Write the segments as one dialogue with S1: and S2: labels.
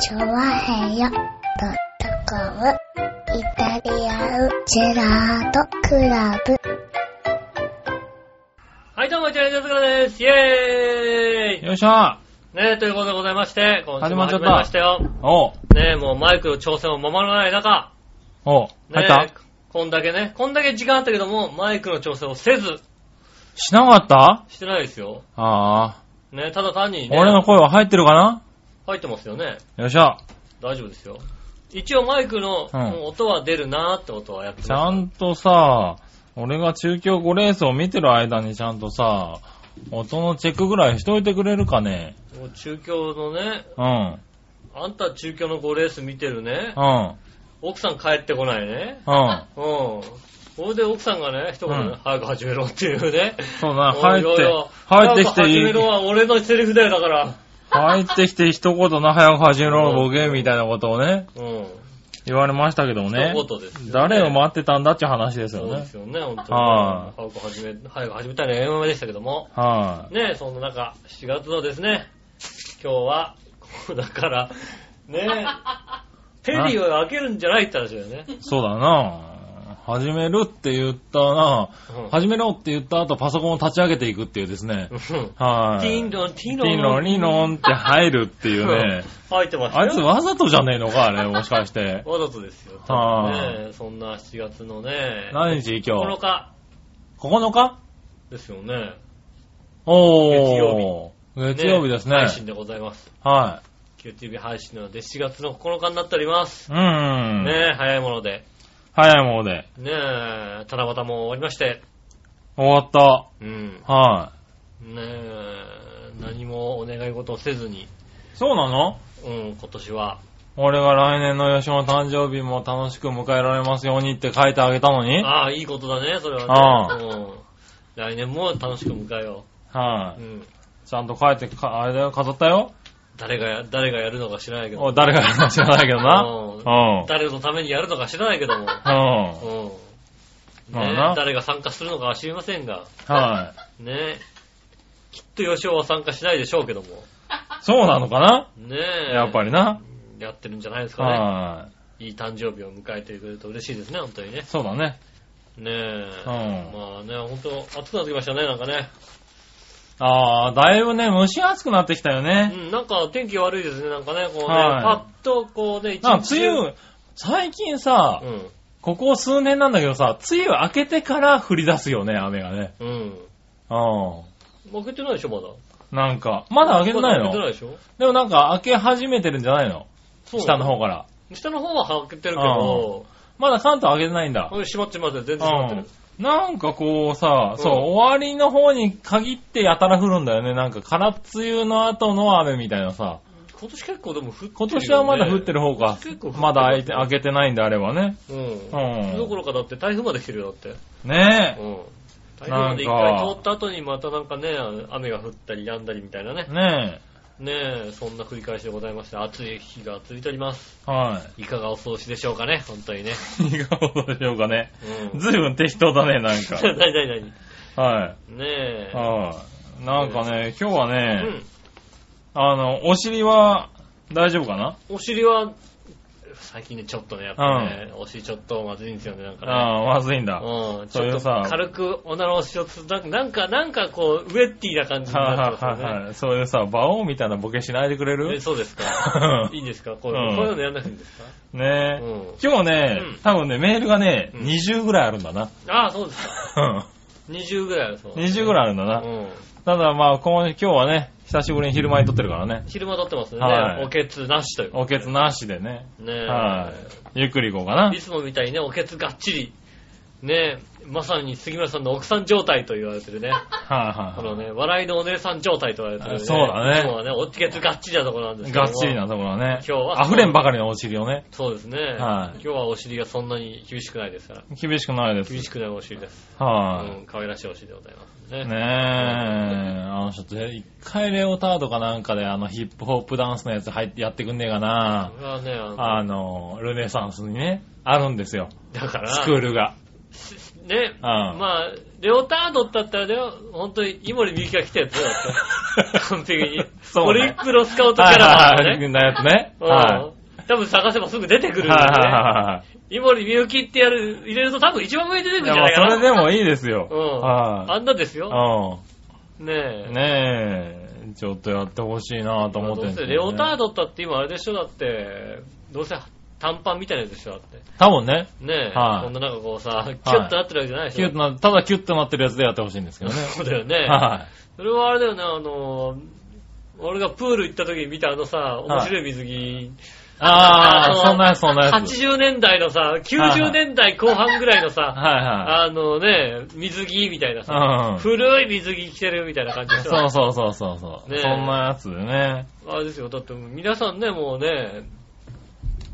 S1: チョワヘヨドットコムイタリアンジェラートクラブ。
S2: はい、どうも、チャレンジャーズからです。イェーイ
S3: よいしょ
S2: ねえ、ということでございまして、今週
S3: 始
S2: も
S3: まっち
S2: 始
S3: ゃった
S2: めましたよ。
S3: おう
S2: ねえ、もうマイクの挑戦を守らない中、
S3: おう
S2: ねえ、
S3: 入った、
S2: こんだけね、こんだけ時間あったけども、マイクの挑戦をせず、
S3: しなかった
S2: してないですよ。
S3: ああ、
S2: ねえ、ただ単にね、
S3: 俺の声は入ってるかな
S2: 入ってますよね。
S3: よいしょ
S2: 大丈夫ですよ。一応マイクの
S3: うん
S2: もう音は出るなーって音はやってます。
S3: ちゃんとさ、俺が中京5レースを見てる間にちゃんとさ、音のチェックぐらいしといてくれるかね
S2: もう中京のね、
S3: うん、
S2: あんた中京の5レース見てるね
S3: う。ん、
S2: 奥さん帰ってこないね。
S3: うん。
S2: うん。それで奥さんがね、一言ね、
S3: うん
S2: 早く始めろっていうね。
S3: そうだな、
S2: おい
S3: 入っ
S2: おい
S3: て
S2: おい、
S3: 入ってき
S2: 早く始め
S3: て
S2: ろ、は俺のセリフだよ、だから。
S3: 入ってきて一言な、早く始めろ、ボケみたいなことをね、
S2: うん。
S3: 言われましたけどもね。
S2: 一言ですよね
S3: 誰を待ってたんだっていう話ですよ
S2: そうで
S3: ね
S2: す。よね、本当に。
S3: は
S2: 早く始め、早く始めたいのは夢でしたけども。
S3: はい、
S2: ねえ、そんな中、7月のですね、今日は、 こうだから、 ねえ、ペリーを開けるんじゃないって話だよね。
S3: そうだな始めるって言ったな
S2: うん
S3: 始めろって言った後、パソコンを立ち上げていくっていうですね。はい。
S2: ティーンロン、ティーン
S3: テ
S2: ロン。
S3: ィンロン、リノンって入るっていう ね。
S2: 入ってました
S3: あ
S2: よ
S3: いつわざとじゃねえのか、あれ、もしか して。
S2: わざとですよ。
S3: はい
S2: ねえ、そんな7月のね、
S3: 何日今
S2: 9
S3: 日
S2: 日
S3: ?9 日
S2: ですよね。
S3: おー。月曜日ですね
S2: 配。信でございます。
S3: は
S2: QTV 配信なので7月の9日になっております。
S3: い。うん。
S2: ねえ、早いもので。
S3: 早いもので。
S2: ねえ、七夕も終わりまして。
S3: 終わっ
S2: うん。
S3: た。は
S2: ねえ、何もお願い事をせずに、
S3: い。そうなの
S2: うん、今年は。
S3: 俺が来年の吉本誕生日も楽しく迎えられますようにって書いてあげたのに。
S2: ああ、いいことだね、それ
S3: あ
S2: はね。うん。来年も楽しく迎えよ
S3: は
S2: う。うん。
S3: い。ちゃんと書いてか、あれだよ、飾ったよ。
S2: 誰がや、誰がやるのか知らないけど。
S3: お誰がやるのか知らないけど
S2: うん
S3: な。うん。
S2: 誰のためにやるのか知らないけども。
S3: うん。
S2: うん。
S3: まあ
S2: ね
S3: な
S2: 誰が参加するのかは知りませんが、
S3: はい。
S2: ねきっと吉尾は参加しないでしょうけども。
S3: そうなのかな
S2: ねえ。
S3: やっぱりな。
S2: やってるんじゃないですかね。
S3: はい
S2: い誕生日を迎えてくれると嬉しいですね、本当にね
S3: い。。そうだね。
S2: ねえ。
S3: うん
S2: まあね、本当暑くなってきましたね、なんかね。
S3: ああ、だいぶね、蒸し暑くなってきたよ
S2: う
S3: ね。
S2: ん、なんか天気悪いですね、なんかね、こうね、
S3: はい
S2: パッとこうね、一
S3: なんか梅雨、最近さ、
S2: 雨。
S3: ここ数年なんだけどさ、梅雨明けてから降り出すよね、雨がね。
S2: うん。うん。
S3: う
S2: 負けてないでしょ、まだ。
S3: ん。なんか、まだ明けてない
S2: まだ開けてな
S3: の
S2: いでしょ
S3: でもなんか明け始めてるんじゃないの
S2: そう
S3: 下の方から。
S2: 下の方は開けてるけど、
S3: まだ関東明けてないんだ。
S2: これ閉まってません、全然閉まってる。
S3: うん。なんかこうさ、そう、
S2: うん
S3: 終わりの方に限ってやたら降るんだよね。なんか、空梅雨の後の雨みたいなさ。
S2: 今年結構でも降ってるよね、
S3: 今年はまだ降ってる方か
S2: 結構降っ。てる
S3: まだ開いて開けてないんであればね。
S2: うん。
S3: うん
S2: どころかだって台風まで来てるよ、だって。
S3: ね
S2: うん。台風まで一
S3: なん
S2: 回
S3: か
S2: 通った後にまたなんかね、雨が降ったり止んだりみたいなね
S3: え。。ね
S2: ねえ、そんな繰り返しでございまして、暑い日が続いております。
S3: え。はい
S2: かがお過ごしでしょうかね、本当にね。
S3: い。いかがでしょうかね。
S2: うん。
S3: ずいぶん適当だね、なん か。
S2: 何何何
S3: は
S2: ねえ
S3: い。。はい。なんかね、今日は
S2: う
S3: ね、
S2: ん。
S3: あの、お尻は大丈夫かな
S2: お尻は、最近ね、ちょっとね、やっぱね、お尻ちょっとまずいんですよね、なんかね。
S3: ああ、まずいんだ。は
S2: うん、ち
S3: そうい
S2: ょっ
S3: う
S2: と
S3: さ
S2: 軽くおならをしようとするなんなんか、なんかこう、ウェッティな感じに
S3: い
S2: な
S3: は
S2: っ
S3: い
S2: てますよ
S3: はい
S2: ね。
S3: はい。そういうさ、馬王みたいなボケしないでくれ
S2: え
S3: る
S2: そうです かいいんですかこう,、
S3: うん
S2: こういうのやんなくていいんですか
S3: ねえ。
S2: う
S3: 今日ね、
S2: うん
S3: 多分ね、メールがね、
S2: うん
S3: 20ぐらいあるんだ
S2: ん。
S3: な。
S2: ああ、そうですか。20ぐらいあるそう。
S3: 20ぐらいあるんだな。
S2: うん。
S3: ただまあ、こう今日はね、久しぶりに昼間に撮ってるからね。
S2: 昼間撮ってますね。
S3: はい
S2: おけつなしという。
S3: おけつなしでね。
S2: ねえ。。
S3: はい。ゆっくり行こうかない
S2: つもみたいにね、おけつがっちり。ねえ、まさに杉村さんの奥さん状態と言われて るね。
S3: はい
S2: こ
S3: はい
S2: の
S3: はい。
S2: ね、笑いのお姉さん状態と言われてるね。
S3: そうだね
S2: いつもはね、おけつがっちりなところなんですけど
S3: が
S2: も
S3: っちりなところはね。
S2: 今日は
S3: 溢れんばかりのお尻をね。
S2: そうですね。
S3: は
S2: 今
S3: い
S2: 日はお尻がそんなに厳しくないですから。
S3: 厳しくないです。
S2: 厳しくないお尻です。
S3: は
S2: うん、可愛らしいお尻でございます
S3: い。
S2: ね。
S3: ねえ、あの人って、一回レオタードかなんかで、あの、ヒップホップダンスのやつ入ってやってくんねえかな
S2: こ。れはね、あの
S3: あの、ルネサンスにね、あるんですよ。
S2: だから、
S3: スクールが。
S2: ね、まあ、レオタードだったらね、本当に井森美幸が来たやつ だって。完璧に。
S3: そう
S2: オ
S3: ね
S2: リックロスカウトキ
S3: はい
S2: ャラ
S3: は
S2: バ
S3: い
S2: ンの
S3: はい
S2: ね。
S3: なやつね。
S2: うん
S3: は
S2: 多分探せばすぐ出てく
S3: い。
S2: るん
S3: はい
S2: だ
S3: は
S2: よ
S3: い
S2: ね。
S3: は
S2: 井森美幸ってやる、入れると多分一番上に出てくる
S3: い。
S2: ん
S3: い
S2: じ
S3: や
S2: ゃ
S3: も
S2: ないかな。
S3: うそれでもいいですよ。
S2: うん
S3: は
S2: あんなですよ。
S3: い。
S2: ね
S3: う
S2: え
S3: ん。。ねえ、ちょっとやってほしいなと思
S2: どう
S3: ってる
S2: んせ
S3: です
S2: レ
S3: よ
S2: オ
S3: ね
S2: タードったって今あれでしょだって、どうせ短パンみたいなやつでしょだって。
S3: 多分ね、
S2: ねえ。
S3: はい
S2: こんななんかこうさ、キュッとなってるわけじゃないでし
S3: キ
S2: ょ。
S3: ュッとな、ただキュッとなってるやつでやってほしいんですけどね。
S2: そうだよね。
S3: は
S2: それはあれだよね、あの、俺がプール行った時に見たあのさ、面白い水着。
S3: い。ああ、そんなやつ、そんなやつ。
S2: 80年代のさ、90年代後半ぐらいのさ、
S3: は
S2: あのね、水着みたいないさ、
S3: はい。うん。
S2: 古い水着着てるみたいな感じでさ、
S3: そうそうそうそうそう、
S2: ねえ
S3: そんなやつでね。
S2: あれですよ、だってもう皆さんね、もうね、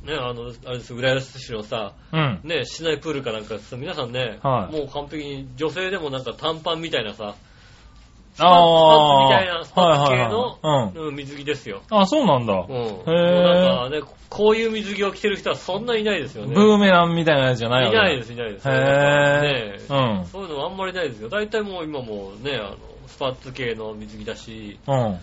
S2: ね、あの、あれですよ、浦安市のさ、
S3: うん。
S2: ね、市内プールかなんかさ、皆さんね、
S3: はい
S2: もう完璧に女性でもなんか短パンみたいなさ、スパ
S3: ああ
S2: ッツスパッツみたいな、スパ
S3: はいはい
S2: ッ
S3: はい
S2: ツ系の、うん水着ですよ。
S3: あ、そうなんだ。
S2: うん。もうな
S3: へ
S2: んかね、こういう水着を着てる人はそんないないですよね。
S3: ブーメランみたいなやつじゃないわ
S2: い
S3: け
S2: ないです、いないです。
S3: へ
S2: ね
S3: ぇー。
S2: そういうのはあんまりないですよ。大体もう今もうね、あの、スパッツ系の水着だし、
S3: うん。うん。
S2: うん。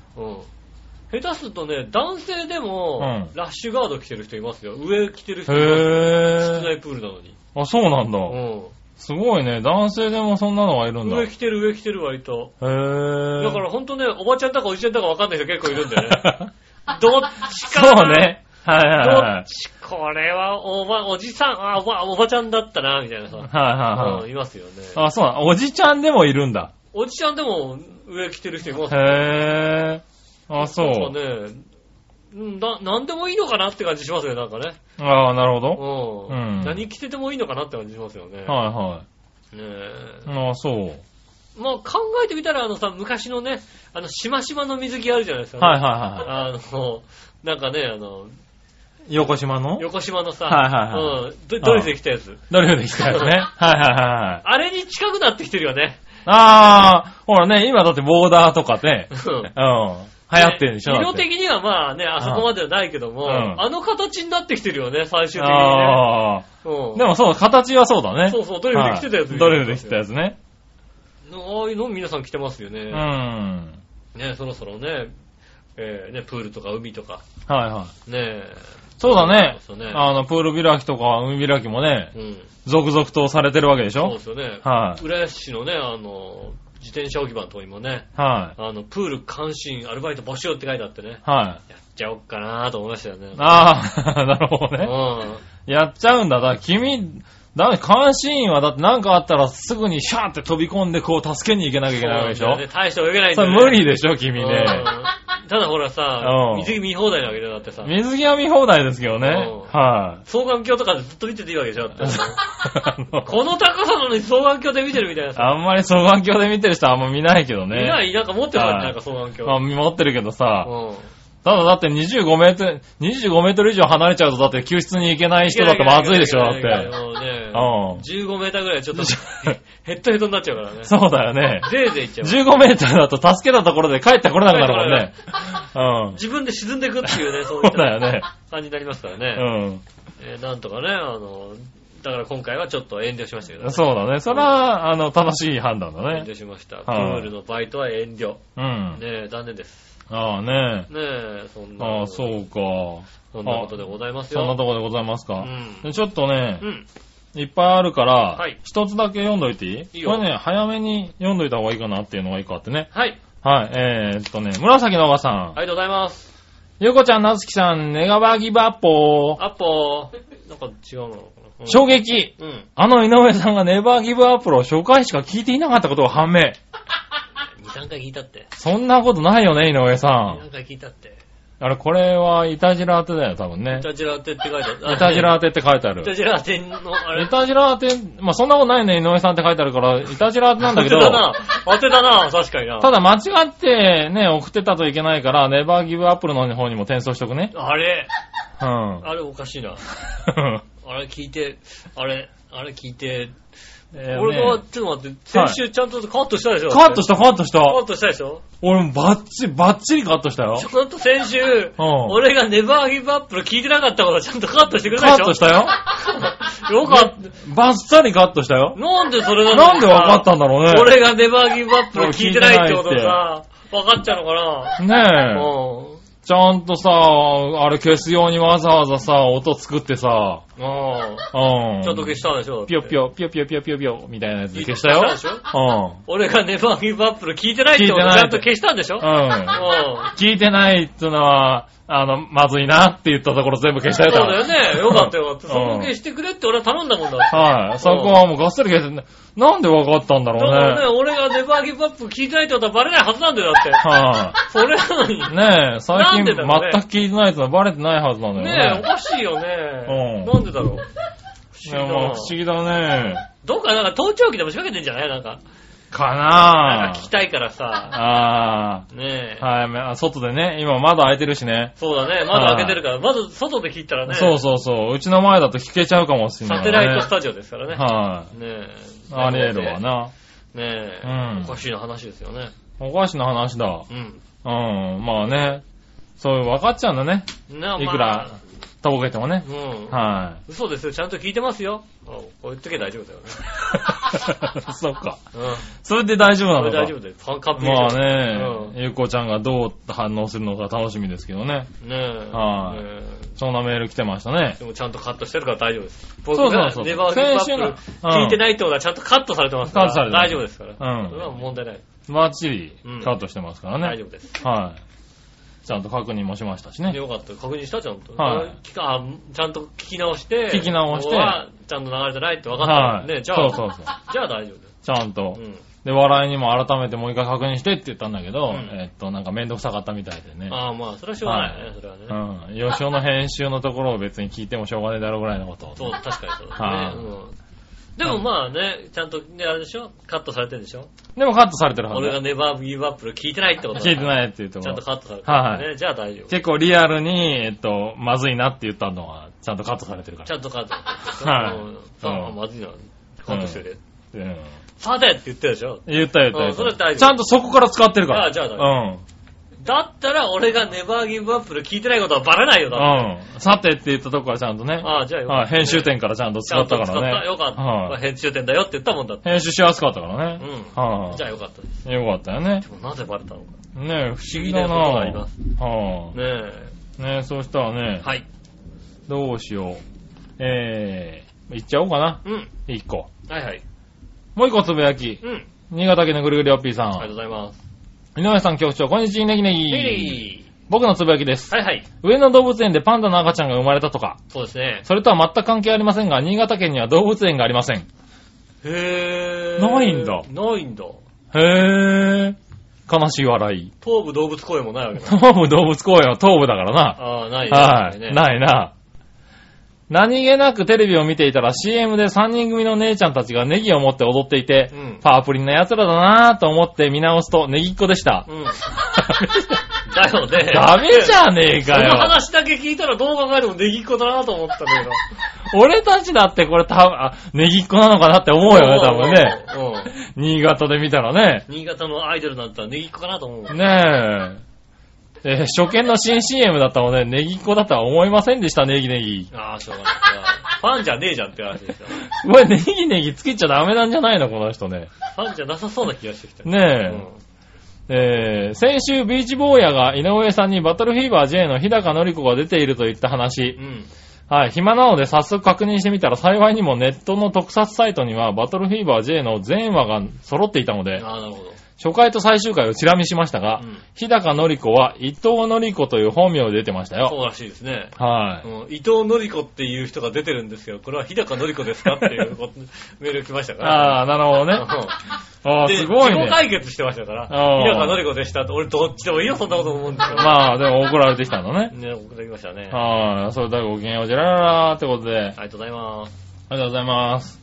S2: 下手するとね、男性でも、
S3: うん
S2: ラッシュガード着てる人いますよ。上着てる人います。室
S3: へぇ
S2: 内プールなのに。
S3: ー。あ、そうなんだ。
S2: う
S3: すごいね。男性でもそんなのがいるん
S2: ん。
S3: だ。
S2: 上
S3: へ
S2: 着てる、上着てる割と。
S3: ぇー。
S2: だ からほんとね、おばちゃんだかおじちゃんだかわかんない人結構いるんだよね。
S3: ら、
S2: どっちかな
S3: そう。ね。はい はい
S2: ど
S3: は。
S2: っち、これはおば、おじさん、あ、おば、おばちゃんだったな、みたいないさ。
S3: はいはいは
S2: うん、
S3: い。
S2: いますよね。
S3: あ、そうなんだ。おじちゃんでもいるんだ。
S2: おじちゃんでも上着てる人いますよ
S3: へぇー。あ、そ
S2: なんか
S3: う。
S2: ね、うんな、なんでもいいのかなって感じしますよね、なんかね。
S3: ああ、なるほど。
S2: う。
S3: うんん
S2: 何着ててもいいのかなって感じしますよね。
S3: はいは
S2: ねえ
S3: い。ああ、そう。
S2: まあ考えてみたら、あのさ、昔のね、あの、しましまの水着あるじゃないですか、
S3: はいはいは
S2: あの、なんかね、あの、
S3: い。横島の
S2: 横島のさ、
S3: はいはい
S2: うんド、ドレスで着たやつ。
S3: ドリフで来たやつ ね。はいはいはいはい。
S2: あれに近くなってきてるよね。
S3: あー、ほらね、今だってボーダーとかね、
S2: う
S3: うんん、流行ってるでしょ、
S2: ね
S3: だ
S2: 色
S3: って
S2: 的にはまあね、あそこまではないけども、
S3: うん
S2: あの形になってきてるよね、最終的にね。
S3: あ
S2: うん
S3: ー。でもそう、形はそうだね。
S2: そうそうドリフで来てたやつ
S3: はいドリフで来てたやつね。
S2: ああいうの皆さん着てますよね。
S3: うん。はい
S2: ね、そろそろね、えーね、プールとか海とか、
S3: はい。
S2: ね
S3: そうだね。
S2: そうですね
S3: あの、プール開きとか海開きもね、
S2: うん。
S3: 続々とされてるわけでし
S2: そう
S3: ょ
S2: ですよね。
S3: はい
S2: 浦安市のね、あの、自転車置き場のとこにもね、
S3: は
S2: あの、プール関心アルバイト募集って書いてあってね、
S3: い。はい。
S2: やっちゃおっかなーと思いましたよね。
S3: あー、 なるほど
S2: う
S3: ね。やっちゃうんだ。だから君、だ監視員はだって何かあったらすぐにシャーって飛び込んでこう助けに行けなきゃいけないわけでし
S2: そうなん
S3: ょ
S2: だよね大して泳げないん
S3: そ
S2: だ
S3: れ
S2: よね
S3: 無理でしょ、君
S2: う
S3: ね。
S2: んただほらさ
S3: う、ん
S2: 水着見放題なわけだよ、だってさ。
S3: 水着は見放題ですけどね。
S2: うん
S3: はい、
S2: 双眼鏡とかでずっと見てていいわけでしょ、だって。
S3: あの。
S2: この高さなのに双眼鏡で見てるみたいなさ。
S3: あんまり双眼鏡で見てる人はあんま見ないけどね。
S2: いない、なんか持ってるわ
S3: は
S2: ね、
S3: い
S2: なんか双眼
S3: まあ
S2: 鏡。
S3: 見守ってるけどさ、
S2: うん
S3: ただだって25メートル、25メートル以上離れちゃうとだって救出に行けない人だとまずいでしょ、だって。
S2: もうね
S3: うん
S2: 15メーターぐらいちょっと、ヘッドヘッドになっちゃうからね。
S3: そうだよね。
S2: ぜいぜいいっちゃう。
S3: 15メートルだと助けたところで帰ってこれなく なるもんね。うん。
S2: 自分で沈んでくっていうね、そうい
S3: そ
S2: っ
S3: うだよ
S2: た
S3: ね。
S2: 感じになりますから
S3: う
S2: ね。えーなんとかね、あの、だから今回はちょっと遠慮しましたけど
S3: ん。
S2: ね。
S3: そうだね。それは、あの、正しい判断だ
S2: 遠
S3: ね。
S2: 慮しました。プ
S3: はい
S2: ールのバイトは遠慮。
S3: うん。
S2: ねえ、残念です。
S3: ああ
S2: ね
S3: ね。
S2: え、そんな。
S3: ああ、そうか。
S2: そんなことでございますよ。
S3: そんなところでございますか。
S2: うん
S3: でちょっとね、
S2: うん。
S3: いっぱいあるから
S2: はい、
S3: 一、つだけ読んどいていい
S2: いいよ
S3: これね、早めに読んどいた方がいいかなっていうのがいいかってね。
S2: はい。
S3: はい、えー、っとね、紫のおばさん、
S2: ありがとうございます。
S3: ゆうこちゃん、なつきさん、ネガバギバッポー、
S2: アッポー。なんか違うのかな。うん
S3: 衝撃
S2: うん。
S3: あの井上さんがネバーギブアップルを初回しか聞いていなかったことが判明。
S2: 2、3回聞いたって。
S3: そんなことないよね、井上さ
S2: 2、
S3: ん。
S2: 3回聞いたって。
S3: あれ、これは、イタジラ当てだよ、多分ね
S2: イ。タジラテって書いてある。
S3: イタジラ当てって書いてある
S2: イ。タジラテの、あれ
S3: イ。タジラ当て、まあ、そんなことないね、井上さんって書いてあるから、イタジラ当てなんだけど、
S2: 当てたな。当てたな、確かにな。
S3: ただ間違ってね、送ってたといけないから、ネバーギブアップルの方にも転送しとくね。
S2: あれ、
S3: うん。
S2: あれおかしいな。
S3: うん
S2: あれ聞いて、あれ、あれ聞いて、
S3: えー
S2: 俺
S3: ね
S2: が、ちょっと待って、先週ちゃんとカットしたでしょ、
S3: カットしたた、カットした。
S2: カットしたでしょ
S3: 俺もバッチリ、バッチリカットしたよ。
S2: ちょっと先週、俺がネバーギブアップル聞いてなかったことちゃんとカットしてくれた
S3: カ
S2: で
S3: ッ
S2: しょ
S3: トした よ。
S2: た。よかった。
S3: バッサリカットしたよ。
S2: なんでそれなのか
S3: なんでわかったんだろうね。
S2: 俺がネバーギブアップル聞いてないってことをさ、わかっちゃうのかな
S3: ねえ。
S2: うん。
S3: ちゃんとさ、あれ消すようにわざわざさ、音作ってさ、
S2: うん。
S3: うん。
S2: ちょっと消したでしょ
S3: ピヨピ
S2: ヨ。
S3: ヨ、ピヨピヨピヨピヨピヨ、みたいなやつで消したよ。
S2: 消したでし俺がネバーギブアップル聞いてないってこと
S3: 聞いてない
S2: ちゃんと消したんでしょ
S3: うん。うん。
S2: うん。
S3: 聞いてないってのは、あの、まずいなって言ったところ全部消した
S2: そう
S3: よ。
S2: だ
S3: 多分
S2: よね。よかったよかった。
S3: うん
S2: そこ消してくれって俺は頼んだもんだって。
S3: はい。そこはもうがっさり消してんだ、なんでわかったんだろ
S2: だからね、
S3: うね。
S2: 俺がネバーギブアップ聞いてないってことはバレないはずなんだよ、だって。
S3: は
S2: それなのに。
S3: い。ねえ、最近
S2: なんで
S3: 全く
S2: だろうね
S3: 聞いてないってのはバレてないはずなのよ
S2: ねえ、お
S3: ね。
S2: かしいよね。
S3: うん
S2: なんでだろう。
S3: い
S2: 不
S3: や、
S2: 思議だ
S3: もう
S2: な
S3: 不思議だね。
S2: どうかなんか盗聴器でも仕掛けてんじゃないなんか。
S3: か
S2: なん
S3: な
S2: か聞きたいからさ。
S3: あ
S2: ねえ
S3: あ。。はいまあ、外でね、今窓開いてるしね。
S2: そうだね。窓開けてるから、まず外で聞いたらね。
S3: そうそうそう。うちの前だと聞けちゃうかもしれない、
S2: サテ
S3: ね。
S2: ライトスタジオですからね。
S3: はい、
S2: ねえ。
S3: あ。りえるわ。な。
S2: ねえ、
S3: うん
S2: おかしいな話ですよね。
S3: おかしな話だ。
S2: うん。
S3: うん。まあね。そう、分かっちゃうんだね。
S2: ない
S3: くらとぼけてもね。
S2: うん。
S3: は
S2: 嘘ですよ。ちゃんと聞いてますよ。あこう言っとけば大丈夫だよね。
S3: い。そっか。
S2: うん。
S3: それで大丈夫な
S2: これ
S3: のか。
S2: 大丈夫だよ。完璧
S3: まあね、
S2: う
S3: ゆうこちゃんがどう反応するのか楽しみですけどね。
S2: ん。ねえ。
S3: はい
S2: ねえ
S3: そんなメール来てましたね。
S2: でもちゃんとカットしてるから大丈夫です。
S3: う
S2: 僕
S3: そうそ
S2: が
S3: う
S2: ネバーギ
S3: 先週
S2: ブア
S3: の
S2: ップ聞いてないってことはちゃんとカットされてますか
S3: カットされ
S2: ら
S3: てます
S2: 大丈夫ですから。
S3: うん
S2: それは問題ない。
S3: バッチリ
S2: うん
S3: カットしてますからね。
S2: 大丈夫です。
S3: はい。ちゃんと確認もしましたしね。
S2: よかった。確認したちゃんと。
S3: はい
S2: 聞かあちゃんと聞き直して。
S3: 聞き直して
S2: ここはちゃんと流れてないって分かった
S3: は
S2: もん
S3: い。
S2: ね。じゃ
S3: そう
S2: あ、
S3: そうそう。
S2: じゃあ大丈夫だよ。
S3: ちゃんと
S2: う。ん。
S3: で、笑いにも改めてもう一回確認してって言ったんだけど、
S2: うん
S3: えっと、なんかめんどくさかったみたいでね。
S2: ああ、まあ、それはしょうがないね、それはね。
S3: うん。吉尾の編集のところを別に聞いてもしょうがねえだろうぐらいのことを。
S2: そう、確かにそうだ
S3: は
S2: ね。
S3: い
S2: うん。でもまあね、ちゃんと、ね、あれでしょカットされてるでしょ
S3: でもカットされてるはず
S2: 俺が
S3: だ。
S2: ネバーギブアップル聞いてないってことだ
S3: 聞いてないっていうとこ
S2: ちゃん
S3: ろ
S2: と。カットされてる
S3: はい
S2: ね。じゃあ大丈夫。
S3: 結構リアルに、えっと、まずいなって言ったのは、ちゃんとカットされてるか
S2: ちゃ
S3: ら。
S2: んとカットさ
S3: は
S2: れて
S3: い
S2: るでしょ。
S3: うん
S2: ああ、まずいな。カットしてる。
S3: うん。
S2: さてって言ってるでしょ
S3: 言ったよ
S2: うん
S3: 言
S2: そ
S3: っ
S2: れは
S3: た
S2: 大丈夫
S3: よ。ちゃんとそこから使ってるから。
S2: あじゃあ大丈
S3: うん。
S2: だったら俺がネバーギブアップル聞いてないことはバレないよ、だって
S3: うん。さてって言ったとこはちゃんとね。
S2: ああ、じゃあよか
S3: は
S2: っ
S3: い、
S2: た。
S3: 編集
S2: 点
S3: 点からちゃんと
S2: ち
S3: 使
S2: ゃん
S3: った
S2: と
S3: か
S2: 使った。
S3: らね。
S2: よかった。
S3: はい
S2: 編集点だよって言ったもんだって。
S3: 編集しやすかったから
S2: う
S3: ね。
S2: ん。
S3: はい
S2: じゃあよかったです。
S3: よかったよね
S2: で。もなぜバレたのか。
S3: ねえ、不思議だな
S2: 不思議なことがありま
S3: は
S2: ね
S3: あ、ねえ、そうしたら
S2: え。
S3: ね、
S2: はい。
S3: どうしよう。えー、いっちゃおうかな。
S2: うん。
S3: 一個。
S2: はいはい。
S3: もう一個つぶやき。
S2: うん。
S3: 新潟県のぐるぐるよっぴーさ
S2: ありがとうご
S3: ん。
S2: ざいます。
S3: 井上さん局長、こんにちは、ネギネギ。
S2: ヘイ
S3: 僕のつぶやきです。
S2: はいはい。
S3: 上野動物園でパンダの赤ちゃんが生まれたとか、
S2: そうですね。
S3: それとは全く関係ありませんが、新潟県には動物園がありません。
S2: へー。
S3: ないんだ
S2: ないんだ。
S3: へー。悲しい笑い。
S2: 東武動物公園もないわけだ。
S3: 東武動物公園は東武だからな。
S2: ああ、ない
S3: はい。
S2: ね。い。
S3: ないな。何気なくテレビを見ていたら CM で3人組の姉ちゃんたちがネギを持って踊っていて、
S2: うん
S3: パープリンな奴らだなぁと思って見直すとネギっ子でした。
S2: うん。だよね。
S3: ダメじ
S2: ん。
S3: ゃねえ
S2: そ
S3: か
S2: の
S3: よ。
S2: 話だけ聞いたらどう考えてもネギっ子だなと思ったんだけど。
S3: 俺たちだってこれ多分、あネギっ子なのかなって思うよね、多分ね。
S2: うん。うん
S3: 新潟で見たらね。
S2: 新潟のアイドルなんてネギっ子かなと思う。
S3: ねえ。えー初見の新 CM だったので、ネギっ子だとは思いませんでした、ネギネギ。
S2: ああ、しょうがない。ファンじゃねえじゃんって話ですよ。
S3: これネギネギつけちゃダメなんじゃないの、この人ね。
S2: ファンじゃなさそうな気がしてきた。
S3: ねえ。えー先週ビーチ坊やが井上さんにバトルフィーバー J の日高のり子が出ているといった話
S2: う。ん。
S3: はい、暇なので早速確認してみたら幸いにもネットの特撮サイトにはバトルフィーバー J の全話が揃っていたので、
S2: ああ、なるほど。
S3: 初回と最終回をチラ見しましたが、
S2: うん
S3: 日高のり子は伊藤のり子という本名で出てましたよ。
S2: そうらしいですね。
S3: は
S2: う
S3: い。
S2: ん、伊藤のり子っていう人が出てるんですけど、これは日高のり子ですかっていうことメール来ましたから。
S3: ああ、なるほ どね。ああ、
S2: です
S3: ごい
S2: 自己
S3: ね。
S2: 解決してましたから、
S3: ああ
S2: 日高のり子でしたって、俺どっちでもいいよ、そんなこと思うんですよ。
S3: まあ、でも怒られてきたんだね。
S2: ね、送ってきました ね。あ
S3: はい。それではごきげんよう、じゃらららーってことで、あり
S2: りがとうございます。
S3: がとうございます。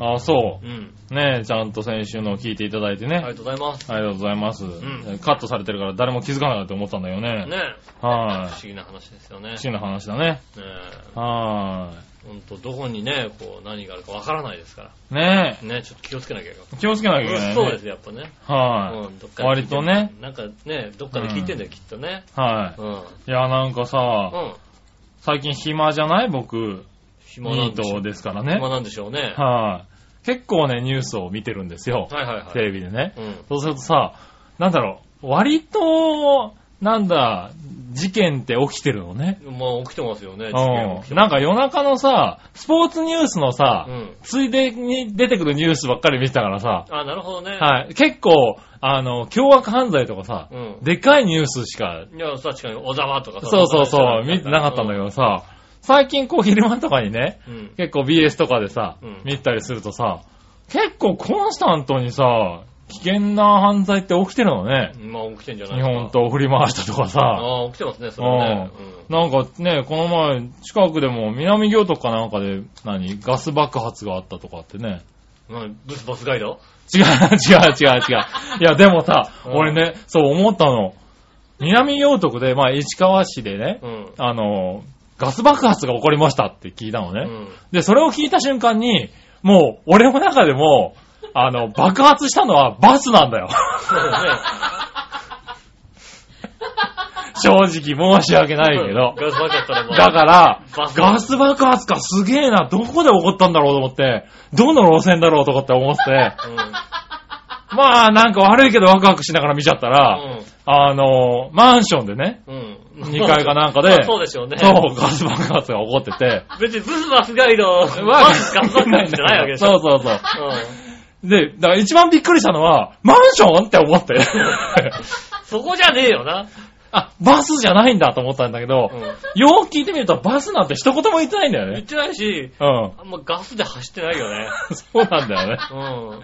S3: あ、そ
S2: うん。
S3: う。ねえ、ちゃんと先週のを聞いていただいてね。
S2: ありがとうございます。
S3: ありがとうございます。
S2: ん
S3: カットされてるから誰も気づかなかったと思ったんだよね。
S2: ね不
S3: は
S2: 思議な話ですよね。
S3: い。不
S2: ね
S3: 思議な話だね。
S2: え
S3: は
S2: ほんと、どこにね、こう、何があるかわからないですか
S3: い。ね
S2: ら。ね、ちょっと気をつけなきゃいけない。
S3: え。気をつけなきゃいけない、ね。
S2: そうです、やっぱね。
S3: は
S2: うん、どっかで聞いてんだ
S3: 割とね。
S2: なんかね、どっかで聞いてんだよ、きっとね。
S3: い。は
S2: うん。うん。
S3: い。いや、なんかさ、最近暇じゃない僕、
S2: 暇な
S3: ニ
S2: ん
S3: ー
S2: でしょ
S3: ト
S2: う。
S3: ですからね
S2: 暇。なんでしょうね。
S3: はい。結構ね、ニュースを見てるんですよ。
S2: はいはいはい。
S3: テレビでね。
S2: うん。
S3: そうするとさ、なんだろう、割と、なんだ、事件って起きてるのね。
S2: まあ、起きてますよね、
S3: うん。なんか夜中のさ、スポーツニュースのさ、
S2: うん。
S3: ついでに出てくるニュースばっかり見てたからさ、
S2: あ、なるほどね。
S3: はい。結構、あの、凶悪犯罪とかさ、
S2: うん。
S3: でかいニュースしか、
S2: いや、確かに、小沢とかさ
S3: そうそうそう、見てなかったんだけ。どさ、最近こう昼間とかにね、
S2: うんうん。
S3: 結構 BS とかでさ
S2: うん、
S3: 見たりするとさ、結構コンスタントにさ、危険な犯罪って起きてるのね。
S2: まあ、起きてんじゃないで
S3: 日
S2: すか
S3: 本。刀を振り回したとかさ。
S2: ああ、起きてますね、それはね。
S3: なんかね、この前、近くでも南行とかなんかで、何、ガス爆発があったとかってね。
S2: うん。何ブスボスガイド
S3: 違う、違う、 違う、違う。いや、でもさ、
S2: うん
S3: 俺ね、そう思ったの。南洋徳で、まあ、市川市でね
S2: う、ん。
S3: あの、ガス爆発が起こりましたって聞いたの
S2: う
S3: ね。
S2: ん。
S3: で、それを聞いた瞬間に、もう、俺の中でも、あの、爆発したのはバスな んだよ。
S2: そうだ
S3: 正直申し訳な
S2: ね。
S3: い けど。
S2: ガスバケットでも。
S3: だから
S2: バ、ス
S3: ガス爆発かすげえな、どこで起こったんだろうと思って、どの路線だろうとかって思って、まあなんか悪いけどワクワクしながら見ちゃったら、あの、マンションでね、
S2: うん。うん。
S3: 2階かなんか
S2: まあ
S3: で、
S2: そうでしょうね。
S3: そう、ガス爆発が起こって て、
S2: 別にブスバスガイド、バスガスバケットじゃないわけでし
S3: そ
S2: ょ。
S3: うそうそう。
S2: うん。
S3: で、だから一番びっくりしたのは、マンションって 思って。
S2: そこじゃねえよな。
S3: あ、バスじゃないんだと思ったんだけど、
S2: うん。
S3: よく聞いてみるとバスなんて一言も言ってないんだよ
S2: 言っ
S3: ね。
S2: てないし、
S3: うん。
S2: あんまガスで走ってないよね。
S3: そうなんだよね。
S2: うん。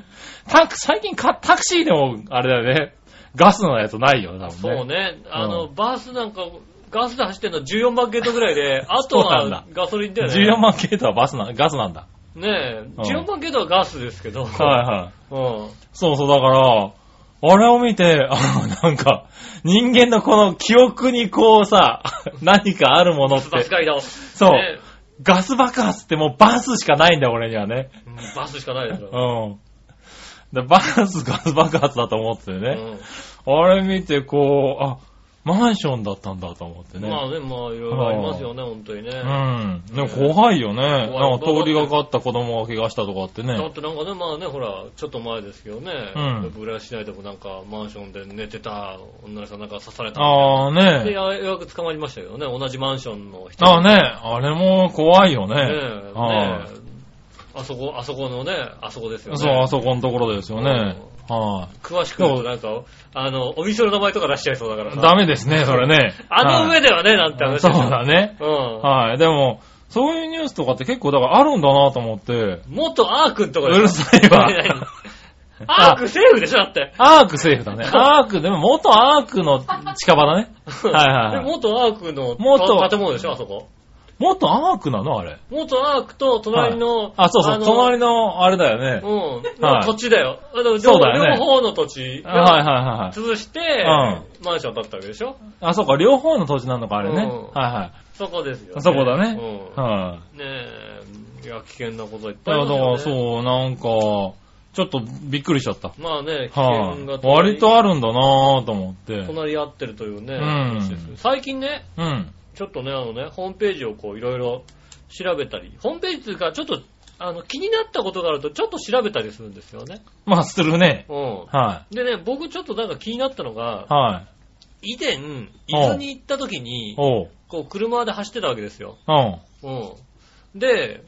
S3: タク、最近かタクシーでも、あれだよね。ガスのやつないよね、多
S2: そう
S3: 分ね。
S2: ね。あの、
S3: う
S2: バスなんか、ガスで走ってんの14番ゲートぐらいで、あと
S3: そうな
S2: は
S3: ん
S2: ガソリンだよね。
S3: 14万系とはバスな、ガスなんだ。
S2: ねえ、14番ゲートはガスですけど。
S3: はいはい。
S2: うん。
S3: そうそう、だから、あれを見て、あなんか、人間のこの記憶にこうさ、 何かあるものっ
S2: バス
S3: て、
S2: ガイド。
S3: そう
S2: ね
S3: ガス爆発ってもうバスしかないんだよ、俺にはね。
S2: うんバスしかないです
S3: う
S2: よ。
S3: ん。でバス、ガス爆発だと思って
S2: う
S3: ね。
S2: ん
S3: あれ見て、こう、あ、マンションだったんだと思ってね。
S2: まあね、まあいろいろありますよね、本当にね。
S3: うん。でも怖いよね。
S2: い
S3: なんか通りがかった子供が怪我したとかって
S2: だ
S3: ね
S2: っ。てなんかね、まあね、ほら、ちょっと前ですけどね、
S3: うん
S2: 僕ら市内でもなんかマンションで寝てた女の人なんか刺されたみたいな
S3: ああ
S2: で、
S3: ね。
S2: ようやく捕まりましたけどね、同じマンションの人。
S3: ああね。あれも怖いよね。
S2: ねえ
S3: は
S2: ねえあそこ、あそこのね、あそこですよ
S3: い。
S2: ね。
S3: そう、あそこのところですよね。は
S2: 詳しく言うとなんか、あの、お店の名前とか出しちゃいそうだから
S3: い。
S2: さ。
S3: ダメですね、それね
S2: あの上
S3: で。
S2: ではね、なんて話でし
S3: そ
S2: ょ
S3: うだね。
S2: う
S3: はい。でも、そういうニュースとかって結構だからあるんだなと思って、
S2: ん。元アークんとかでしょ
S3: うるさいわ
S2: 何 アークセーフでしょだって。
S3: アークセーフだね。アーク、でも元アークの近場だ ね。はいはい
S2: で元アークの
S3: 元
S2: 建物でしょあそこ。
S3: 元アークなのあれ。
S2: 元アークと隣の、
S3: あ、そうそう、
S2: の
S3: 隣の、あれだよね。
S2: うん。
S3: はい
S2: 土地だよ。あの
S3: そうだよね
S2: 両方の土地
S3: はいはい
S2: が
S3: はいはい。
S2: 潰して、マンションだったわけでしょ
S3: あ、そうか、両方の土地なんのか、あれ
S2: う
S3: ね。
S2: ん
S3: はいは
S2: そこですよ、
S3: い。そこだね。
S2: うん。
S3: は
S2: ねえ、いや、危険なこといっ
S3: い。
S2: ぱいあり
S3: だから、
S2: ますよ、ね。
S3: そう、なんか、ちょっとびっくりしちゃった。
S2: まあね、危険が
S3: はい。割とあるんだなぁと思って。
S2: 隣り合ってるというね、
S3: うん
S2: 話ですね最近ね、
S3: うん。
S2: ちょっとね、あのね、ホームページをこう、いろいろ調べたり、ホームページというか、ちょっと、あの、気になったことがあると、ちょっと調べたりするんですよね。
S3: まあ、するね。
S2: うん。
S3: は
S2: でね、僕ちょっとなんか気になったのが
S3: い。、はい。
S2: 以前、伊豆に行った時に、
S3: おう。
S2: こう、車で走ってたわけですよ。
S3: うん。
S2: うん。で、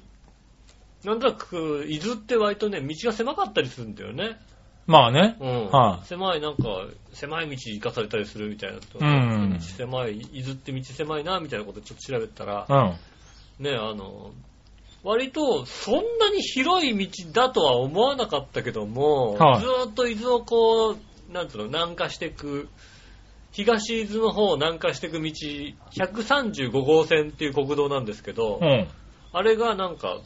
S2: なんとなく、伊豆って割とね、道が狭かったりするんだよね。
S3: まあね。
S2: うん。
S3: はい
S2: 狭い、なんか、狭い道行かされたりするみたいなと。
S3: うん
S2: 道狭い、伊豆って道狭いな、みたいなことちょっと調べてたら
S3: う、ん。
S2: ね、あの、割と、そんなに広い道だとは思わなかったけども、
S3: はい
S2: ずーっと伊豆をこう、なんつうの、南下していく、東伊豆の方を南下していく道、135号線っていう国道なんですけど、
S3: うん。
S2: あれがなんか、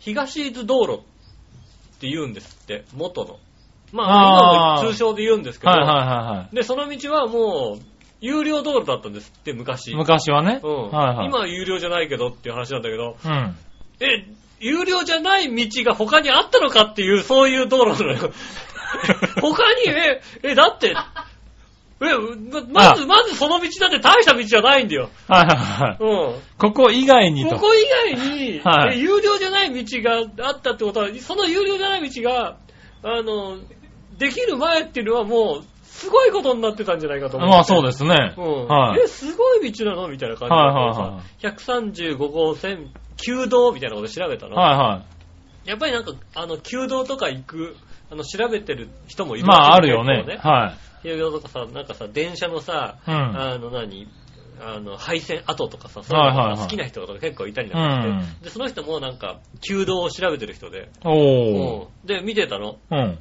S2: 東伊豆道路って言うんですって、元の。ま
S3: あ
S2: あ、
S3: ー
S2: 今も通称で言うんですけど、
S3: はいはいはいは
S2: で、その道はもう、有料道路だったんですって、昔。
S3: い。昔はね。
S2: うん。
S3: はいはい。
S2: 今は有料じゃないけどっていう話なんだけど、
S3: うん。
S2: え、有料じゃない道が他にあったのかっていう、そういう道路なの よ。他に、え、え、だって、え、ままず、
S3: あ
S2: まずその道だって大した道じゃないんだよ。
S3: はいはいはい。
S2: うん。
S3: ここ以外にと。
S2: ここ以外に、
S3: はい
S2: え有料じゃない道があったってことは、その有料じゃない道が、あの、できる前っていうのはもう、すごいことになってたんじゃないかと思う。
S3: まあそう
S2: す。
S3: ですね。
S2: うん。
S3: はい
S2: え、すごい道なのみたいな感じだった
S3: はいはいはい
S2: からさ135号線、旧道みたいなこと調べたの。
S3: は
S2: やっぱりなんか、あの、旧道とか行く、あの、調べてる人も
S3: い
S2: い
S3: はい。
S2: る
S3: まああるよ
S2: 結構
S3: ね。は
S2: 旧道とかさ、なんかさ、電車のさ、
S3: い。うん。
S2: あの何、あの、配線跡とかさ、そうい
S3: は
S2: う
S3: いはいは
S2: の
S3: い
S2: が好きな人とか結構いたりなんかして、で、その人もなんか、旧道を調べてる人で、
S3: おー。
S2: うんで、見てたの。
S3: うん。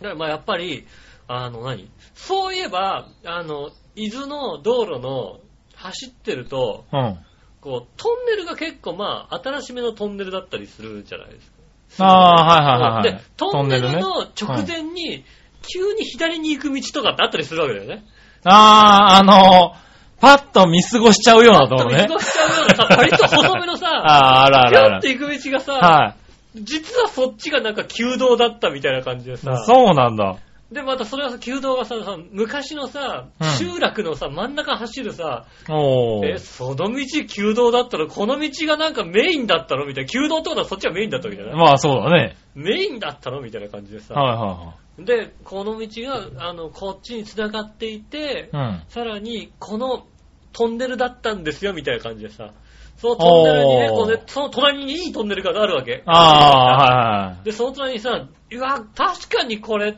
S2: だからまあやっぱり、あの何、そういえば、あの、伊豆の道路の、走ってると、
S3: うん。
S2: こう、トンネルが結構まあ、新しめのトンネルだったりするじゃないですか。
S3: ああー、はいはいはいは
S2: で
S3: い。、
S2: トンネル
S3: ね
S2: の直前に、急に左に行く道とかってあったりするわけだよね。
S3: ああ、あのー、パッと見過ごしちゃうようなところ
S2: 見
S3: ね
S2: 過。ごしちゃうようなさ、割と細めのさ、
S3: ああ、あらあ
S2: ピ
S3: ら
S2: ョ
S3: あ
S2: ン
S3: ら
S2: って。行く道がさ、
S3: は
S2: 実はそっちがなんか旧道だったみたいな感じでさ
S3: い。、そうなんだ。
S2: で、またそれはさ、旧道がさ、さ昔のさ
S3: うん、
S2: 集落のさ、真ん中走るさ、
S3: お
S2: え、
S3: ー。
S2: その道旧道だったのこの道がなんかメインだったのみたいな。旧道ってことはそっちがメインだったわけじゃない
S3: まあそうだね。
S2: メインだったのみたいな感じでさ、
S3: はいは
S2: で、この道が、あの、こっちに繋がっていて
S3: い、はい。うん。
S2: さらに、このトンネルだったんですよ、みたいな感じでさ、そのトンネルにね、
S3: おー
S2: こうね、その隣にいいトンネルがあるわけ。
S3: ああ、はいはい。
S2: で、その隣にさ、うわ、確かにこれ、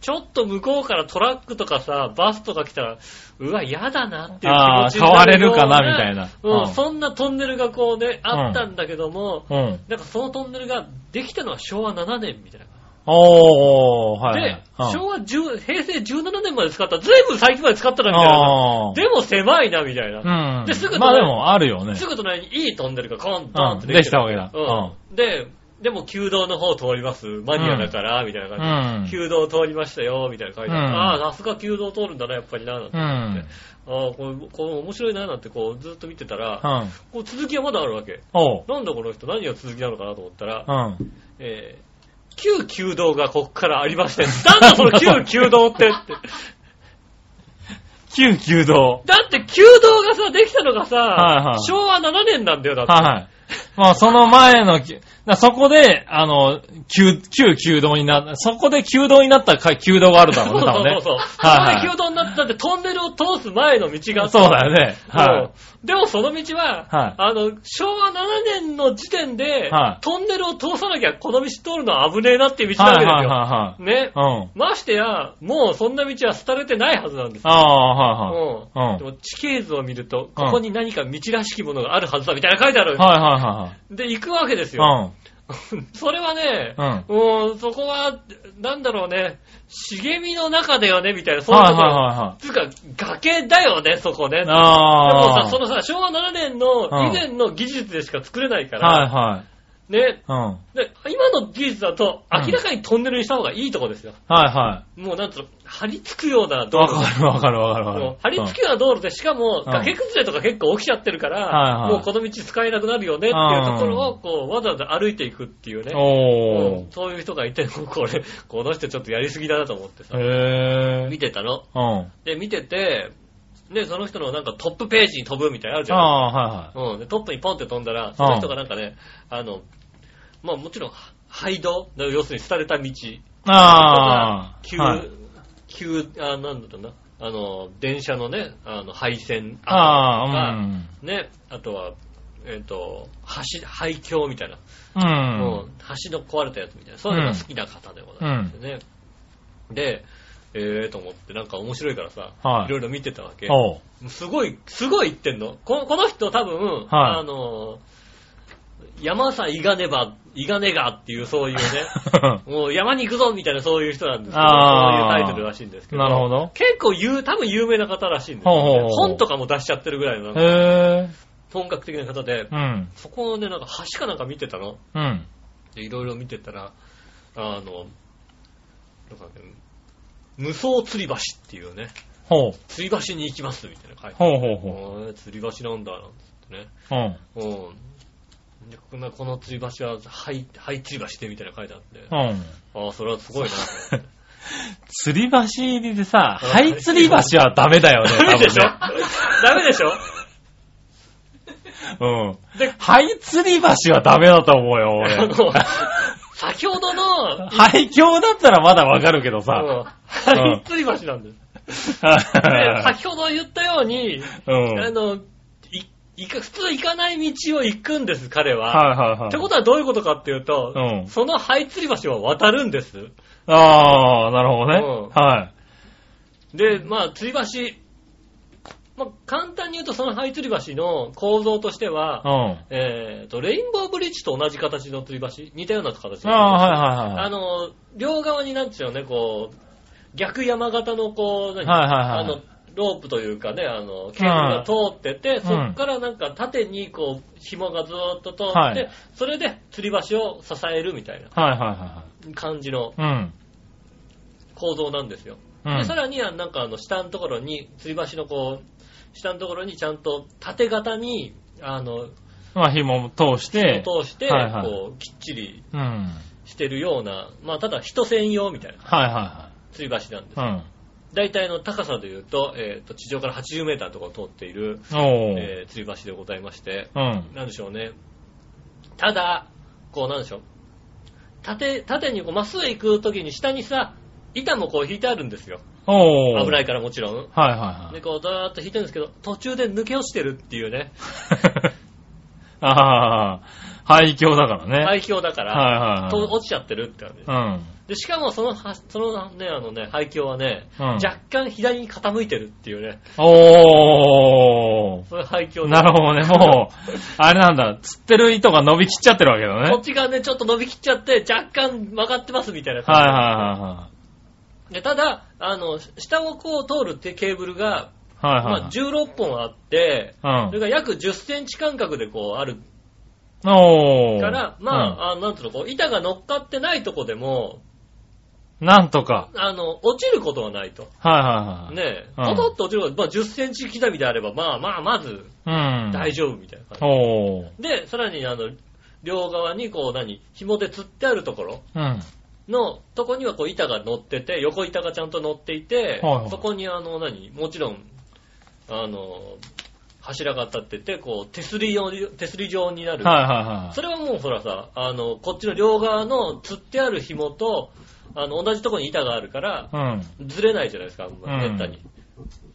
S2: ちょっと向こうからトラックとかさ、バスとか来たら、うわ、嫌だなっていう気持ちになる
S3: あー変われるかな
S2: よう
S3: みたいな
S2: うん、
S3: うん
S2: そんなトンネルがこうね、あったんだけども、
S3: うん。
S2: なんかそのトンネルができたのは昭和7年みたいな。
S3: おー、はいはい。
S2: で、
S3: うん
S2: 昭和10、平成17年まで使った、ずいぶん最近まで使ったな、みたいな。
S3: あー
S2: でも狭いな、みたいな。
S3: うん。
S2: ですぐ
S3: まあでも、あるよね。
S2: すぐ隣にいいトンネルがコン、ドンって
S3: うんで
S2: でき
S3: き
S2: て
S3: た
S2: る
S3: わけだ
S2: うん。で、でも、旧道の方通ります。マニアだから、みたいな感
S3: う
S2: じで。旧
S3: ん。
S2: 道通りましたよ、みたいな感じで。
S3: うん
S2: ああ、さすが旧道通るんだな、やっぱりな、なんて
S3: う
S2: 思って
S3: ん。
S2: ああ、これ、これ面白いな、なんてこう、ずっと見てた
S3: う
S2: ら、
S3: ん。
S2: こう、続きはまだあるわけ。
S3: おう。
S2: なんだこの人、何が続きなのかなと思ったら
S3: う、ん。
S2: えー、旧旧道がここからありまして、 なんだその旧旧道ってって。
S3: 旧旧道。
S2: だって旧道がさ、できたのがさ、
S3: はいはい
S2: 昭和7年なんだよ、だって。
S3: はい。まあ、その前の、きだそこで、あの、旧、旧旧道にな、そこで旧道になったか旧道があるだろうね、多分ね。
S2: そうそうそう。
S3: はいはい
S2: そこで旧道になったってトンネルを通す前の道があった。
S3: そうだよね。は
S2: うんでもその道は、
S3: はい
S2: あの、昭和7年の時点で、
S3: はい
S2: トンネルを通さなきゃこの道通るのは危ねえなっていう
S3: い。
S2: 道な
S3: は
S2: わけで
S3: い
S2: すよ。
S3: はいはいはい。
S2: ね。
S3: うん。
S2: ましてや、もうそんな道は廃れてないはずなんですよ
S3: ああ、はいはい。
S2: うん。
S3: うん
S2: でも地形図を見ると、ここに何か道らしきものがあるはずだみたいな書いてある。
S3: はいはいは
S2: で、行くわけです
S3: いは
S2: よ。それはね、
S3: い。
S2: うん、そこは、なんだろうね、茂みの中だよね、みたいな、
S3: うん。うん。
S2: そういう
S3: はい
S2: とこ
S3: はい
S2: ろ。
S3: はいは
S2: つうか、崖だよね、そこね。で
S3: い。
S2: も
S3: ああ。
S2: さ、そのさ、昭和7年の
S3: うん
S2: 以前の技術でしか作れないから、
S3: はいはい。
S2: ね、
S3: うん。はい
S2: で今の技術だと、
S3: うん
S2: 明らかにトンネルにした方がいいとこですよ。
S3: は。
S2: もうなんつうの、張り付くようない道
S3: わ
S2: 路。
S3: かるわかるわかるわ
S2: も
S3: かる
S2: う。張り付くような道路で、しかも
S3: うん
S2: 崖崩れとか結構起きちゃってるか
S3: はい
S2: ら、
S3: はい
S2: もうこの道使えなくなるよねっていうところを、こう、わざわざ歩いていくっていうね。う
S3: お
S2: んそういう人がいて、もうこれ、 この人ちょっとやりすぎだなと思って
S3: ー。
S2: さ、
S3: へ
S2: 見
S3: え。
S2: てたの。
S3: うん。
S2: で、見てて、で、その人のなんかトップページに飛ぶみたいなのあるじ
S3: あ
S2: ゃん。
S3: あ、はいはい。
S2: うん、でトップにポンって飛んだら、その人がなんかね、あの、まあもちろん、廃道、要するに廃れた道。
S3: ああ。
S2: 急、
S3: はい
S2: 急、あ、なんだろうな、あの、電車のね、あの、廃線跡と
S3: ああ、う
S2: か、
S3: ん。
S2: ね、あとは、えっ、と、橋、廃橋みたいな、
S3: う。
S2: うんん橋の壊れたやつみたいな、そういうのが好きな方でございますね。で、えーと思って、なんか面白いからさ、
S3: はい
S2: い、ろいろ見てたわけ。
S3: おう。
S2: すごい、すごい言ってんの。このこの人多分、
S3: はい
S2: あの、山さんいがねば、いがねがっていうそういう ね、もう山に行くぞみたいなそういう人なんですけど、そういう
S3: あー
S2: タイトルらしいんですけど。
S3: なるほど
S2: 結構有、多分有名な方らしいんですよね、
S3: ほうほうほう
S2: 本とかも出しちゃってるぐらいの、
S3: へえ。
S2: 本格的な方で
S3: う、ん。
S2: そこをね、なんか橋かなんか見てたの
S3: うん。
S2: でいろいろ見てたら、あの、なんかね、無双吊り橋っていうね、
S3: ほう。
S2: 吊り橋に行きますみたいなの書いてある。
S3: ほうほうほう。
S2: へー吊り橋なんだ、なんつってね。
S3: うん。
S2: うん。でこんなこの吊り橋は、はい、はい吊り橋でみたいなの書いてあって。
S3: うん。
S2: ああ、それはすごいな。
S3: 吊り橋でさ、
S2: うん
S3: 灰吊り橋はダメだよね、
S2: ダメでしょ
S3: 多
S2: ダメでしょ
S3: 分ねうん。
S2: で
S3: で、灰吊り橋はダメだと思うよ、
S2: あ
S3: 俺。
S2: の、先ほどの、うん
S3: 廃橋だったらまだわかるけどさ。
S2: はい吊り橋なんです。で先ほど言ったように、
S3: うん。
S2: あ
S3: はい
S2: の、い、いか、普通行かない道を行くんです、彼は。
S3: はいはい。
S2: ってことはどういうことかっていうと、
S3: うん
S2: その灰吊り橋は渡るんです。
S3: ああ、なるほどね。
S2: う
S3: はい。
S2: で、まあ、吊り橋、まあ、簡単に言うとその灰吊り橋の構造としては、
S3: うん。
S2: えーと、レインボーブリッジと同じ形の吊り橋似たような形の吊り橋
S3: ああ、はいはいはい。
S2: あの、両側になんちゅうのね、こう、逆山型のこう、何
S3: はいはいはい
S2: あの、ロープというかね、あの、ケーブルが通ってて、そっからなんか縦にこう、紐がずーっと通って、
S3: はい
S2: それで吊り橋を支えるみたいな
S3: はいは
S2: 感じの
S3: いはいはい。
S2: 構造なんですよ。
S3: うん。う
S2: で、
S3: ん
S2: さ。らにはなんかあの、下のところに、吊り橋のこう、下のところにちゃんと縦型に、あの、
S3: まあ、紐を通して。
S2: を通して、
S3: はいはい
S2: こう、きっちり
S3: うん。はい
S2: してるような、まあ、ただ人専用みたいな
S3: は
S2: 吊り橋なんです
S3: いはい。
S2: 大体の高さで言うと、えっ、と、地上から80メーターのところを通っている、
S3: うん。おー。
S2: えー、吊り橋でございまして、
S3: うん。
S2: なんでしょうね。ただ、こうなんでしょう。縦、縦にこうまっすぐ行くときに下にさ、板もこう引いてあるんですよ。
S3: おー。。
S2: 危ないいからもちろん。
S3: はいはいは
S2: で、こうダーッと引いてるんですけど、途中で抜け落ちてるっていうね、
S3: い。 ああ、廃墟だからね。
S2: 廃墟だか
S3: はい
S2: ら、
S3: はい
S2: と
S3: はい。
S2: 落ちちゃってるって感じ。
S3: うん。
S2: で、しかもそのは、そのね、あのね、廃墟はね、
S3: うん
S2: 若干左に傾いてるっていうね、
S3: お
S2: そういう廃墟
S3: ー。
S2: で
S3: なるほど ね。もう、あれなんだ、釣ってる糸が伸びきっちゃってるわけだ
S2: こっ
S3: ね。
S2: ちがね、ちょっと伸びきっちゃって、若干曲がってますみたいな
S3: はい
S2: 感
S3: は
S2: じ。でただ、あの、下をこう通るってケーブルが、
S3: いはいはい。はい
S2: まあ、16本あって、
S3: はい。
S2: それが約10センチ間隔でこうある
S3: うん。おー。
S2: から、まあ、あのなんていうの、こう、板が乗っかってないとこでも、
S3: うん、なんとか。
S2: あの、落ちることはないと。
S3: はいはいはい。
S2: ねえ、
S3: うん
S2: ポトッと落ちること、まあ、10センチ刻みであれば、まあまあ、まず
S3: うん。
S2: 大丈夫みたいな感
S3: おー。
S2: じ。で、さらに、あの、両側にこう何、紐で吊ってあるところ、
S3: うん。
S2: のとこにはこう板が乗ってて、横板がちゃんと乗っていて、
S3: はいはい
S2: そこにあの何、もちろん、あの、柱が立ってて、こう手すり用に、手すり状になる。
S3: はいはいはい。
S2: それはもうほらさ、あの、こっちの両側の吊ってある紐と、あの、同じとこに板があるから、
S3: うん。はい
S2: ずれないじゃないですか、あんま
S3: う
S2: り
S3: ん
S2: めったに。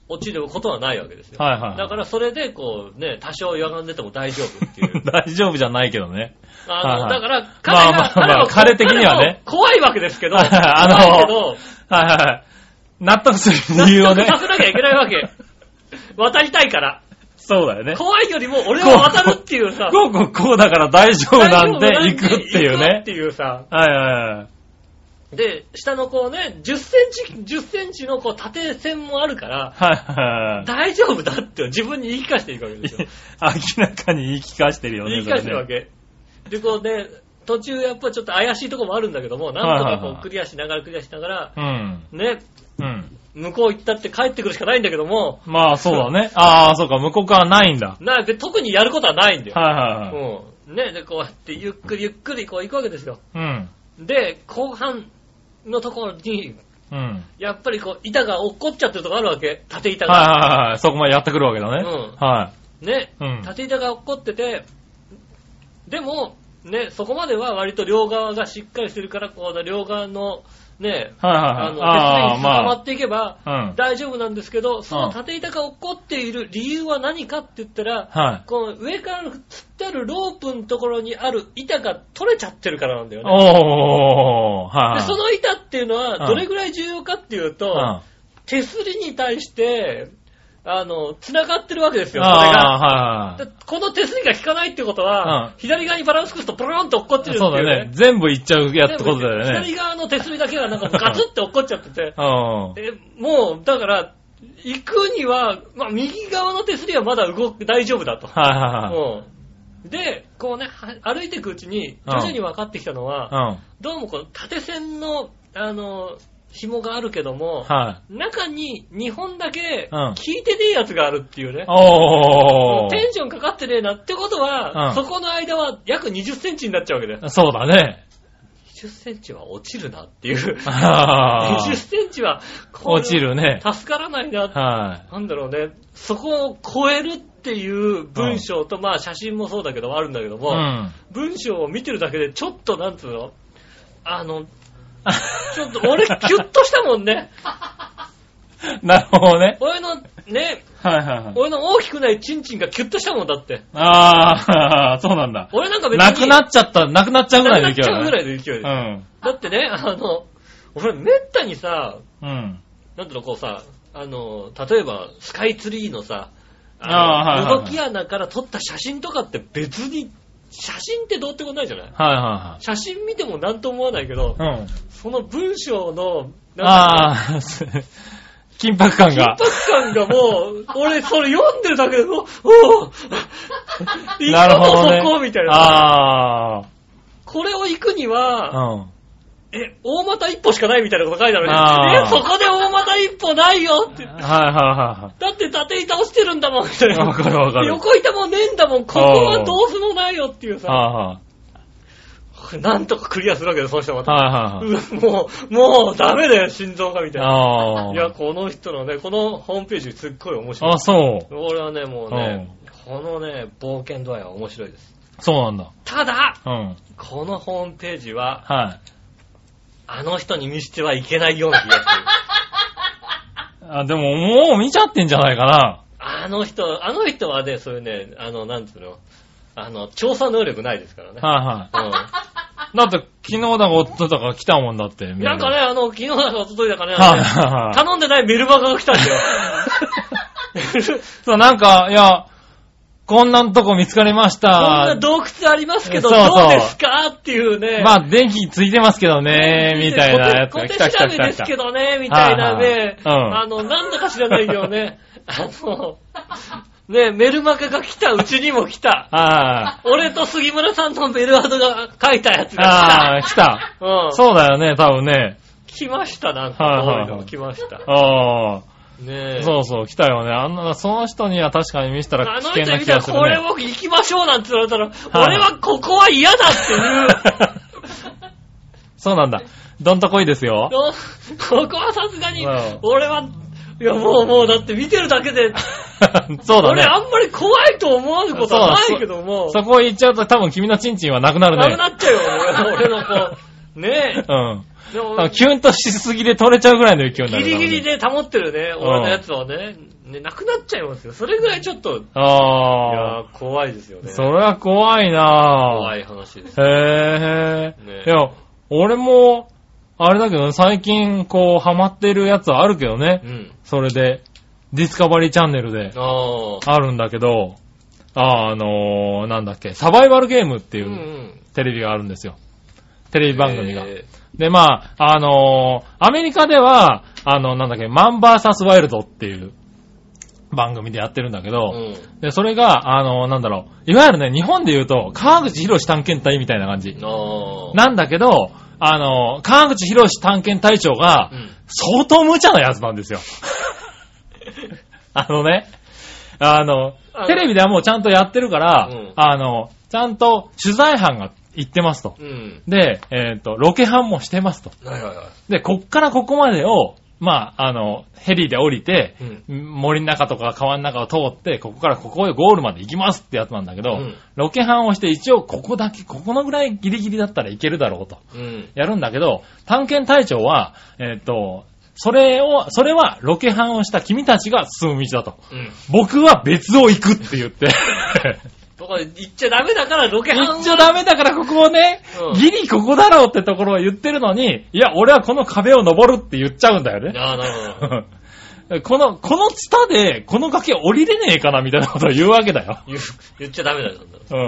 S2: 落ちることはないわけですよ。
S3: はいはい。。
S2: だからそれでこうね、多少歪んでても大丈夫っていう
S3: 大丈夫じゃないけどね。
S2: あの、
S3: はいはい
S2: だから、彼が、
S3: まあまあ
S2: 彼
S3: まあ彼的にはね
S2: 彼も怖いわけですけど、
S3: あの
S2: 怖いけど、
S3: はいはいはい。納得する理由 をね。
S2: させなきゃいけないわけ。渡りたいから。
S3: そうだよね。
S2: 怖いよりも俺を渡るっていうさ。
S3: こうこうこうだから大丈夫なんで行くっていう
S2: 行くっ
S3: ね
S2: て。いうさ。
S3: はいはいはい。
S2: で、下のこうね、10センチ、10センチのこう縦線もあるから、
S3: はいはいはい。
S2: 大丈夫だって自分に言い聞かせていくわけですよ。
S3: 明らかに言い聞かしてるよね。
S2: 言い聞かせてるわ
S3: け。
S2: け。で、こうね、途中やっぱちょっと怪しいとこもあるんだけども、なんとかこうクリアしながらクリアしながら、
S3: うん。
S2: ね、
S3: うん。
S2: 向こう行ったって帰ってくるしかないんだけども、
S3: まあそうだね。ああ、そうか、向こう側ないんだ。
S2: な、で特にやることはないんだよ。
S3: はいはいはい。
S2: うん。ね、で、こうやってゆっくりゆっくりこう行くわけですよ。
S3: うん。
S2: で、後半のところに、
S3: うん。
S2: やっぱりこう、板が落っこっちゃってるとこあるわけ。縦板が。
S3: はいはいはい。そこまでやってくるわけだね。
S2: うん
S3: は
S2: ね、
S3: うん
S2: 縦板が落っこってて、でも、ね、そこまでは割と両側がしっかりしてるから、こう、両側の、ね、
S3: い。はい はい
S2: あ
S3: は
S2: の、
S3: い
S2: 手すりに。
S3: ああ、
S2: 捕ま
S3: ま
S2: っていけば、
S3: あ。うん。
S2: 大丈夫なんですけど、その縦板が落っこっている理由は何かって言ったら、
S3: はい。
S2: この上から吊ってあるロープのところにある板が取れちゃってるからなんだよね。
S3: おー、はいはい。
S2: で、その板っていうの
S3: う
S2: は、
S3: ん
S2: どれぐらい重要かっていうと、
S3: うん、
S2: 手すりに対して、あの、繋がってるわけですよ、それが。
S3: ああ、はいはい
S2: でこの手すりが効かないってこと
S3: う
S2: は
S3: ん、
S2: 左側にバランス崩すとポロンと落っこっ。ちるってい、
S3: そううだね。。全部いっちゃうやってことだよ
S2: 左
S3: ね。、
S2: 側の手すりだけがなんかガツって落っこっちゃってて
S3: うん。
S2: えもう、だから、行くには、まあ、右側の手すりはまだ動く、大丈夫だと。
S3: はいはいはい。
S2: うんで、こうね、は歩いていくうちに、徐々に分かってきたのは、
S3: は
S2: どうもこの縦線の、あの、紐があるけども、
S3: い。
S2: 中に2本だけ
S3: う
S2: 効
S3: ん
S2: いてねえやつがあるっていうね。
S3: お
S2: テンションかかってねえなってことは、
S3: うん
S2: そこの間は約20センチになっちゃうわけだよ。
S3: ー。そう だね。
S2: 20センチは落ちるなっていう。
S3: あ
S2: 20
S3: ー
S2: センチは、これは
S3: 落ち。るね。
S2: 助からないなって
S3: は
S2: なんだろうね、そこを超えるっていう文章と、まあ写真もそうだけど、あるんだけど
S3: い。う
S2: も、
S3: ん。
S2: 文章を見てるだけで、ちょっと、なんつうのあの、ちょっと俺、キュッとしたもんね。
S3: なるほどね。
S2: 俺の、ね、
S3: はいはいはい。
S2: 俺の大きくないチンチンがキュッとしたもんだって。
S3: あー、そうなんだ。
S2: 俺なんか別に。
S3: なくなっちゃった、なくなっちゃうぐらいの
S2: なくなっち
S3: 勢い
S2: ゃう
S3: だ
S2: ぐら
S3: ね。
S2: いの勢いで
S3: う。ん。
S2: だってね、あの、俺、めったにさ、
S3: うん。
S2: なんだろう、こうさ、あの、例えば、スカイツリーのさ、
S3: あーはいはいはい
S2: 動き穴から撮った写真とかって別に、写真ってどうってことないじゃない
S3: はいは
S2: 写真見てもなんとも思わないけど
S3: い、はい。うん。
S2: その文章の、なん
S3: あー、 緊迫感が
S2: か、。緊迫感がもう、俺、それ読んでるだけで、おおー
S3: なるほど
S2: 一歩もそこ
S3: ね。
S2: みたいな。
S3: あー。
S2: これを行くには、
S3: うん。
S2: え、大股一歩しかないみたいなこと書いてあるね。
S3: あ
S2: え、
S3: ー
S2: そこで大股一歩ないよって。
S3: はいはいは
S2: だって縦板落ちてるんだもん、みたいな。
S3: わかるわかる
S2: 横板もねえんだもん、ここはどうすもないよっていう
S3: いはい。
S2: さ。
S3: は
S2: なんとかクリアするわけで、その人はま
S3: い
S2: た。
S3: はいは
S2: う
S3: い。
S2: わもう、もうダメだよ、心臓が、みたいな。
S3: あ
S2: いや、
S3: ー。
S2: この人のね、このホームページすっごい面白い
S3: あ、。そう。
S2: 俺はね、もうね、このね、冒険度合いは面白いです。
S3: そうなんだ。
S2: ただ、
S3: うん。
S2: このホームページは、
S3: はい。
S2: あの人に見せてはいけないような気がす る。
S3: あ、でももう見ちゃってんじゃないかな。
S2: あの人、あの人はね、そういうね、あの、なんつうの、あの、調査能力ないですからね。
S3: はいはい。だって、昨日だか夫だか来たもんだって。メー
S2: うん
S3: ル
S2: なんかね、。あの、昨日だか一昨日だかね、
S3: はい
S2: あの
S3: はい
S2: ね
S3: はい。
S2: 頼んでないメルマガが来たんだよ。
S3: そう、なんか、いや、こんなとこ見つか りまし
S2: こんな
S3: た。
S2: 洞窟ありますけど、
S3: そうそ
S2: ど
S3: う
S2: うですかっていうね。
S3: まあ、電気ついてますけどね、みたいなやつが
S2: 小手小
S3: 来た
S2: 手
S3: 来
S2: 調
S3: た
S2: べで
S3: 来た
S2: す
S3: 来
S2: け
S3: た。
S2: どね、みたいなね、
S3: はいはいうん
S2: あの、なんだか知らないけどね、あの、ね、メルマガが来た、うちにも来た。
S3: あ
S2: 俺と杉村さんのメルアドが書いたやつ
S3: あ、あ
S2: が
S3: あ、来た
S2: 来。た。うん。
S3: そうだよね、多分ね。
S2: 来ました、なんか。
S3: はい
S2: こう
S3: はいいう
S2: の来ました。
S3: ああ、
S2: ねえ。
S3: そうそう、来たよね。あんな、その人には確かに見せたら
S2: あ
S3: 危
S2: の
S3: 険
S2: 人
S3: な
S2: 見
S3: 気
S2: た
S3: が
S2: ら
S3: す
S2: こ
S3: る
S2: れ
S3: ね。
S2: を行きましょうなんて言われたら、俺はここは嫌だ っていう。
S3: そうなんだ。どんとこいですよ。
S2: どうここはさすがに
S3: うん、
S2: 俺は、いやもうもうだって見てるだけで、
S3: そうだ
S2: 俺
S3: ね。
S2: あんまり怖いと思わぬことはないけども、
S3: そこ行っちゃうと多分君のチンチンはなくなる
S2: な
S3: ね。
S2: くなっちゃうよ、俺のこう。 ね
S3: うん。
S2: え。でも
S3: 多分キュンとしすぎで取れちゃうぐらいの勢いにな
S2: ギ
S3: るからね。
S2: リギリで保ってるね、
S3: うん
S2: 俺のやつはね。ね、なくなっちゃいますよ。それぐらいちょっと、い
S3: あ
S2: やー、怖いですよ
S3: あ。
S2: ね。
S3: それは怖いなぁ。
S2: 怖い話です。
S3: へえ、
S2: ね
S3: いや、俺も、あれだけどね、最近こう、ハマってるやつはあるけどね
S2: う。ん。
S3: それで、ディスカバリーチャンネルで
S2: ああ。
S3: あるんだけど、あー、あのー、なんだっけ、サバイバルゲームってい
S2: うんう
S3: うんテレビがあるんですよ。テレビ番組が。
S2: え
S3: で、まあ、あのーアメリカでは、あの、なんだっけ、マンバーサスワイルドっていう番組でやってるんだけ
S2: ー
S3: ど、
S2: うん。
S3: で、それが、あの、なんだろう、いわゆるね、日本で言うと、川口博士探検隊みたいな感じ。
S2: ああ。
S3: なんだけど、あの、川口博士探検隊長が
S2: う、ん。
S3: 相当無茶なやつなんで すよ。あのね、あの
S2: あの、
S3: テレビではもうちゃんとやってるから、
S2: うん
S3: あの、ちゃんと取材班が行ってますと。
S2: うん。
S3: で、えっ、と、ロケ班もしてますと。
S2: はいはいはい。
S3: で、こっからここまでを、まあ、あの、ヘリで降りて、森の中とか川の中を通って、ここからここへゴールまで行きますってやつなんだけど、
S2: うん
S3: ロケハンをして一応ここだけ、ここのぐらいギリギリだったらいけるだろうと、
S2: うん。
S3: やるんだけど、探検隊長は、えっ、と、それを、それはロケハンをした君たちが進む道だと。
S2: うん。
S3: 僕は別を行くって 言って。
S2: とか行っちゃダメだからロケハンは
S3: 行っちゃダメだからここをね、
S2: うん
S3: ギリここだろうってところを言ってるのに、いや、俺はこの壁を登るって言っちゃうんだよね。
S2: ああ、なるほど。
S3: この、このツタで、この崖降りれねえかなみたいなことを言うわけだよ。
S2: 言う言っちゃダメだよ、そんな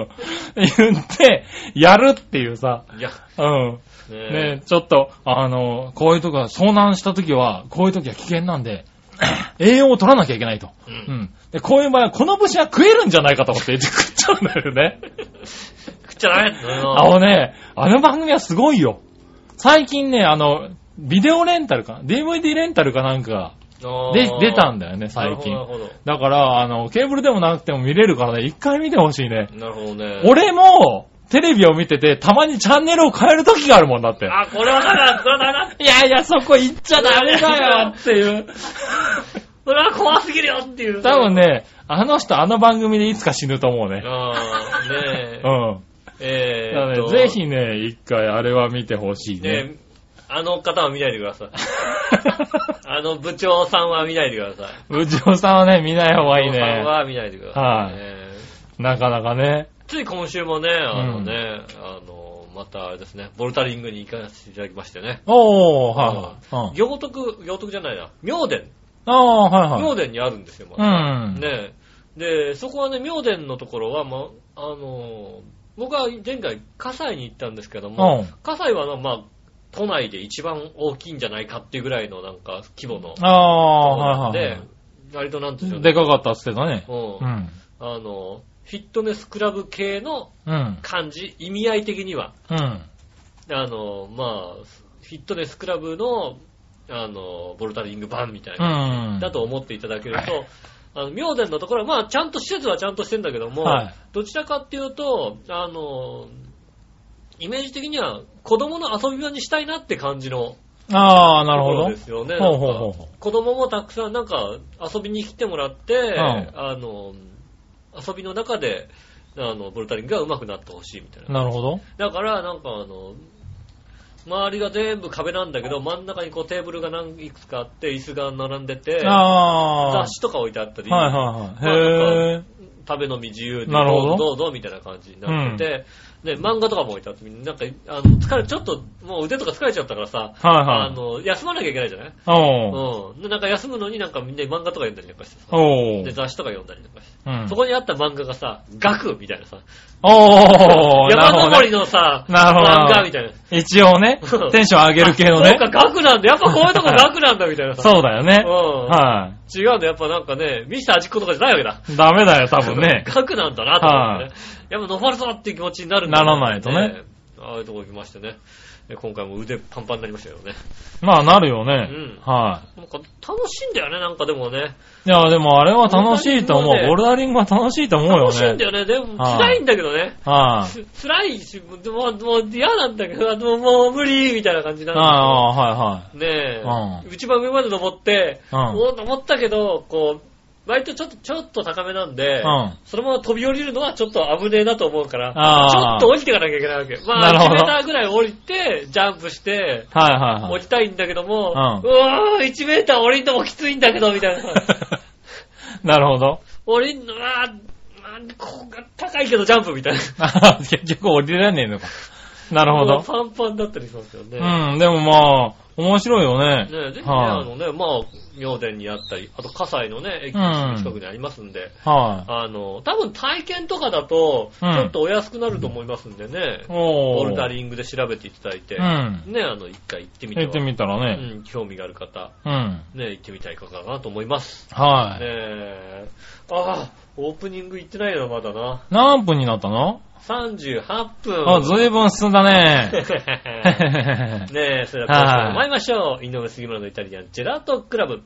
S2: の
S3: うん。言って、やるっていうさ。
S2: いや、
S3: うん。
S2: ね
S3: ねちょっと、あの、こういうとこは、遭難した時は、こういう時は危険なんで、 栄養を取らなきゃいけないと。
S2: え。う。
S3: うんん。で、こういう場合は、この虫は食えるんじゃないかと思って、食っちゃうんだよね。
S2: 食っちゃダメだよ。
S3: あのね、あの番組はすごいよ。最近ね、あの、ビデオレンタルか、DVD レンタルかなんかがで出たん
S2: だ、
S3: だよ
S2: な
S3: ね、
S2: る
S3: 最
S2: ほど
S3: 近。
S2: なるほど。
S3: だから、あの、ケーブルでもなくても見れるからね、一回見てほしいね。
S2: なるほどね。
S3: 俺も、テレビを見てて、たまにチャンネルを変える時があるもんだって。
S2: あ、これはダメだ、これはダメだ。
S3: いやいや、そこ行っちゃ ダメだよっていう。
S2: これは怖すぎるよっていう。
S3: 多分。ね、あの人、あの番組でいつか死ぬと思うね。
S2: ああ、ね
S3: うん。
S2: え。え
S3: だ
S2: ー
S3: か
S2: っ
S3: ら
S2: と
S3: ね、ぜひね、一回あれは見てほしい ね。
S2: ねあの方は見ないでくだ さい。 あの部長さんは見ないでください。
S3: 部長さんはね、見ない方がいい
S2: 部長さん
S3: ね。
S2: は見ないでくださいね。
S3: なかなかね。
S2: つい今週もね、あのね、あの、またあれですね、ボルタリングに行かせていただきましてね。
S3: おー、はいはい。うん
S2: 行徳、行徳じゃないな、妙殿。
S3: あー、はいは
S2: 妙
S3: い。
S2: 殿にあるんですよ、ま
S3: う
S2: だ
S3: ん。
S2: ねで、そこはね、妙殿のところは、まあ、あの、僕は前回、葛西に行ったんですけど
S3: う
S2: も
S3: ん、
S2: 葛西はな、まあ、都内で一番大きいんじゃないかっていうぐらいのなんか規模の
S3: あ
S2: な
S3: あ、
S2: ん
S3: はい
S2: で
S3: は、
S2: 割となんていうんで
S3: い。
S2: しょう
S3: でかかったっすけどね。
S2: うん
S3: うん。
S2: あの、フィットネスクラブ系の
S3: うん。
S2: 感じ、意味合い的には、
S3: うん。
S2: あの、まあ、フィットネスクラブの、あの、ボルダリング版みたいうな、
S3: ん。
S2: だと思っていただけると、あの、妙殿のところは、まあ、ちゃんと施設はちゃんとしてんだけども、
S3: はい
S2: どちらかっていうと、あの、イメージ的には、子供の遊び場にしたいなって感じの
S3: ああ、なるほ
S2: とこ
S3: ど
S2: ろで。すよね。
S3: ほうほうほうほ
S2: な
S3: う
S2: んか子供もたくさんなんか遊びに来てもらって、
S3: ん
S2: あの、遊びの中で、あの、ボルタリングが上手くなってほしいみたいな。
S3: なるほど。
S2: だから、なんかあの、周りが全部壁なんだけど、真ん中にこうテーブルが何いくつかあって、椅子が並んでて、
S3: ああ。
S2: 雑誌とか置いてあったり、
S3: はいはいはい。へえ。
S2: 食べ飲み自由で、
S3: なるほ
S2: ど
S3: ど
S2: うぞどうぞみたいな感じになってて、で、漫画とかも置いてあって、なんか、あの、疲れ、ちょっと、もう腕とか疲れちゃったからさ、
S3: はい
S2: あ
S3: はい。
S2: の、休まなきゃいけないじゃない
S3: お
S2: う
S3: う
S2: ん。で、なんか休むのになんかみんな漫画とか読んだりなんかしてさ。
S3: お
S2: で、
S3: う
S2: 雑誌とか読んだりなんかして。
S3: うん
S2: そこにあった漫画がさ、学みたいなさ。
S3: おー、な
S2: 山
S3: るほど
S2: 登り
S3: ね。
S2: のさ、
S3: なるほど
S2: 漫画みたいな。
S3: 一応ね、テンション上げる系の
S2: そう
S3: ね。
S2: か、学なんだ。やっぱこういうとこ学なんだみたいなさ。
S3: そうだよね。
S2: うん
S3: は
S2: 違うんだ。やっぱなんかね、ミスター味っ子とかじゃないわけだ。。
S3: い。ダメだよ、多分ね
S2: 学なんだなと思ってね。やっぱ登るぞっていう気持ちになるんだ
S3: ならないとね。
S2: ああいうとこ行きましてね。で今回も腕パンパンになりましたけどね。
S3: まあ、なるよね
S2: うん。
S3: は
S2: なんか楽しいんだよね、なんかでもね。
S3: い。いや、でもあれは楽しいと思う。ボ
S2: ボル
S3: ルダリングは楽しいと思うよね。
S2: 楽しいんだよね。でも、辛いんだけどね。
S3: はい。
S2: つ辛いし、もうでも、もう嫌なんだけど、もうもう無理みたいな感じなん
S3: ああー、はいはい。
S2: ですよ。ねえ、
S3: う
S2: 一番上まで登って、
S3: うん
S2: お登ったけど、こう、割とちょっと、ちょっと高めなんで、
S3: うん
S2: そのまま飛び降りるのはちょっと危ねえなと思うから、
S3: あ
S2: ち
S3: ー
S2: ょっと降りていかなきゃいけないわけ。ま
S3: なる
S2: あ、
S3: ほ
S2: 1
S3: ど
S2: メーターぐらい降りて、ジャンプして、
S3: はいはいは
S2: 降
S3: い。
S2: りたいんだけども、う
S3: う
S2: んわー、1メーター降りるのもきついんだけど、みた いな。
S3: なるほど。
S2: 降りんのは、なんでここが高いけどジャンプみたいな。
S3: あー結局降りられねえのか。なるほ
S2: も
S3: ど
S2: う。パンパンだったりしますよね。
S3: うん、でもまあ、面白いよね。
S2: ね、ぜひね、あ
S3: は
S2: のね、まあ、妙殿にあったり、あと、葛西のね、駅の近くにありますんで、
S3: い。は
S2: あの、多分体験とかだと、
S3: うん
S2: ちょっとお安くなると思いますんでね
S3: い。、おー。
S2: ボルダリングで調べていただいて、
S3: うん。
S2: ね、あの、一回行ってみて
S3: 行
S2: は
S3: ってみたらね。
S2: うん、興味がある方、
S3: うん。
S2: ね、行ってみたらいかがかなと思います。
S3: は
S2: ね
S3: い。
S2: え、ああ、オープニング行ってないよ、まだな。
S3: 何分になったの
S2: 38分。
S3: あ、ず いぶん進んだね。
S2: ねえ、それでは今週も参りましょう。井上杉村のイタリアンジェラートクラブ。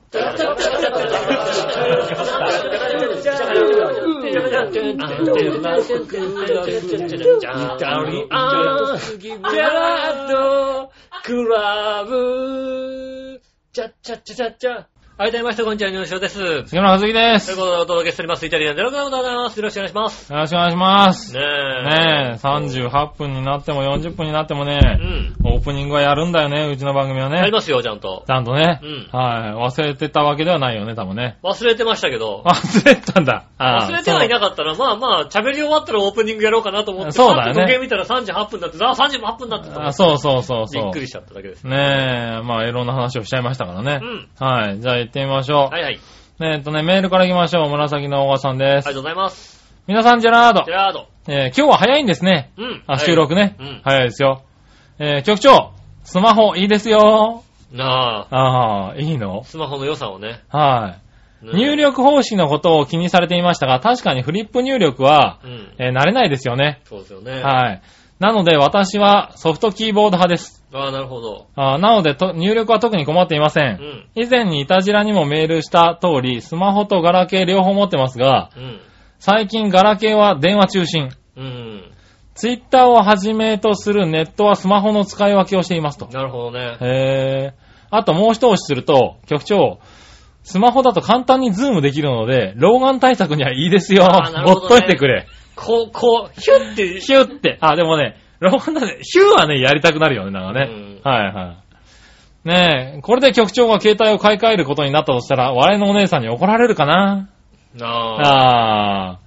S2: チャッチャッチャチャッチャ。はい、どうもみなさん、こんにちは、井上翔です。という
S3: 杉村和樹で
S2: こ
S3: す。
S2: とでお届けしております、イタリアンジェラートクラブでございます。よろしくお願いします。
S3: よろしくお願いします。
S2: ねえ。
S3: ねえ、38分になっても40分になっても
S2: う、
S3: ね
S2: ん。
S3: オープニングはやるんだよね、うちの番組は
S2: やり
S3: ね。
S2: ますよ、ちゃんと。
S3: ちゃんとね
S2: う。ん。
S3: はい。忘れてたわけではないよね、多分ね。
S2: 忘れてましたけど。
S3: 忘れてたんだ。あ
S2: 忘
S3: ー
S2: れてはいなかったら、まあまあ、喋り終わったらオープニングやろうかなと思って、
S3: そうだよね
S2: パッと時計見たら38分だって、あ、38分だって
S3: あそうそうそうそう。
S2: びっくりしちゃっただけです。
S3: ねえ、まあいろんな話をしちゃいましたから
S2: う
S3: ね。
S2: ん。
S3: はい。じゃあ行ってみましょう。
S2: はいはい。
S3: ねえっとね、メールから行きましょう。紫の大賀さんで
S2: あり
S3: す。
S2: がとうございます。
S3: 皆さん、ジェラード
S2: ジェ。ラード。
S3: えー今日は早いんですね。
S2: うん。
S3: あ、収録ね。
S2: うん
S3: 早いですよ。えー局長、スマホいいですよ。
S2: なあ、
S3: ああ、いいの
S2: スマホの良さをね。
S3: はい。
S2: ね
S3: 入力方式のことを気にされていましたが、確かにフリップ入力は、
S2: うん。
S3: えー慣れないですよね。
S2: そうですよね。い。
S3: はい。なので私はソフトキーボード派です。
S2: ああ、なるほど。
S3: あーなのでと入力は特に困っていませ。
S2: うんん。
S3: 以前にイタジラにもメールした通り、スマホとガラケー両方持ってますが、
S2: うん。
S3: 最近ガラケーは電話中心。
S2: うん。
S3: ツイッターをはじめとするネットはスマホの使い分けをしていますと。
S2: なるほどね。
S3: へー。あともう一押しすると、局長、スマホだと簡単にズームできるので、老眼対策にはいいですよ。
S2: あーなるほど
S3: ほ
S2: ね
S3: っといてくれ。
S2: こう、こう、ヒュッて、
S3: ヒューって。あ、でもね、老眼だね。ヒューはね、やりたくなるよね、なんかね。
S2: う
S3: はいはい。ねえ、これで局長が携帯を買い替えることになったとしたら、我のお姉さんに怒られるかな
S2: ああ。
S3: ああ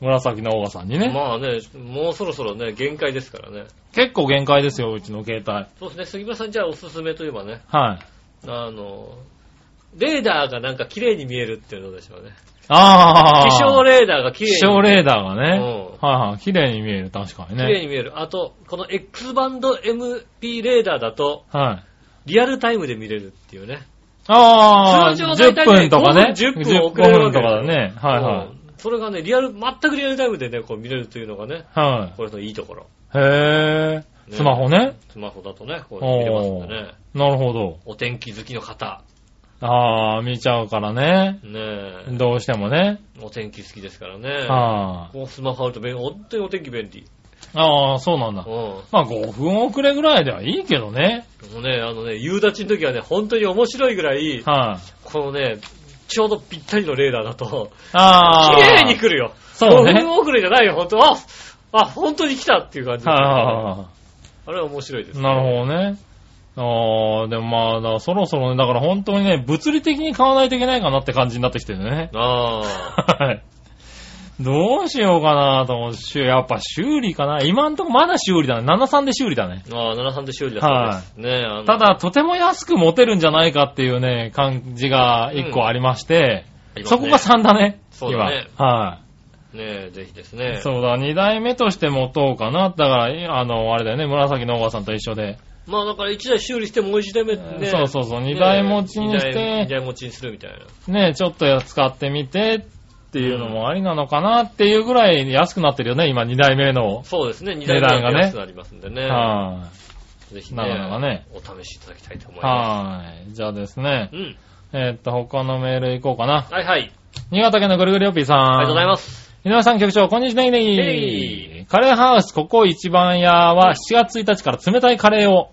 S3: ー、紫のオーガさんにね。
S2: まあね、もうそろそろね、限界ですからね。
S3: 結構限界ですよ、うちの携帯。
S2: そうですね、杉村さんじゃあおすすめといえばね、
S3: はい。
S2: あの、レーダーがなんか綺麗に見えるっていうのでしょうね。
S3: ああ。
S2: 気象レーダーが綺麗に
S3: 気象レーダーがね。
S2: うん
S3: はいはい。綺麗に見える、確か
S2: 綺
S3: に
S2: 麗
S3: ね。
S2: に見える。あと、この X バンド MP レーダーだと、
S3: はい。
S2: リアルタイムで見れるっていうね。
S3: ああ、
S2: 通常大体
S3: 10
S2: ね
S3: 分とかね。
S2: 5分10分遅れるわけだ
S3: 10分とか
S2: よ
S3: だね。はいは
S2: うんそれがね、リアル、全くリアルタイムでね、こう見れるというのがね、
S3: い。は
S2: これのいいところ。
S3: い。へえ。
S2: ね
S3: スマホね。
S2: スマホだとね、こう見れますんでね。
S3: なるほど。
S2: お天気好きの方、
S3: ああ、見ちゃうからね。
S2: ねえ、
S3: どうしてもね。
S2: お天気好きですからね。
S3: あ
S2: こうスマホあると便本当にお天気便利。
S3: あ。ああ、そうなんだ
S2: うん。。も
S3: まあ5分遅れぐらいではいいけどね。
S2: うね、あのね、夕立の時はね、本当に面白いぐらい、
S3: はい。
S2: このね、ちょうどぴったりのレーダーだと、
S3: ああ。
S2: 綺麗に来るよ。
S3: そ
S2: 5
S3: うね。
S2: 分遅れじゃないよ、本当あ、あ、本当に来たっていう感じ。あ
S3: は
S2: れは面白いで
S3: い。
S2: す。
S3: なるほどね。ああ、でもまあだから、そろそろね、だから本当にね、物理的に買わないといけないかなって感じになってきてるね。
S2: ああ。
S3: はい。どうしようかなと思ってしゅ、やっぱ修理かな。今んとこまだ修理だね。73で修理だね。
S2: ああ、73で修理だ そうです。ねえ、あの
S3: ただ、、とても安く持てるんじゃないかっていうね、感じが一個ありまして、
S2: 今ね
S3: そこが3だね。
S2: そうだね
S3: 今は
S2: ねえ、ぜひです
S3: い。
S2: ね。
S3: そうだ、2代目として持とうかな。だからい、あの、あれだよね、紫のおばさんと一緒で。
S2: まあだから1台修理してもう1台目ね。
S3: そうそうそう、2台持ちにし
S2: 2
S3: て、
S2: 台持ちにするみたいな。
S3: ね、ちょっと使ってみてっていうのもありなのかなっていうぐらい安くなってるよね、今2代目の。
S2: そうですね、2
S3: 段
S2: 台目
S3: がね
S2: が安くなりますんでね。
S3: はい。
S2: ぜひね
S3: なかなかね
S2: お試しいただきたいと思いま
S3: はい。じゃあですね
S2: す。う。ん。
S3: えーっと、他のメール行こうかな。
S2: はいはい。
S3: 新潟県のぐるぐるよっぴーさん。
S2: ありがとうござい
S3: す。
S2: ます。
S3: 井上さん局長、こんにちはねぎねぎ
S2: へ
S3: カレーハウスここ一番屋は7月1日から冷たいカレーを、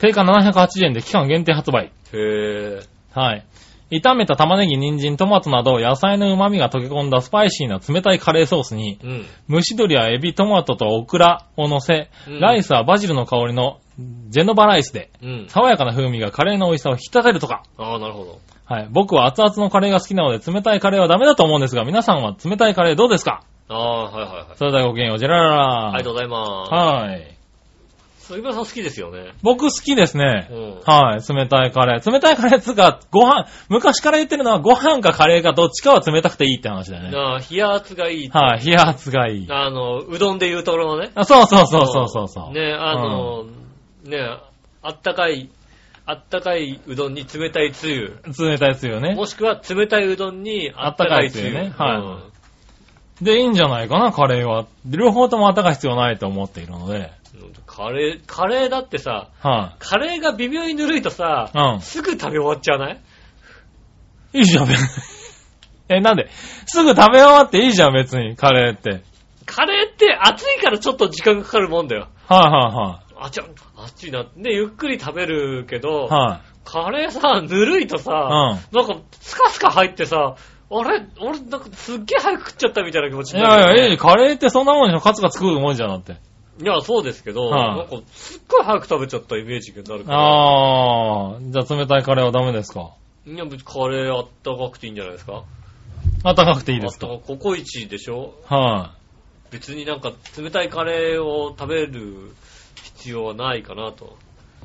S3: 定価780円で期間限定発売。
S2: へぇ
S3: はい。炒めた玉ねぎ、人参、トマトなど野菜の旨味が溶け込んだスパイシーな冷たいカレーソースに、
S2: うん。
S3: 蒸し鶏やエビ、トマトとオクラを乗せ、
S2: うん
S3: ライスはバジルの香りのジェノバライスで、
S2: うん。
S3: 爽やかな風味がカレーの美味しさを引き立てるとか。
S2: ああ、なるほど。
S3: はい。僕は熱々のカレーが好きなので、冷たいカレーはダメだと思うんですが、皆さんは冷たいカレーどうですか
S2: ああ、はいはいはい。
S3: それではごきげんよう、ジェラララ。
S2: ありがとうございます。
S3: はい。
S2: 杉村さん好きですよね。
S3: 僕好きです
S2: う
S3: ね。
S2: ん。
S3: はい。冷たいカレー。冷たいカレーっつうか、ご飯、昔から言ってるのはご飯かカレーかどっちかは冷たくていいって話だよね。
S2: なあ、冷や圧がいい。
S3: はい。冷圧がいい。
S2: あの、うどんで言うところのね。
S3: あそうそうそうそうそうそう。
S2: ね、あの、ね、あったかい、あったかいうどんに冷たいつゆ。
S3: 冷たいですよね
S2: も。しくは冷たいうどんにあったかいつゆ。
S3: あった
S2: う
S3: かいつゆね
S2: ん
S3: はで、いいんじゃないかな、カレーは。両方とも温かい必要ないと思っているので。
S2: カレー、カレーだってさ、
S3: は
S2: カレーが微妙にぬるいとさ、
S3: うん
S2: すぐ食べ終わっちゃわない
S3: い。いいじゃん、別に。 え、なんですぐ食べ終わっていいじゃん、別に、カレーって。
S2: カレーって暑いからちょっと時間かかるもんだよ。
S3: はいはいはい。
S2: あちゃ、暑いな。で、ゆっくり食べるけど、
S3: は
S2: カレーさ、ぬるいとさ、なんかスカスカ入ってさ、あれ俺、なんかすっげえ早く食っちゃったみたいな気持ち
S3: い。い
S2: になる
S3: や
S2: よ
S3: い
S2: ね、
S3: や、いい、カレーってそんなもんでしょ、カツカツ食うもんじゃなくて。
S2: いや、そうですけど、
S3: はい
S2: なんかすっごい早く食べちゃったイメージになるから。
S3: あー、じゃあ冷たいカレーはダメですか
S2: いや、別にカレーあったかくていいんじゃないですか
S3: 温かくていいです
S2: あ
S3: か
S2: ったかココイチでしょ
S3: は
S2: 別になんか冷たいカレーを食べる必要はないかなと。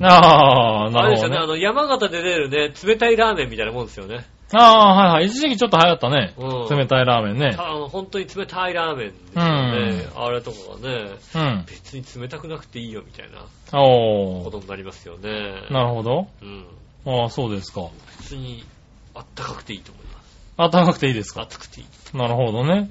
S3: い。あー、
S2: あ
S3: な
S2: れ
S3: る
S2: です
S3: ほ
S2: よね、あ
S3: ど、ね。
S2: の、山形で出るね、冷たいラーメンみたいなもんですよね。
S3: あー、はいはい。一時期ちょっと流行ったね。
S2: うん
S3: 冷たいラーメンね。
S2: あの本当に冷たいラーメンですよね。あれとかがね、
S3: うん。
S2: 別に冷たくなくていいよみたいなこ
S3: おー。
S2: とになりますよね。
S3: なるほど。
S2: うん。
S3: あー、そうですか。
S2: 普通にあったかくていいと思います。
S3: 暖かくていいですか
S2: 暑くていい。
S3: なるほどね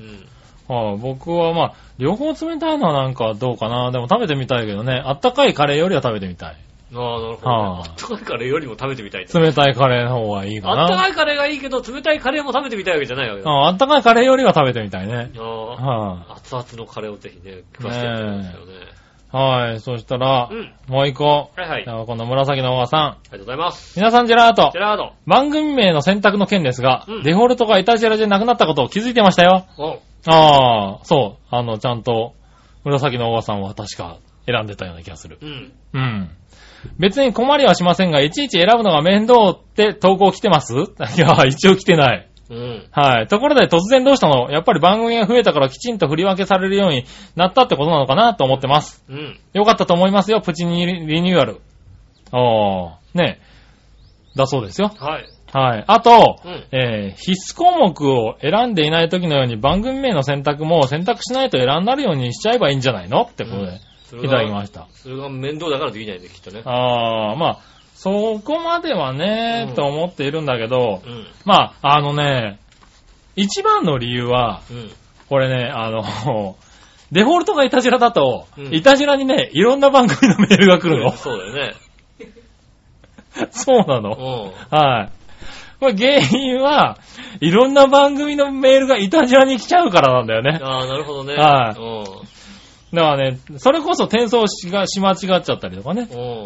S2: う。ん。
S3: はあ、僕はまあ、両方冷たいのはなんかどうかな。でも食べてみたいけどね。あったかいカレーよりは食べてみたい。
S2: ああ、なるほどね。
S3: はあ
S2: あったかいカレーよりも食べてみたいって。
S3: 冷たいカレーの方がいいか
S2: あった
S3: な。
S2: かいカレーがいいけど、冷たいカレーも食べてみたいわけじゃないわけだ。
S3: うんあったかいカレーよりは食べてみたいね。
S2: あ
S3: は
S2: あ、熱々のカレーをぜひね、食わせていただきたいですよね。
S3: い、はい。そしたら
S2: う、ん。
S3: もう一個。
S2: はいはい。
S3: じ
S2: ありが
S3: ゃあこの紫のおばさん。
S2: とうございます。
S3: 皆さんジェラート
S2: ジェ。ラード。
S3: 番組名の選択の件ですが、
S2: うん
S3: デフォルトがイタジェラじゃなくなったことを気づいてましたよ。
S2: お
S3: ああ、そう。あの、ちゃんと、紫のおばさんは確か選んでたような気がする。
S2: うん。
S3: うん。別に困りはしませんが、いちいち選ぶのが面倒って投稿来てます いや、一応来てない。
S2: うん。
S3: はい。ところで突然どうしたのやっぱり番組が増えたからきちんと振り分けされるようになったってことなのかなと思ってます。
S2: うん。
S3: よかったと思いますよ、プチリニューアル。ああ、ねえ。だそうですよ。
S2: はい。
S3: はい。あと、
S2: うん
S3: えー必須項目を選んでいない時のように番組名の選択も選択しないと選んなるようにしちゃえばいいんじゃないのってことで、
S2: そ
S3: い
S2: れ
S3: ただき
S2: が、
S3: ました。
S2: それが面倒だからできないね、きっとね。
S3: ああ、まあ、そこまではね、
S2: うん
S3: と思っているんだけど、
S2: うん。
S3: まあ、あのね、一番の理由は、
S2: うん。
S3: これね、あの、 デフォルトがイタジラだと、
S2: うん
S3: イタジラにね、いろんな番組のメールが来るの。
S2: そうだよね。
S3: そうなの。
S2: う
S3: はい。これ原因は、いろんな番組のメールがイタジラに来ちゃうからなんだよね
S2: ん。。ああ、なるほどね。
S3: は
S2: うん。
S3: だからね、それこそ転送しがし間違っちゃったりとかね。
S2: うん
S3: はいはい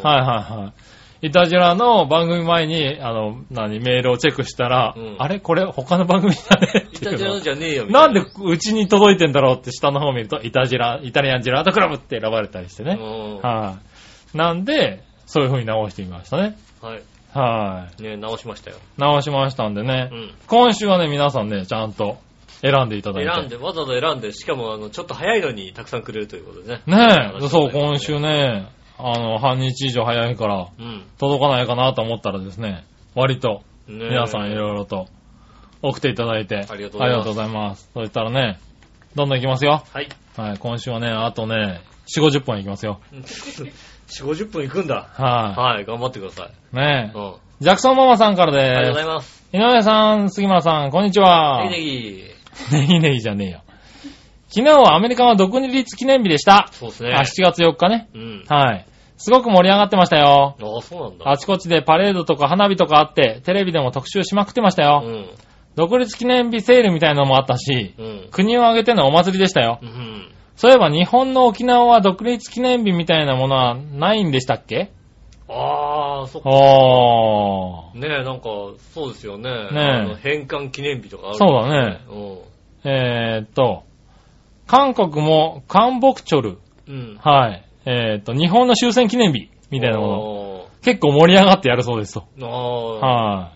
S3: はい。イタジラの番組前に、あの、何、メールをチェックしたら、
S2: うん
S3: あれこれ他の番組だねっ
S2: イ
S3: て
S2: タ
S3: いう
S2: ジェラ
S3: の。
S2: じゃねえよ、みたい
S3: なんでうちに届いてんだろうって下の方を見ると、イタジラ、イタリアンジェラートクラブって選ばれたりして
S2: う
S3: ね。
S2: ん。は
S3: はい。なんで、そういう風に直してみましたね。
S2: い。
S3: は
S2: ね、直しましたよ。
S3: い。直しましたんでね。
S2: うん。
S3: 今週はね、皆さんね、ちゃんと選んでいただいて。
S2: 選んで、わざわざ選んで、しかも、あの、ちょっと早いのにたくさんくれるということでね。
S3: ねえ、そう、今週。ね、あの、半日以上早いから、
S2: うん。
S3: 届かないかなと思ったらですね、割と、
S2: ね
S3: 皆さんいろいろと、送っていただいて、
S2: ありがとうございます
S3: ありがとうございます。そしたらね、どんどんいきますよ。
S2: はい。
S3: はい、今週はね、あとね、4、50本いきますよ。
S2: 4、50分いくんだ。
S3: は
S2: はい、頑張ってください。
S3: い。ね
S2: う
S3: え、
S2: ん。
S3: ジャクソンママさんから
S2: ありがとうご
S3: で
S2: ざい
S3: す。
S2: ます。
S3: 井上さん、杉村さん、こんにちは。
S2: ネギネギ。
S3: ネギネギじゃねえよ。昨日はアメリカの独立記念日でした。
S2: そうです
S3: あ
S2: ね。
S3: 7月4日ね。
S2: うん。
S3: はい。すごく盛り上がってましたよ。
S2: ああ、そうなんだ。
S3: あちこちでパレードとか花火とかあって、テレビでも特集しまくってましたよ。
S2: うん。
S3: 独立記念日セールみたいなのもあったし、
S2: うん。
S3: 国を挙げてのお祭りでしたよ。
S2: うん。
S3: そういえば日本の沖縄は独立記念日みたいなものはないんでしたっけ
S2: ああ、そっか。
S3: おー。
S2: ねえ、なんか、そうですよね。
S3: え
S2: あの返還記念日とかある。
S3: そうだね。えー、っと、韓国も韓北チョル。
S2: うん。うん。
S3: はい。えー、っと、日本の終戦記念日みたいなもの。
S2: の。
S3: 結構盛り上がってやるそうですよ。
S2: ああ。
S3: は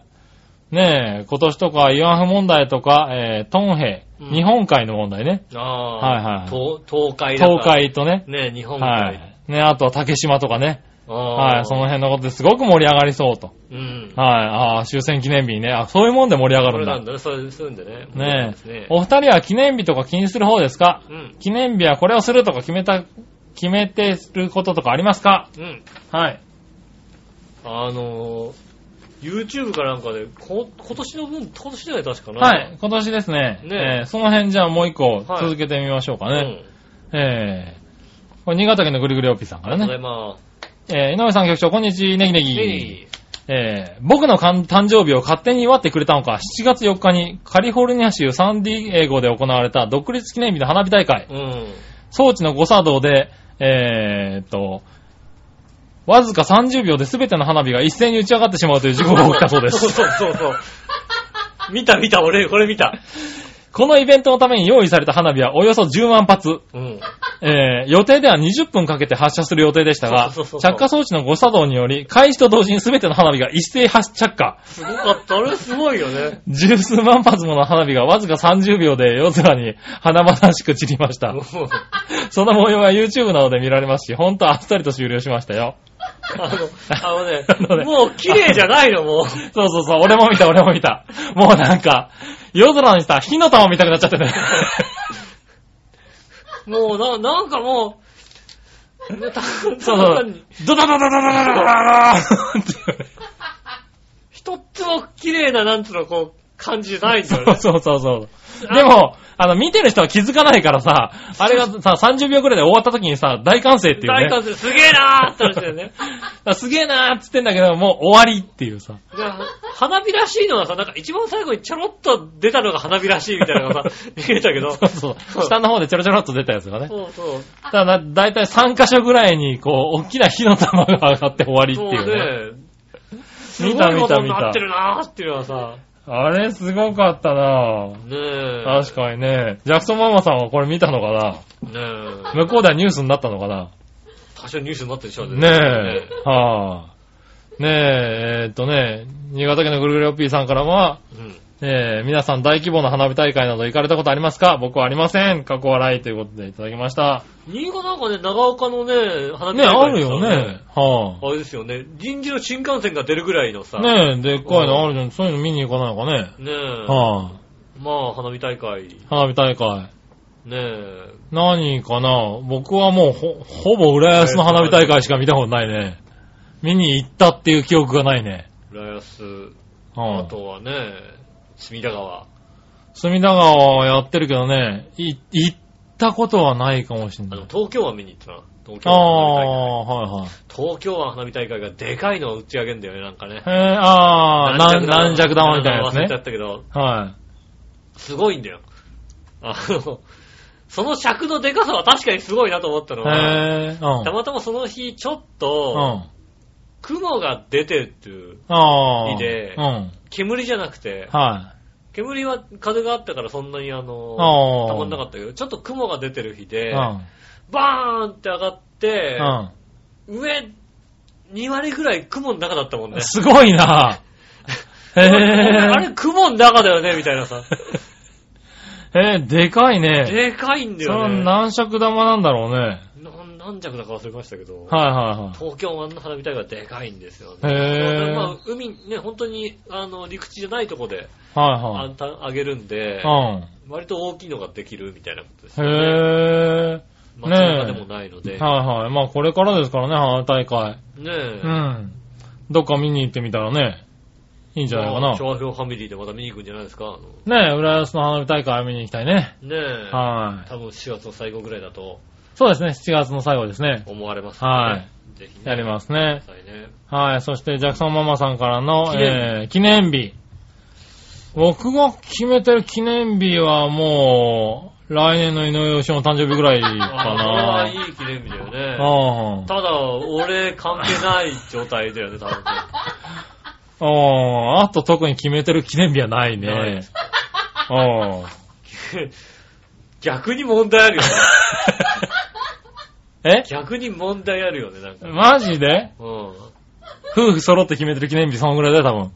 S3: い。ねえ、今年とか、慰安婦問題とか、えー、トンヘイ、
S2: うん
S3: 日本海の問題ね。
S2: ああ。
S3: はいはい
S2: 東東海だから
S3: 東。海とね。
S2: ねえ、日本海。
S3: はい。ね、あとは竹島とかね。
S2: ああ。
S3: はい、その辺のことですごく盛り上がりそうと。
S2: うん。
S3: はい、ああ、終戦記念日にね。あ、そういうもんで盛り上が
S2: それ
S3: るん
S2: な
S3: だ。
S2: んだね、それするんでね。
S3: ね
S2: そうで
S3: え
S2: す。
S3: お二人は記念日とか気にする方ですか
S2: うん。
S3: 記念日はこれをするとか決めた、決めてることとかありますか
S2: うん。
S3: はい。
S2: あのー、YouTube かなんかで、こ、今年の分、今年だよね、確かな。
S3: はい、今年ですね。
S2: ねえ
S3: えーその辺じゃあもう一個
S2: はい
S3: 続けてみましょうか
S2: うん。
S3: ね。えー、これ新潟県のぐるぐるおっぴーさんか
S2: ありが
S3: ら
S2: とうござ
S3: ね。
S2: います。
S3: えー、井上さん局長、こんにちネギネギ。
S2: えい
S3: えー僕のかん誕生日を勝手に祝ってくれたのか、7月4日にカリフォルニア州サンディエゴで行われた独立記念日の花火大会
S2: う、ん。
S3: 装置の誤作動で、えーっと、わずか30秒で全ての花火が一斉に打ち上がってしまうという事故が起きたそうで
S2: そう
S3: す。
S2: そうそうそう。見た見た、俺、これ見た。
S3: このイベントのために用意された花火はおよそ10万発。
S2: うん。
S3: えー予定では20分かけて発射する予定でした
S2: そ
S3: が、
S2: うそうそうそう
S3: 着火装置の誤作動により、開始と同時に全ての花火が一斉発着火。
S2: すごかった。あれすごいよね。
S3: 十数万発もの花火がわずか30秒で夜空に華々しく散りました
S2: も。う
S3: その模様は YouTube などで見られますし、ほんとあっさりと終了しましたよ。
S2: あの、あのね
S3: あの、ね
S2: もう綺麗じゃないの、もう。
S3: そうそうそう、俺も見た、俺も見た。もうなんか、夜空にさ、火の玉見たくなっちゃってね。
S2: もう、な、なんかもう、た
S3: そうそ
S2: た
S3: う。ドドドドドドドドドドドドドドドドドドド
S2: 一つも綺麗な、なんつうの、こう、感じじゃないんだ
S3: そ
S2: よね
S3: う。そうそうそう。でも、あの、見てる人は気づかないからさ、あれがさ、30秒くらいで終わった時にさ、大歓声っていうね。
S2: 大歓声、すげえなーって話だよね。
S3: 声。すげえなーっつってんだけど、もう終わりっていうさ。
S2: じゃあ花火らしいのはさ、なんか一番最後にちょろっと出たのが花火らしいみたいなのがさ、見えたけ ど。
S3: そうそう。下の方でちょろちょろっと出たやつがね。
S2: そうそう。
S3: ただな、だいたい3箇所ぐらいに、こう、大きな火の玉が上がって終わりって
S2: そう
S3: いうね。
S2: ね。すごい
S3: 見た見
S2: こと
S3: た
S2: に
S3: 見
S2: な
S3: た
S2: って。るなーっていうのはさ、
S3: あれ、すごかったなぁ。
S2: ねえ。
S3: 確かにね。ジャクソンママさんはこれ見たのかな
S2: に。ねえ。
S3: 向こうではニュースになったのかな
S2: 多少ニュースになってるでしょ、
S3: ねえ、はあ。ねえ、えーっとね、新潟県のぐるぐるおっぴーさんからは、
S2: え。うん。
S3: ねえ、皆さん大規模な花火大会など行かれたことありますか僕はありません。過去笑いということでいただきました。
S2: 新潟なんかね、長岡のね、花火
S3: ねえ、
S2: 大
S3: あ
S2: 会
S3: る
S2: でさ
S3: よね。。は
S2: あれですよね。臨時の新幹線が出るぐらいのさ。
S3: あ。ねえ、でっかいのあるじゃん。そういうの見に行かないのかね。
S2: ねえ。
S3: は
S2: まあ、花火大会。ね
S3: あ。花火大会。
S2: え。
S3: 何かな僕はもうほ、ほぼ浦安の花火大会しか見たことないね。見に行ったっていう記憶がないね。
S2: 浦安。
S3: は
S2: あ
S3: あ。
S2: とはね、隅田川。
S3: 隅田川はやってるけどね、い行ったことはないかもしれ
S2: あ
S3: ない
S2: の、。東京湾見に行ったな。東京
S3: あ
S2: 湾
S3: あ、はいはい。
S2: 東京湾花火大会がでかいのを打ち上げんだよね、なんかね。
S3: へえ、ああ、軟軟弱玉みたいなやつ
S2: 忘れちゃ
S3: ね。
S2: ったけど、
S3: は
S2: すごいんだよ。あの、その尺のでかさは確かにすごいなと思ったの
S3: い。
S2: は、
S3: へえ、うん。
S2: たまたまその日ちょっ
S3: う
S2: と、
S3: ん。
S2: 雲が出てるっていう、
S3: ああ。
S2: いいね
S3: うん。
S2: 煙じゃなくて、
S3: はい。
S2: 煙は風があったからそんなにあの、
S3: あー
S2: たまんなかったけど、ちょっと雲が出てる日
S3: う
S2: で、
S3: ん。
S2: バーンって上がって、
S3: うん。
S2: 上、2割ぐらい雲の中だったもんね。
S3: すごい な。へえ、
S2: あれ雲の中だよね、みたいなさ。
S3: へえ、でかいね。
S2: でかいんだ
S3: それ
S2: よ
S3: は
S2: ね。
S3: 軟色玉なんだろうね。
S2: なん何着だか忘れましたけど、
S3: はいは
S2: 東京湾の花火大会はでかいんですよね。
S3: へー
S2: まあ、海、ね、本当に、あの、陸地じゃないとこで、
S3: いはい。
S2: あ
S3: は
S2: んたあげるんで
S3: い、はい。
S2: 割と大きいのができるみたいなことです
S3: うん。
S2: よね。
S3: へ
S2: 街中でもないの
S3: え。
S2: で。
S3: はいはい。まあこれからですからね、花火大会。
S2: ね
S3: う
S2: え。
S3: ん。どっか見に行ってみたらね、いいんじゃないか
S2: まあ
S3: な。
S2: 昭和表ファミリーでまた見に行くんじゃないですか。あの
S3: ねえ、浦安の花火大会見に行きたいね。
S2: ねえ。
S3: はい。
S2: 多分4月の最後ぐらいだと
S3: そうですね、7月の最後ですね。
S2: 思われます。
S3: はい
S2: ぜひね。。
S3: やりますすね。
S2: ね。
S3: はい。そして、ジャクソンママさんからの、
S2: 記念日
S3: えー記念日。僕が決めてる記念日はもう、来年の井上義雄の誕生日ぐらいか
S2: ああ、
S3: な。
S2: いい記念日だよね。
S3: うん。
S2: ただ、俺関係ない状態だよね、多分ね。
S3: うん。あと特に決めてる記念日はない
S2: ないで
S3: ね
S2: す。
S3: うん。
S2: 逆に問題あるよね。
S3: え
S2: 逆に問題あるよね、なんか。
S3: マジで
S2: うん。
S3: 夫婦揃って決めてる記念日そのぐらいだよ、多分。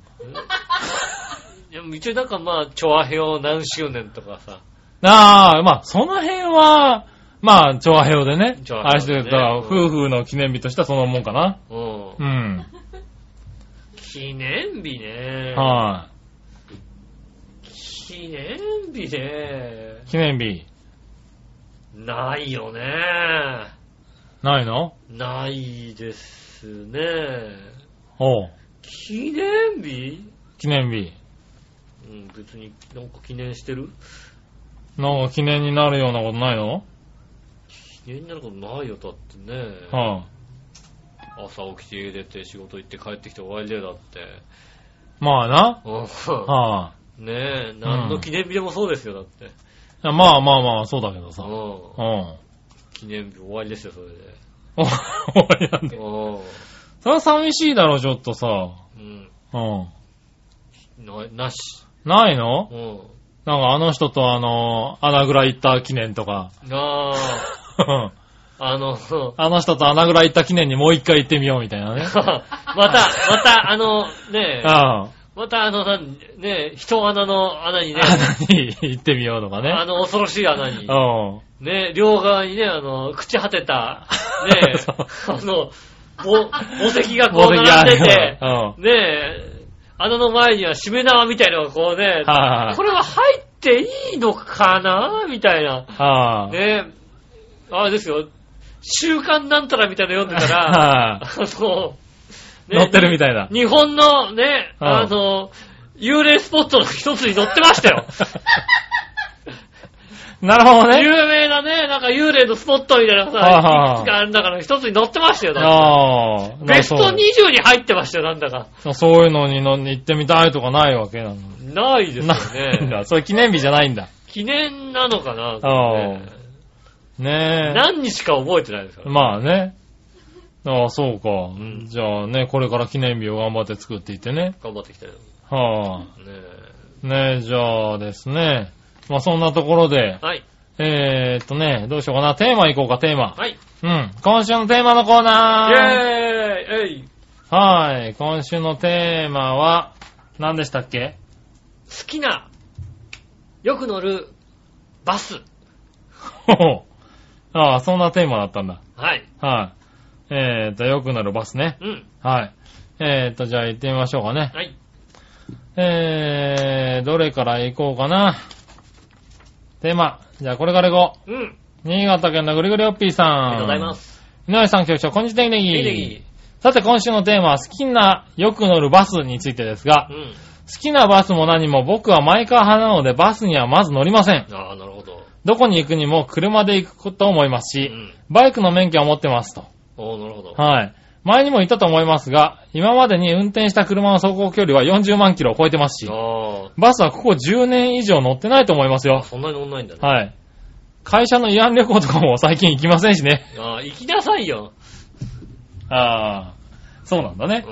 S2: でも一応なんかまあ、調和表何周年とかさ。
S3: ああ、まあ、その辺は、まあ、調和表でね。
S2: 調和
S3: 愛
S2: 表
S3: し
S2: で
S3: て
S2: ね
S3: るから、夫婦の記念日としてはそのもんかな。
S2: うん
S3: う。ん。
S2: 記念日ね。
S3: は
S2: 記念日ね
S3: い。。記念日、
S2: ないよね。
S3: ないの
S2: ないですね。
S3: おう。
S2: 記念日
S3: 記念日。
S2: うん、別になんか記念してる
S3: なんか記念になるようなことないの
S2: 記念になることないよ、だってね。
S3: は
S2: 朝起きて家出て仕事行って帰ってきて終わりだよ、だって。
S3: い。まあな。
S2: う
S3: は
S2: ん。ねえ、何の記念日でもそうですよ、だって。
S3: い。まあまあまあ、そうだけど
S2: う
S3: さ。うん。
S2: ん。
S3: お
S2: 記念日終わりですよ、それで。
S3: 終わりなんだ。
S2: う
S3: それは寂しいだろ、ちょっとさ。
S2: ん。
S3: うん。
S2: うん。な、なし。
S3: ないの
S2: うん。
S3: なんかあの人とあの、穴蔵行った記念とか。
S2: なあ、
S3: うん
S2: あの、
S3: あの人と穴蔵行った記念にもう一回行ってみようみたいなね
S2: ま。た、また、あの、ねえ、
S3: ああ。
S2: またあの、なんねえ、人穴の穴にね、
S3: 穴に行ってみようとかね。
S2: あの恐ろしい穴
S3: う
S2: に
S3: ん。、は
S2: ねえ、両側にね、あの、朽ち果てた、ねえ
S3: そう、
S2: あの、ぼ墓石がこう
S3: 墓石
S2: 並んでて
S3: あるよ、
S2: ねえ、穴の前にはしめ縄みたいのがこうね
S3: い、はい
S2: これは入っていいのかなみたいな。
S3: はい。
S2: ねえ、あれですよ、週刊なんたらみたいなの読んでたら、
S3: は
S2: あの、
S3: い。乗ってるみたいな。
S2: 日本のね、
S3: うん
S2: あの、幽霊スポットの一つに乗ってました よ。
S3: なるほどね。
S2: 有名なね、なんか幽霊のスポットみたいな
S3: はあはあ
S2: さ、いくつかあるんだから一つに乗ってましたよ。だって
S3: ああ。
S2: ベスト
S3: な
S2: 20に入ってましたよ、なんだか。
S3: そうそういうのにの行ってみたいとかないわけなの。
S2: ないですよ
S3: ないん
S2: ね。
S3: だ。それ記念日じゃないんだ。
S2: 記念なのかな、
S3: ああ
S2: ね
S3: ねえ。
S2: 何日か覚えてないですから。
S3: まあね。ああ、そうか。
S2: ん
S3: じゃあね、これから記念日を頑張って作っていってね。
S2: 頑張ってきたよ。ね
S3: はあ。ねえ、じゃあですね。まあそんなところで、
S2: はい。
S3: えーっとね、どうしようかな。テーマいこうか、テーマ。
S2: はい。イ
S3: うん。今週のテーマのコーナー。
S2: ェーイえい
S3: はい。今週のテーマは、何でしたっけ
S2: 好きな、よく乗る、バス。
S3: ほほああ、そんなテーマだったんだ。
S2: はい。
S3: はい。えーと、良くなるバスね。
S2: うん。
S3: はい。えーと、じゃあ行ってみましょうかね。
S2: はい。
S3: えー、どれから行こうかな。テーマ。じゃあこれから行こ
S2: うん。あり
S3: う。新潟県のぐりぐりおっぴーさん。
S2: がとうございま。す。
S3: 井上さん局長、こんにちは、ネギ
S2: いい
S3: ネ
S2: ね
S3: ギ
S2: ぎ。。
S3: さて今週のテーマは好きなよく乗るバスについてですが
S2: う、ん。
S3: 好きなバスも何も僕はマイカー派なのでバスにはまず乗りません。
S2: ああ、なるほど。
S3: どこに行くにも車で行くと思います
S2: う
S3: し、
S2: ん。
S3: バイクの免許は持ってますと。
S2: おーなるほど。
S3: はい。前にも言ったと思いますが、今までに運転した車の走行距離は40万キロを超えてますし、
S2: あ
S3: バスはここ10年以上乗ってないと思います
S2: あ、
S3: よ。
S2: そんなに乗んないんだね。
S3: はい。会社の慰安旅行とかも最近行きませんしね。
S2: ああ、行きなさいよ。
S3: ああ、そうなんだ
S2: う
S3: ね。
S2: ん。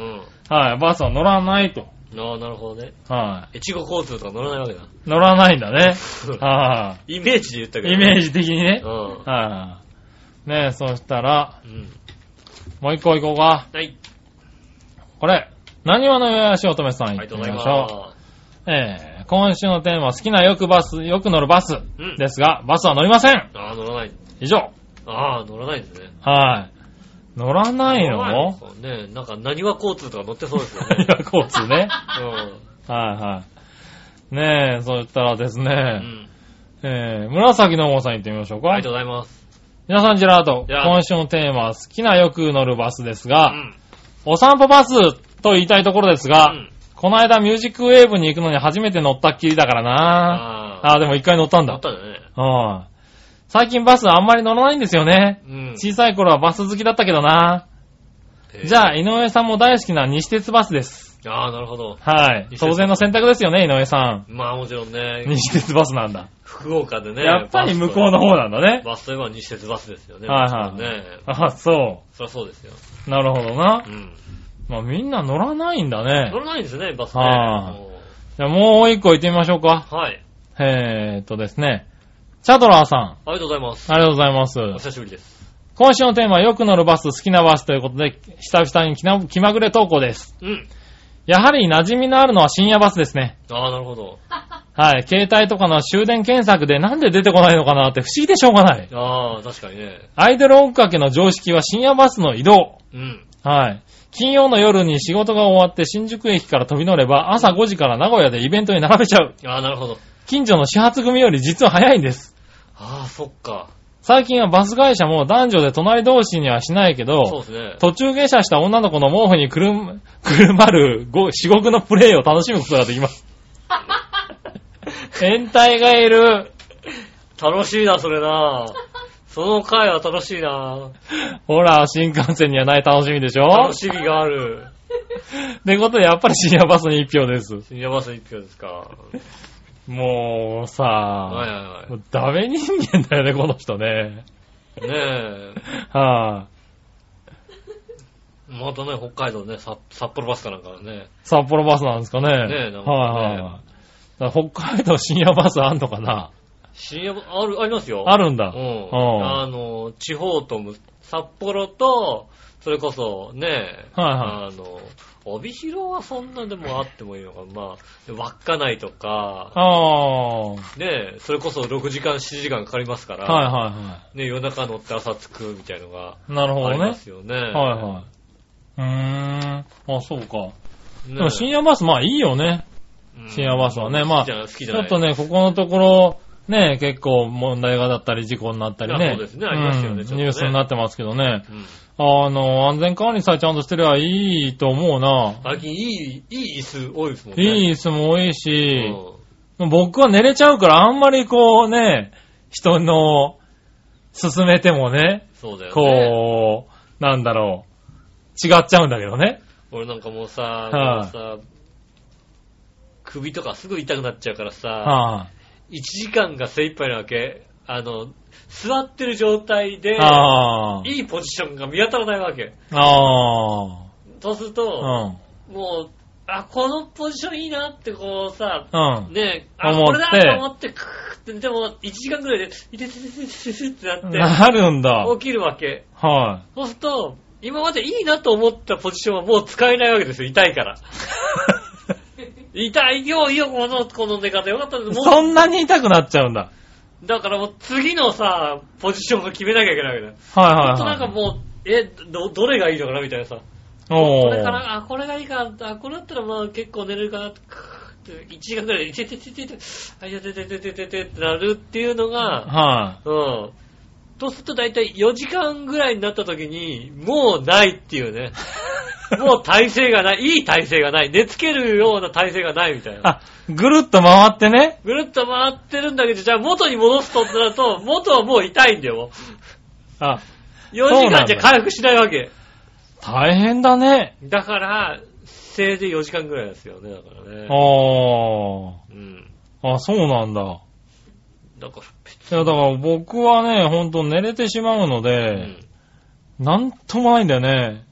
S3: はい。バスは乗らないと。
S2: ああ、なるほどね。
S3: は
S2: 越後交通とか乗らないわけだ。
S3: い。乗らないんだね。は
S2: イメージで言ったけど。
S3: い。イメージ的にね。
S2: うん。
S3: はい。ねえ、そしたら、
S2: うん。
S3: もう一個行こうか。
S2: はい。
S3: これ、何話のよやしおとめさん、
S2: あり
S3: 行
S2: が
S3: って
S2: と
S3: み
S2: うござい
S3: ま
S2: ま
S3: しょう。えー、今週のテーマは好きなよくバス、よく乗るバス
S2: うん
S3: ですが、バスは乗りません
S2: す。ああ、乗らない。
S3: 以上。
S2: ああ、乗らないですね。
S3: はい。乗らないの
S2: 乗らですかねなんか、何は交通とか乗ってそうですよ
S3: い
S2: ね。
S3: や、交通ね。
S2: うん。
S3: はいはい。ねえ、そしたらです
S2: う
S3: ね、
S2: ん。
S3: えー、紫の王さん行ってみましょうか。
S2: ありがとうございます。
S3: 皆さん、ジェラート。
S2: ジェラート
S3: 今週のテーマは好きなよく乗るバスです
S2: う
S3: が、
S2: ん。
S3: お散歩バスと言いたいところです
S2: う
S3: が、
S2: ん
S3: この間ミュージックウェーブに行くのに初めて乗ったっきりだからな
S2: ああ、
S3: ああ、でも一回乗ったん
S2: 乗
S3: だ
S2: っ。たんだね。
S3: うん。最近バスあんまり乗らないんですよね。
S2: うん。
S3: 小さい頃はバス好きだったけどな。
S2: えー
S3: じゃあ、井上さんも大好きな西鉄バスです。
S2: ああ、なるほど。
S3: はい。
S2: 西鉄
S3: 当然の選択ですよね、井上さ
S2: まあもちろんね
S3: ん。、西鉄バスなんだ。
S2: 福岡でね。
S3: やっぱり向こうの方なんだね。
S2: バスといえば西鉄バスですよね。
S3: はいはい
S2: もちろんね。
S3: あ、そ
S2: そりゃそうですよ。
S3: う。なるほどな
S2: う。ん。
S3: まあみんな乗らないんだね
S2: 乗。らないんですね、バスね。
S3: はあ
S2: も
S3: じゃあもう一個行ってみましょうか。
S2: うはい。
S3: えーっとですね。チャドラーさん。
S2: ありがとうございます。
S3: ありがとうございます。
S2: お久しぶりです。
S3: 今週のテーマはよく乗るバス、好きなバスということで、久々に気な気まぐれ投稿です。
S2: うん。
S3: やはり馴染みのあるのは深夜バスですね。
S2: ああ、なるほど。
S3: はい。携帯とかの終電検索でなんで出てこないのかなって不思議でしょうがない。
S2: ああ、確かにね。
S3: アイドル追っかけの常識は深夜バスの移動。
S2: うん。
S3: はい。金曜の夜に仕事が終わって新宿駅から飛び乗れば朝5時から名古屋でイベントに並べちゃう。
S2: ああ、なるほど。
S3: 近所の始発組より実は早いんです。
S2: ああ、そっか。
S3: 最近はバス会社も男女で隣同士にはしないけど、
S2: そうですね。
S3: 途中下車した女の子の毛布にくるん、 くるまるご至極のプレイを楽しむことができ ます。変態がいる。
S2: 楽しいな、それな。その回は楽しいな。
S3: ほら、新幹線にはない楽しみでしょ
S2: 楽しみがある。
S3: ってことで、やっぱり深夜バスに一票です。
S2: 深夜バス一票ですか。
S3: もうさ、
S2: はいはい
S3: も
S2: は
S3: うダメ人間だよね、この人ね。
S2: い。ねえ。
S3: はい、
S2: またね、北海道ね、さ札幌バスかなんかのね。
S3: 札幌バスなんですかね。
S2: ねえなんかね
S3: はい、はい、だから北海道深夜バスあんのかな
S2: 深夜バス、ある、ありますよ。
S3: あるんだ。
S2: う。
S3: うんん
S2: あの、地方とむ、札幌と、それこそ、ねえ、
S3: は
S2: あの、帯広はそんなでもあってもいいのか、まあ、稚内とか、
S3: ああー。はい
S2: ねえ、それこそ6時間、7時間かかりますから、
S3: はいはい。
S2: ねえ夜中乗って朝着くみたいのが
S3: なるほど
S2: ありま
S3: ね。
S2: すよね。
S3: はいはい。うーん。あ、そうか。
S2: い。
S3: でも深夜バス、まあいいよね。
S2: うん
S3: 深夜バスはねま
S2: 好
S3: あ
S2: きじゃない、好きじゃ
S3: ち
S2: な
S3: ょ
S2: い。
S3: っとね、ここのところ、ねえ、結構問題がだったり事故になったり
S2: いや
S3: ね。
S2: そうですねありましたよね
S3: う
S2: ちょ
S3: ん
S2: っとね
S3: ニュースになってますけどね。
S2: うん
S3: あの、安全管理さえちゃんとしてりゃいいと思うな。
S2: 最近いい、いい椅子多いですもんね。
S3: い
S2: い
S3: い椅子も多いし、
S2: 子。
S3: 僕は寝れちゃうからあんまりこうね、人の進めてもね、
S2: そうだよね。
S3: こう、なんだろう、違っちゃうんだけどね。
S2: 俺なんかもうさ、
S3: はい
S2: もうさ、首とかすぐ痛くなっちゃうからさ、
S3: は
S2: 1時間が精一杯なわけ。あの、座ってる状態で
S3: い、ああ。
S2: いいポジションが見当たらないわけ。
S3: あ
S2: そうする
S3: あ。う
S2: と、
S3: ん。
S2: もう、あ、このポジションいいなってこうさ、
S3: うん。
S2: ねえ、あ、
S3: 思
S2: こ
S3: っ
S2: れ
S3: て
S2: だと思って、クーって、でも1時間くらいで、いててててててってなって、
S3: なるんだ。はい、
S2: 起きるわけ。そうすると、今までいいなと思ったポジションはもう使えないわけですよ、痛い から。痛いよ、いいよ、この、この寝方よかったです。もう
S3: そんなに痛くなっちゃうんだ。
S2: だからもう次のさ、ポジションを決めなきゃいけないわけだよ。
S3: はい
S2: ほ
S3: は
S2: ん
S3: い、
S2: と
S3: は。
S2: ないんかもう、え、ど、どれがいいのかなみたいなさ。
S3: おー
S2: これかなあ、これがいいか。あ、これだったらまあ結構寝れるかな。クーって1時間くらいで、いててててて、あ、いてててててててってなるっていうのが、
S3: は
S2: うん。とすると大体4時間ぐらいになった時に、もうないっていう ね。もう体勢がない。いい体勢がない。寝つけるような体勢がないみたい
S3: い。
S2: な。
S3: あ、ぐるっと回ってね。
S2: ぐるっと回ってるんだけど、じゃあ元に戻すとってなると、元はもう痛いんだよ。もう
S3: あ、
S2: 4時間じゃ回復しないわけ。
S3: 大変だね。
S2: だから、せいぜい4時間ぐらいですよね、だからね。
S3: おー。
S2: うん。
S3: あ、そうなんだ。い
S2: だか
S3: や、だから僕はね、ほんと寝れてしまうの
S2: ら、う
S3: で、
S2: ん。
S3: なんともないんだよね。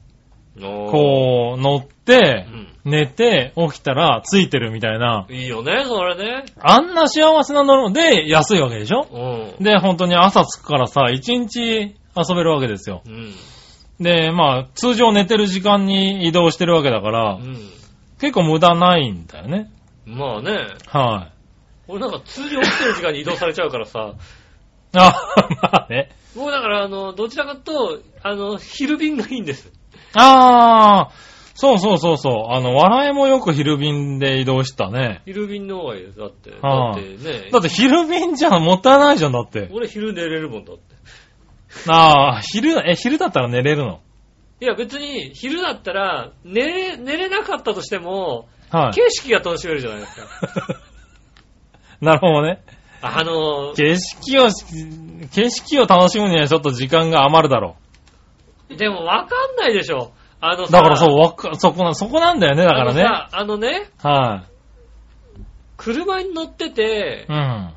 S2: こ
S3: こう、乗って
S2: う、ん。
S3: 寝て、起きたら、ついてるみたいな。
S2: いいよね、それね。
S3: あんな幸せな乗るので、安いわけでしょ
S2: うん。
S3: で、本当に朝着くからさ、一日遊べるわけですよ。
S2: うん。
S3: で、まあ、通常寝てる時間に移動してるわけだから
S2: う、ん。
S3: 結構無駄ないんだよね。
S2: まあね。
S3: はい。
S2: 俺なんか通常起きてる時間に移動されちゃうからさ、
S3: あ、 まあね。
S2: もうだから、あの、どちらかと、あの、昼便がいいんです。
S3: ああ、そうそうそうそう。あの、笑いもよく昼便で移動したね。
S2: 昼便の方がいいです。だって、だ
S3: はあ
S2: ってね。
S3: だって昼便じゃもったいないじゃん、だって。
S2: 俺昼寝れるもんだって。
S3: ああ、昼、え、昼だったら寝れるの
S2: いや別に、昼だったら、寝れ、寝れなかったとしても、
S3: はい。
S2: 景色が楽しめるじゃないです か。
S3: なるほどね。
S2: あの、
S3: 景色を、景色を楽しむにはちょっと時間が余るだろ
S2: でもわかんないでしょ。あの
S3: う。
S2: さ、
S3: だからそう、わか、そこな、そこなんだよね、だからね。
S2: あのさ、あのね、
S3: はい、
S2: 車に乗ってて
S3: う、ん。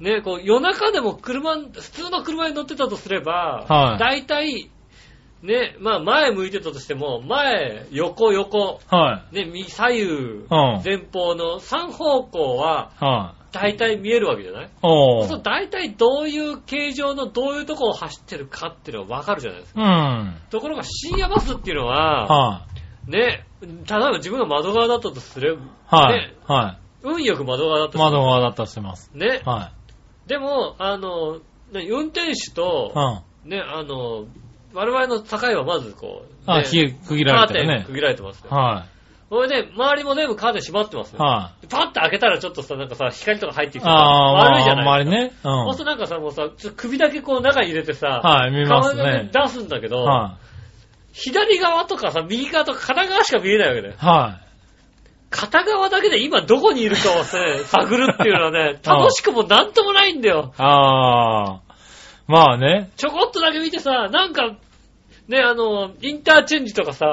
S2: ね、こう夜中でも車、普通の車に乗ってたとすれば、
S3: は
S2: 大
S3: い
S2: 体、ね、まあ前向いてたとしても、前、横、横、
S3: はい。
S2: ね、右、左右、
S3: うん
S2: 前方の3方向は
S3: はい、
S2: 大体見えるわけじゃない
S3: お
S2: そう
S3: う。
S2: 大体どういう形状のどういうとこを走ってるかっていうのがわかるじゃないですか。
S3: うん。はい、
S2: ところが深夜バスっていうのは、ね、例えば自分が窓側だったとすれば、
S3: はい、
S2: ね、
S3: は
S2: 運よく窓側だった
S3: い。
S2: とす
S3: 窓側だったらしてます。
S2: る。ね、
S3: は
S2: でも、あの、何運転手
S3: い。
S2: と
S3: う、ん。
S2: ね、あの、我々の境はまずこう、
S3: あ、
S2: ね
S3: ひ区切られてる
S2: カーテン
S3: ね
S2: 区。切られてますよ。
S3: は
S2: それで、周りも全部カーテン閉まってます
S3: い。
S2: よ。
S3: は
S2: パッて開けたらちょっとさ、なんかさ、光とか入って
S3: い。
S2: きてさ、
S3: あ
S2: 悪いじ
S3: ー、
S2: ゃ
S3: まあ、あん
S2: な
S3: ま
S2: い
S3: りね。うん。
S2: そうするとなんかさ、もうさ、ちょっと首だけこう中に入れてさ、
S3: はい、見ますね。
S2: 顔出すんだけど、
S3: は
S2: 左側とかさ、右側とか片側しか見えないわけだよ
S3: い。。は
S2: 片側だけで今どこにいるかをね、探るっていうのは ね、楽しくもなんともないんだよ。
S3: い。あー。まあね。
S2: ちょこっとだけ見てさ、なんか、ね、あの、インターチェンジとかさ、
S3: は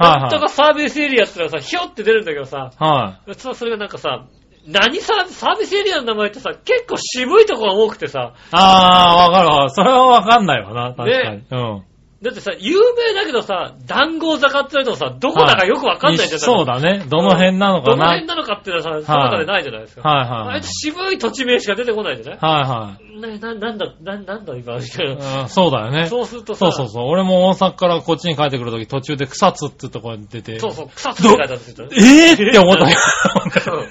S3: いはい
S2: なんとかサービスエリアってのはさ、ひょって出るんだけどさ、
S3: は
S2: さそれがなんかさ、何サービスサービスエリアの名前ってさ、結構渋いとこが多くてさ
S3: い。、あー、わかるわ。それはわかんないわな。確かに。
S2: ね
S3: うん。
S2: だってさ、有名だけどさ、談合坂って言われてもさ、どこだかよくわかんないじゃん。
S3: そうだね。どの辺なのか
S2: どの
S3: な。は
S2: 辺
S3: い
S2: なのかっていうのはさ、その中でないじゃないですか。
S3: は
S2: あい
S3: い
S2: つ。渋い土地名しか出てこないじゃない
S3: はいは
S2: な、な、なんだ、な、なんだ今、みたい
S3: い
S2: な。
S3: うん。そうだよね。
S2: そうするとさ、
S3: そうそうそう。俺も大阪からこっちに帰ってくるとき途中で草津ってとこに出て。
S2: そうそう草津って書いてあるんですよ。
S3: えぇって思った。
S2: うん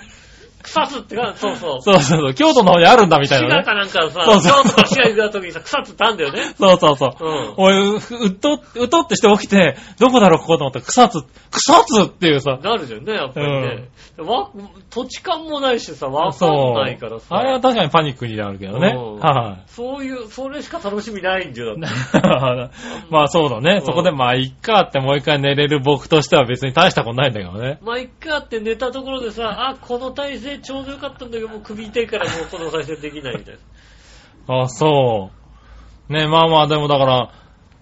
S2: 草津ってか、そうそう。
S3: そうそうそう、京都の方にあるんだみたい
S2: 滋賀
S3: なね。
S2: かなんかさ、
S3: そうそう
S2: 京都か滋賀行った時にさ、草津ってあるんだよね。
S3: そうそうそう。
S2: うん
S3: 俺、ううっと、うっとってして起きて、どこだろう、ここだと思ったら、草津、草津っていうさ。
S2: なるじゃんね、やっぱりね。わ、土地感もないしさ、わかんないからさ。
S3: あれは確かにパニックになるけどね。
S2: うん
S3: はい、
S2: そういう、それしか楽しみないんじゃだって。
S3: まあそうだね。
S2: うん
S3: そこでまあ、いっかってもう一回寝れる僕としては別に大したことないんだけどね。
S2: まあ、いっかって寝たところでさ、あ、この体勢ちょうどよかったんだけど、もう首痛いからもうこの体勢できないみたいな。
S3: あ、そう。ね、まあまあ、でもだから、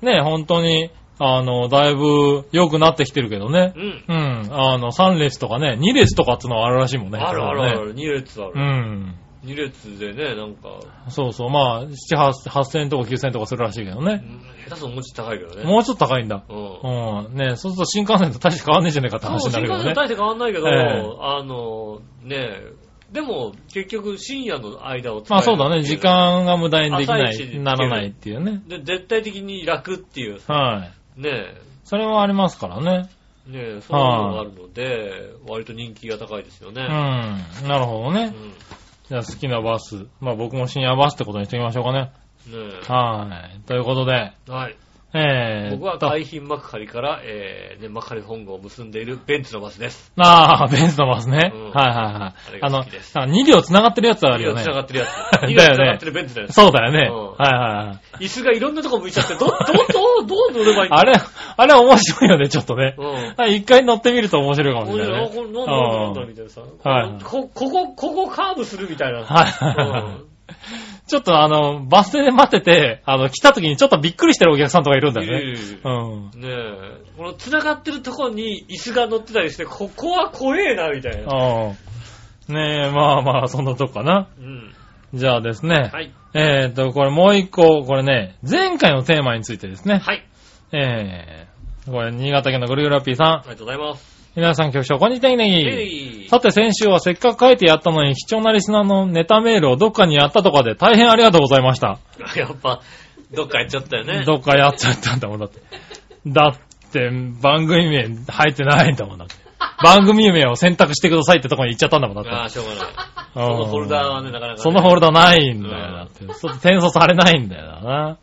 S3: ね、本当に、あの、だいぶ良くなってきてるけどね
S2: う。ん。
S3: うん。あの、3列とかね、2列とかってのはあるらしいもんね。
S2: あるあるあ
S3: ね。
S2: る、2列あ
S3: う
S2: る。
S3: ん。
S2: 2列でね、なんか、
S3: そうそう。まあ、7、8 8000とか9000とかするらしいけど
S2: う
S3: ね。
S2: ん下手すともうちょっと高いけどね。
S3: もうちょっと高いんだ。
S2: うん。
S3: うん。ねそうすると新幹線と大して変わんねえじゃねえかって話
S2: そう、
S3: にな
S2: 新幹線
S3: るけど
S2: と
S3: ね。
S2: 大して変わんないけど、
S3: え
S2: あの、ねえ、でも、結局、深夜の間を使え
S3: まあ
S2: るって
S3: そ
S2: いう
S3: だね。時。間が無駄にできな
S2: 朝一で着け
S3: い、
S2: る
S3: ならないっていうね。
S2: で、絶対的に楽っていう、
S3: はい。
S2: ね
S3: それはありますからね。
S2: え、ねえ、そういうのがあるので、割と人気が高いですよ
S3: う
S2: ね。
S3: ん。なるほど
S2: う
S3: ね。
S2: ん
S3: じゃあ好きなバス。まあ僕も深夜バスってことにしておきましょうかね。
S2: ね
S3: はい。ということで、
S2: え。はい。
S3: えー、
S2: 僕は
S3: と
S2: 海浜幕張から、えー、ね、幕張本郷を結んでいるベンツのバスです。
S3: ああ、ベンツのバスね。
S2: うん
S3: はいはいはい。
S2: あれが
S3: あの、
S2: 好きです
S3: 2両繋がってるやつはあるよね
S2: つ。ながってるやつ。
S3: だよね
S2: 今繋がってるベンツだよね。
S3: そうだよね。
S2: うん
S3: はいはいはい。
S2: 椅子がいろんなとこ向いちゃって、ど、ど、ど、どう乗ればいいんだ
S3: あれ、あれ面白いよね、ちょっとね。
S2: うん。
S3: はい一回乗ってみると面白いかも
S2: こ
S3: し
S2: れ
S3: れない
S2: な
S3: ね。
S2: これなんだなんだ
S3: う
S2: み
S3: ん
S2: たいなさ。
S3: はい
S2: こ、ここ、ここカーブするみたいな。
S3: はいちょっとあの、バス停で待ってて、あの、来た時にちょっとびっくりしてるお客さんとかいるん
S2: う
S3: だ
S2: ん。い
S3: よね。
S2: るいるいる
S3: うん。
S2: ねえ。この繋がってるとこに椅子が乗ってたりして、ここは怖えな、みたいな。
S3: うん。ねえ、まあまあ、そんなとこかな。
S2: うん。
S3: じゃあですね。
S2: はい。
S3: えっ、と、これもう一個、これね、前回のテーマについてですね。
S2: はい。
S3: えー、これ、新潟県のぐるぐるラッピーさ
S2: あ
S3: ん。
S2: りがとうございます。
S3: 皆さん局長、こんにちは、ネギネギ。
S2: い
S3: さて、先週はせっかく書いてやったのに、貴重なリスナーのネタメールをどっかにやったとかで大変ありがとうございました。
S2: やっぱ、どっか行っちゃったよね。
S3: どっかやっちゃったんだもん、だって。だって、番組名入ってないんだもん、だって。番組名を選択してくださいってとこに行っちゃったんだもん、だって。
S2: ああ、しょうがない。そのフォルダーはね、なかなかね。
S3: そのフォルダないんだよ、
S2: うん
S3: だって。ちょっと転送されないんだよな。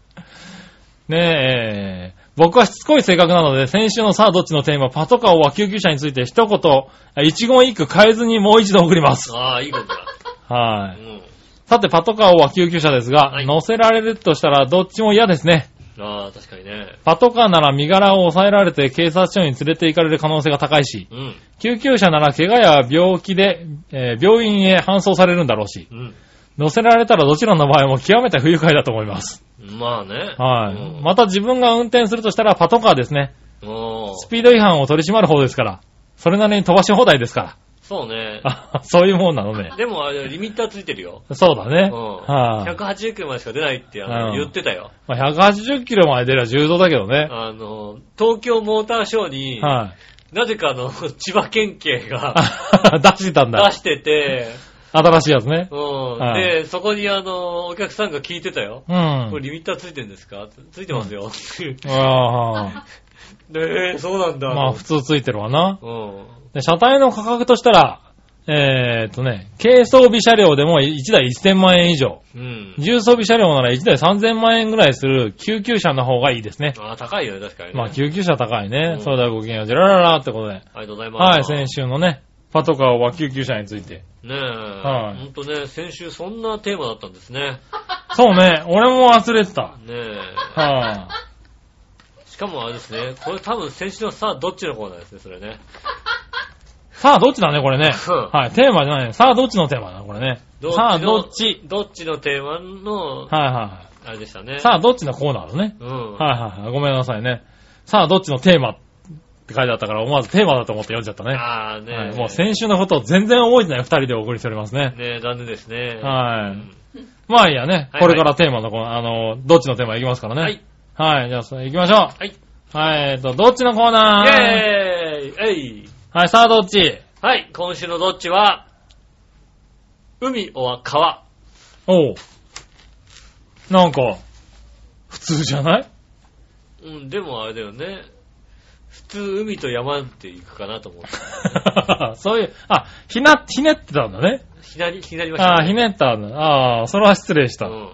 S3: ねえ、僕はしつこい性格なので、先週のさあどっちのテーマ、パトカーは救急車について一言、一言一句変えずにもう一度送ります。
S2: ああ、いいことだ。
S3: は
S2: う
S3: い。
S2: ん。
S3: さて、パトカーは救急車ですが、
S2: はい
S3: 乗せられるとしたらどっちも嫌ですね。
S2: ああ、確かにね。
S3: パトカーなら身柄を抑えられて警察署に連れて行かれる可能性が高いし、
S2: うん。
S3: 救急車なら怪我や病気で、えー病院へ搬送されるんだろうし、
S2: うん。
S3: 乗せられたらどちらの場合も極めて不愉快だと思います。
S2: まあね。
S3: はい。
S2: うん
S3: また自分が運転するとしたらパトカーですね。
S2: おー
S3: スピード違反を取り締まる方ですから。それなりに飛ばし放題ですか
S2: そうね。
S3: ら。あそういうもんなのね。
S2: でもあれ、リミッターついてるよ。
S3: そうだね。
S2: うん。
S3: はい、
S2: 180キロまでしか出ないってあの
S3: うん
S2: 言ってたよ。
S3: まあ180キロまで出れば重度だけどね。
S2: あの、東京モーターショーに、
S3: はい、
S2: なぜかあの、 千葉県警が
S3: あ 出してたん
S2: 出
S3: だ。
S2: してて、
S3: 新しいやつね。
S2: うん。
S3: はい
S2: で、そこにあの、お客さんが聞いてたよ。
S3: うん。
S2: これリミッターついてるんですかついてますよ。
S3: あ
S2: で、えーそうなん
S3: あ。
S2: だ。
S3: まあ普通ついてるわな。
S2: うん。
S3: で車体の価格としたら、えーっとね、軽装備車両でも1台1000万円以上。
S2: うん。
S3: 重装備車両なら1台3000万円ぐらいする救急車の方がいいですね。
S2: あー高いよね、確かにね。
S3: まあ、救急車高いね。
S2: うん
S3: それではごきげんよう。じゃらららってことで。
S2: ありがとうございます。
S3: はい、先週のね、パトカーは救急車について。
S2: ねえ。
S3: はい
S2: ほんとね、先週そんなテーマだったんですね。
S3: そうね、俺も忘れてた。
S2: ねえ。
S3: は
S2: しかもあれですね、これ多分先週のさあどっちのコーナーですね、それね。
S3: さあ、どっちだね、これね。
S2: うん
S3: はい、テーマじゃないね。さあ、どっちのテーマだ、これね。
S2: どっちの
S3: さあ、どっち。
S2: どっちのテーマの、
S3: はいは
S2: あれでしたね。
S3: い。さあ、どっちのコーナーだね。
S2: うん。
S3: はいはいはい。ごめんなさいね。さあ、どっちのテーマって書いてあったから、思わずテーマだと思って読んじゃったね。
S2: ああねえ、
S3: はいもう先週のことを全然覚えてない二人でお送りしておりますね。
S2: ねえ、残念ですね。
S3: は
S2: うん
S3: い。まあいいやね。
S2: はいはい
S3: これからテーマのこの、あの、どっちのテーマいきますからね。
S2: はい。
S3: はい、じゃあ、それ行きましょ
S2: はい。イ
S3: う。はい、えっと、どっちのコーナー
S2: ェーイえい
S3: はい、さあ、どっち
S2: はい、今週のどっちは、海は川。
S3: おう。なんか、普通じゃない
S2: うん、でもあれだよね。普通海と山って行くかなと思って。
S3: そういう、あ、ひな、ひねってたんだね。
S2: ひなり、ひなりました、
S3: ああ、ひねったんだ。ああ、それは失礼した。
S2: うん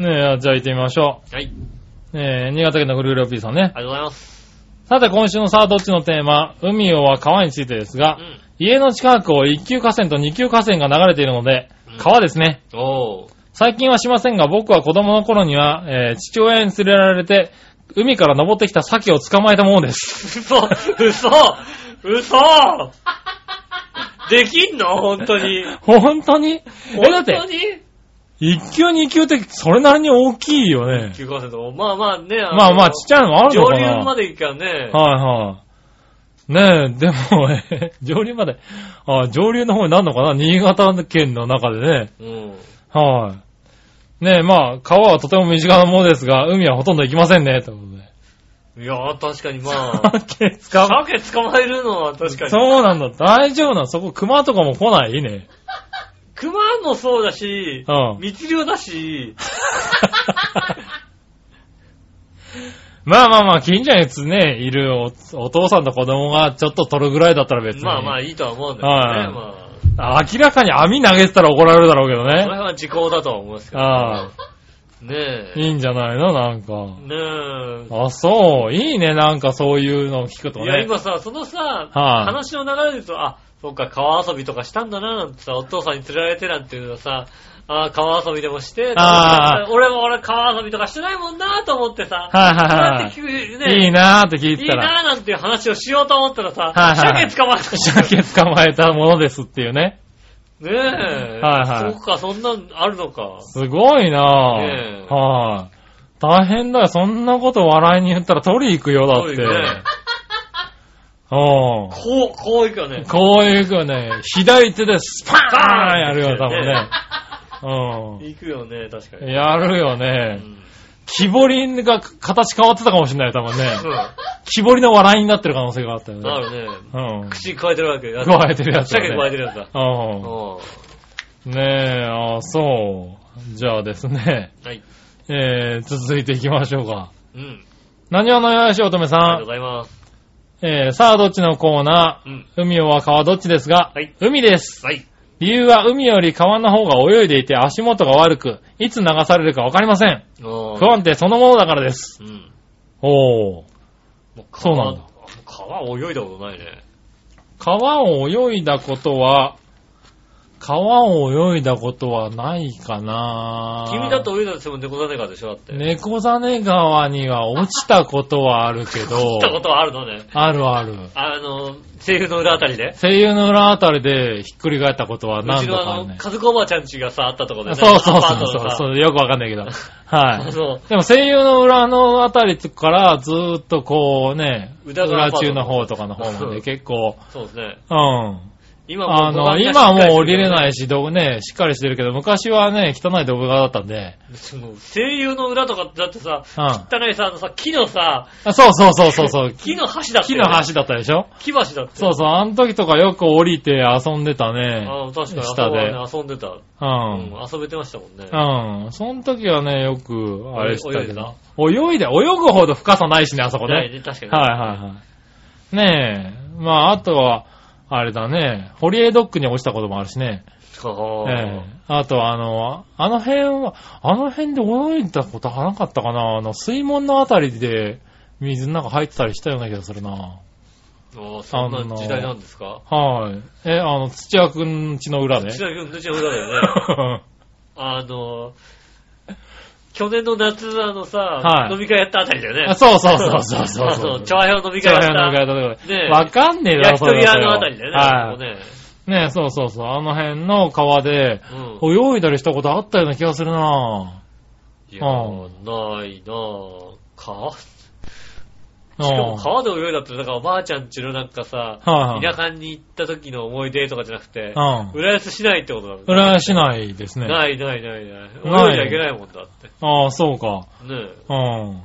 S3: ね。え、あじゃあ行ってみましょ
S2: はい。あり
S3: う。ねえ、新潟県のグルーラピーさん
S2: が。
S3: ね
S2: とうございます。
S3: さて、今週のさあ、どっちのテーマ、海は川についてです
S2: う
S3: が、
S2: ん。
S3: 家の近くを一級河川と二級河川が流れているので
S2: うん、
S3: 川ですね。
S2: おー。
S3: 最近はしませんが、僕は子供の頃には、えー父親に連れられて、海から登ってきた鮭を捕まえたものです。
S2: 嘘嘘嘘できんの本当に。
S3: 本当にえ、だっ
S2: 本当
S3: て、
S2: に
S3: 一級二級ってそれなりに大きいよね。
S2: ?9% まあまあね。の
S3: まあまあ、ちっちゃいのもあるの
S2: 上
S3: かな
S2: 流まで行くからね。
S3: はいはい。ねえ、でも、 えー上流まで、あ上流の方になるのかな新潟県の中でね。
S2: うん。
S3: はい。ねえ、まあ、川はとても身近なものですが、海はほとんど行きませんね、ということで。
S2: いやー、確かにまあ。
S3: 鮭捕ま
S2: 鮭捕まえるのは確かに。
S3: そうなんだ。大丈夫なのそこ、熊とかも来ないね。
S2: 熊もそうだし、
S3: うん
S2: 密漁だし、
S3: まあまあまあ、近所につね、いるおお父さんと子供がちょっと取るぐらいだったら別に。
S2: まあまあいいとは思うんだけどね。
S3: はい
S2: まあ、
S3: あ。明らかに網投げてたら怒られるだろうけど
S2: その
S3: ね。
S2: 辺は時効だとは思いますけど。
S3: ああ、
S2: ねえ。
S3: いいんじゃないのなんか。
S2: ねえ。
S3: あ、そう。いいね、なんかそういうのを聞くと
S2: いや、
S3: ね。
S2: 今さ、そのさ、
S3: はい
S2: 話の流れで言うと、あ、そっか、川遊びとかしたんだな、なんてさ、お父さんに連れられてなんていうのさ、あ川遊びでもして、
S3: ああ
S2: 俺も俺川遊びとかしてないもんなと思ってさ、
S3: はいはいはい
S2: こうやって聞くね、
S3: いいなーって聞い
S2: い
S3: て
S2: い
S3: た
S2: な
S3: ら。
S2: なんていう話をしようと思ったらさ、
S3: はいはいはい
S2: 鮭捕まえたし
S3: 鮭捕まえたものですっていうね。
S2: ねえ。
S3: はいはい
S2: そうか、そんなんあるのか。
S3: すごいなぁ。
S2: ねえ
S3: はい、大変だよ。そんなこと笑いに言ったら取り行くよ、だって。
S2: そうよね
S3: うん。
S2: こう、こういくよね。
S3: こういう風ね、左手でスパーンやるよ、多
S2: ね
S3: 分ね。
S2: 行くよね、確か
S3: うん。
S2: に。
S3: やるよ
S2: う
S3: ね。
S2: ん
S3: 木彫りが形変わってたかもしれない、多分
S2: う
S3: ね。
S2: ん。
S3: 木彫りの笑いになってる可能性があったよ
S2: な
S3: ね。
S2: るね。
S3: うん。
S2: 口加えてるわけ。
S3: 加えてるやつだね
S2: 鮭加えてるやつだ。
S3: う。
S2: うん
S3: ねえ、あそう。じゃあですね、
S2: ん。はい。
S3: えー、続いていきましょうか。
S2: うん。
S3: 何をのよしおとめさ
S2: ありがとうんご。ざいます。
S3: えー、さあどっちのコーナ
S2: うん。
S3: ー海は川どっちですが、
S2: はい
S3: 海です。
S2: はい。
S3: 理由は海より川の方が泳いでいて足元が悪く、いつ流されるかわかりません。
S2: 不
S3: 不安定そのものだからです。
S2: うん。
S3: おー。
S2: もう川
S3: そうなんだ。
S2: 川泳いだことないね。
S3: 川を泳いだことは、川を泳いだことはないかな
S2: 君だと泳いだとしても猫だねかでしょだって。
S3: 猫ザネ川には落ちたことはあるけど
S2: 来、た ことはあるのね。
S3: あるある。
S2: あの、セーフの裏あたりで。
S3: 声優の裏あたりでひっくり返ったことは
S2: う
S3: 何
S2: ち
S3: 度
S2: の
S3: かあ
S2: あ
S3: る
S2: の、
S3: ね。
S2: 家族おばあちゃん家がさ、あったとこでね。
S3: そうそう
S2: アパ
S3: そ
S2: ー
S3: う
S2: ト
S3: そ
S2: の
S3: う
S2: さ
S3: そう、よくわかんな いけど。は
S2: あ
S3: い。
S2: の、
S3: でも声優の裏のあたりからずーっとこうね、
S2: 宇田川
S3: 裏中の方とかの方ま
S2: う
S3: で
S2: ん
S3: 結構、
S2: そうですね。
S3: うん。
S2: 今もう。
S3: あの、今はもう降りれないいし、どうね、しっかりしてるけど、昔はね、汚い道具がだったんで、
S2: その声優の裏とかだってさ、
S3: うん。あ
S2: 汚いさ、あのさ、木のさ、
S3: そうそうそうそうそう。
S2: 木の橋だって、
S3: 木の橋だったでしょ
S2: 木橋だって。
S3: そうそう、あの時とかよく降りて遊んでたね。
S2: ああ確かに、
S3: 下で
S2: あそこはね、遊んでた。
S3: う。
S2: うんん、遊べてましたもんね。
S3: うん。その時はね、よく、あれしたけど。泳いで、泳ぐほど深さないしね、あそこね。
S2: ないね、確かに。
S3: はいはいはい。ねえ。まあ、あとは、あれだね。ホリエドックに落ちたこともあるしね。え
S2: は
S3: えあとは、あの、あの辺は、あの辺で泳いだことはなかったかな。あの、水門のあたりで、水の中入ってたりしたような気がするな。
S2: ああそんな時代なんですか
S3: はい。え、あの、土屋くんちの裏 で。
S2: 土田君、土田君だよね。あの、去年の夏、あのさ、
S3: はい
S2: 飲み会やったあたりだよね。
S3: あそうそうそうそうそう
S2: あ
S3: そう。
S2: の、調和表飲み
S3: ちょ
S2: 会
S3: い
S2: やっ
S3: 早
S2: た。
S3: い飲み会だとか
S2: ねえ
S3: わかんねえだろ、
S2: 焼き
S3: それ
S2: 鳥
S3: は
S2: 屋のあたりだよね。
S3: はい。
S2: こ
S3: ねえ、そうそうそう。あの辺の川で、
S2: こね。うん。
S3: 泳いだりしたことあったような気がするない
S2: や
S3: う
S2: ないなぁ。川しか
S3: ぁ。
S2: も
S3: う
S2: 川で泳いだって、なんかおばあちゃんちのなんかさ、
S3: んはい
S2: 田舎に行った時の思い出とかじゃなくて、
S3: はい。うん。
S2: 浦安市内ってことなんだね
S3: 浦安市内ですね。
S2: ないないないない。
S3: ない
S2: 泳いじゃいけないもんだって。
S3: ああ、そうか。
S2: ね
S3: うん。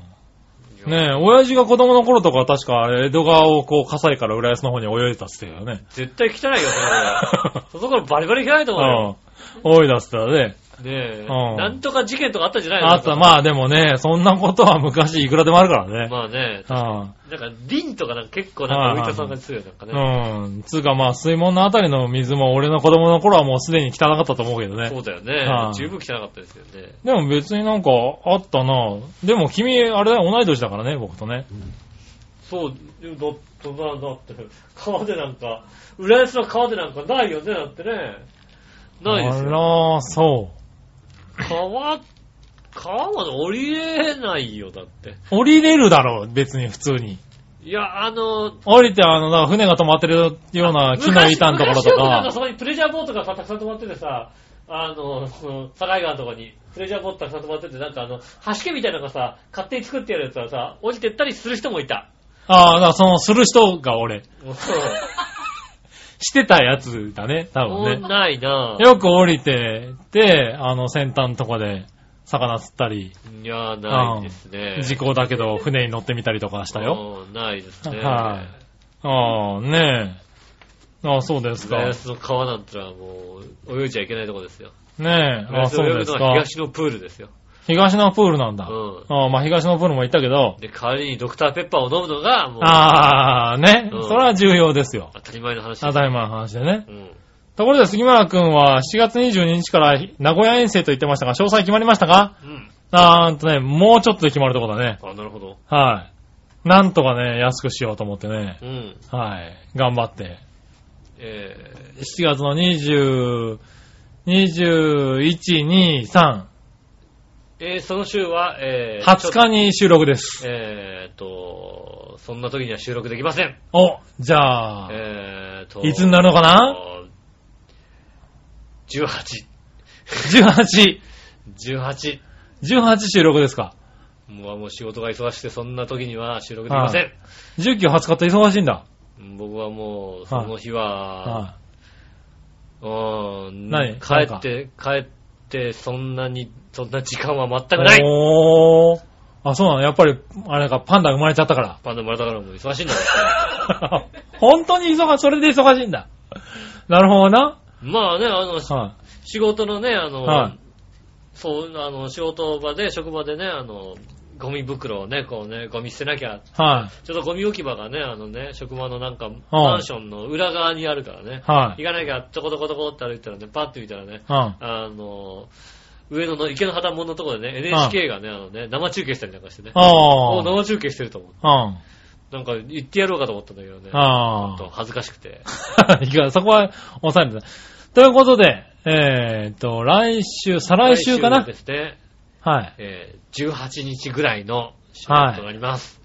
S2: え。
S3: ねえ、親父が子供の頃とかは確か江戸川をこう、火災から浦安の方に泳いでたっつってたよね。
S2: 絶対汚いよ、その頃。その頃バリバリ汚いと
S3: う
S2: 思うよ。
S3: ん。泳いだっつってたね。
S2: ねえ、
S3: うん
S2: なんとか事件とかあったんじゃないの
S3: あった、まあでもね、そんなことは昔いくらでもあるからね。
S2: まあね、なんか、リンとかなんか結構なんか浮いた感じするよ、なんか
S3: う
S2: ね。
S3: ん。うん。つうかまあ、水門のあたりの水も俺の子供の頃はもうすでに汚かったと思うけどね
S2: そ。うだよ
S3: は
S2: ね。
S3: い
S2: 十分汚かったですよね。
S3: でも別になんかあったなでも君、あれだよ、同い年だからね、僕とね。
S2: そう、だって、だだって、川でなんか、浦安の川でなんかないよね、だってね。ないですよ。
S3: あら、そ
S2: 川、川まで降りれないよ、だって。
S3: う。降りれるだろう、別に普通に。
S2: いや、あの、
S3: 降りて、あの、なんか船が止まってるような木の板のところ
S2: 昔昔
S3: と
S2: よくなんか
S3: か。
S2: そこにプレジャーボートがさたくさん止まっててさ、あの、その境川のとこに、プレジャーボートたくさん止まってて、なんかあの、橋家みたいなのがさ、勝手に作ってやるやつはさ、降りてったりする人もいた。
S3: ああ、だからその、する人が俺。
S2: もう
S3: してたやつだね、多
S2: もう
S3: 分ね。
S2: ないなぁ。
S3: よく降りて、で、あの、先端のとこで、魚釣ったり、
S2: いやー、ないですね。
S3: 事故だけど、船に乗ってみたりとかしたよ。
S2: うん。ないですね。
S3: はいああ、ねえ。ああ、そうです
S2: 浦
S3: か。
S2: 安の川なんてのはもう、泳いじゃいけないとこですよ。
S3: ねえ。
S2: 浦
S3: ああ、
S2: 安を
S3: そう
S2: 泳ぐ
S3: です
S2: のは
S3: か。
S2: 東のプールですよ。
S3: 東のプールなん
S2: う
S3: だ。
S2: ん。
S3: ああ、まあ東のプールも行ったけど、
S2: で、代わりにドクターペッパーを飲むのが、もう、
S3: ああ、ね、
S2: うん
S3: それは重要ですよ。
S2: 当たり前の話で
S3: た
S2: す。
S3: だいまの話でね。
S2: うん。
S3: ところで杉村くんは7月22日から名古屋遠征と言ってましたが、詳細決まりましたか
S2: うん。
S3: あーんとね、もうちょっとで決まるとこだね。
S2: あ、なるほど。
S3: はい。なんとかね、安くしようと思ってね。
S2: うん。
S3: はい。頑張って。
S2: え
S3: 7月の20、21、2、3、
S2: ー、えーその週は、えー、
S3: 20日に収録です。
S2: えーっと、そんな時には収録できません。
S3: お、じゃあ、
S2: えーっと、
S3: いつになるのかな
S2: ?18。
S3: 18、
S2: 18。
S3: 18収録ですか。
S2: もうもう仕事が忙しくて、そんな時には収録できません。
S3: 19、20日って忙しいんだ。
S2: 僕はもう、その日は、
S3: は
S2: うーん
S3: 何
S2: 帰って、帰って、そんなに、そんな時間は全
S3: い
S2: くない。
S3: おー。あ、そうなのやっぱり、あれか、パンダ生まれちゃったから。
S2: パンダもらったからもう忙しいんだよ。
S3: 本当に忙しい、それで忙しいんだ。なるほどな。
S2: まあね、あの、
S3: は
S2: 仕事のね、あの、
S3: はい
S2: そう、あの、仕事場で、職場でね、あの、ゴミ袋をね、こうね、ゴミ捨てなきゃ、
S3: い。はい。
S2: ちょっとゴミ置き場がね、あのね、職場のなんか、マンションの裏側にあるからね、
S3: はい。
S2: 行かなきゃ、ちょこちょこちょこって歩いたらね、パッて見たらね、
S3: うん。
S2: あの、上野の池の旗門のところでね、NHK がね、あのね、生中継したりなんかしてね、
S3: あ
S2: もう
S3: あ。
S2: 生中継してると思う。
S3: うん。
S2: なんか、言ってやろうかと思ったんだけどね、ちょっと
S3: あ
S2: 恥ずかしくて。
S3: あ。 いや、そこは抑えるんだ。ということで、えーっと、来週、再来週か
S2: 来
S3: な
S2: ですね、
S3: はい。
S2: えー18日ぐらいの収録となります。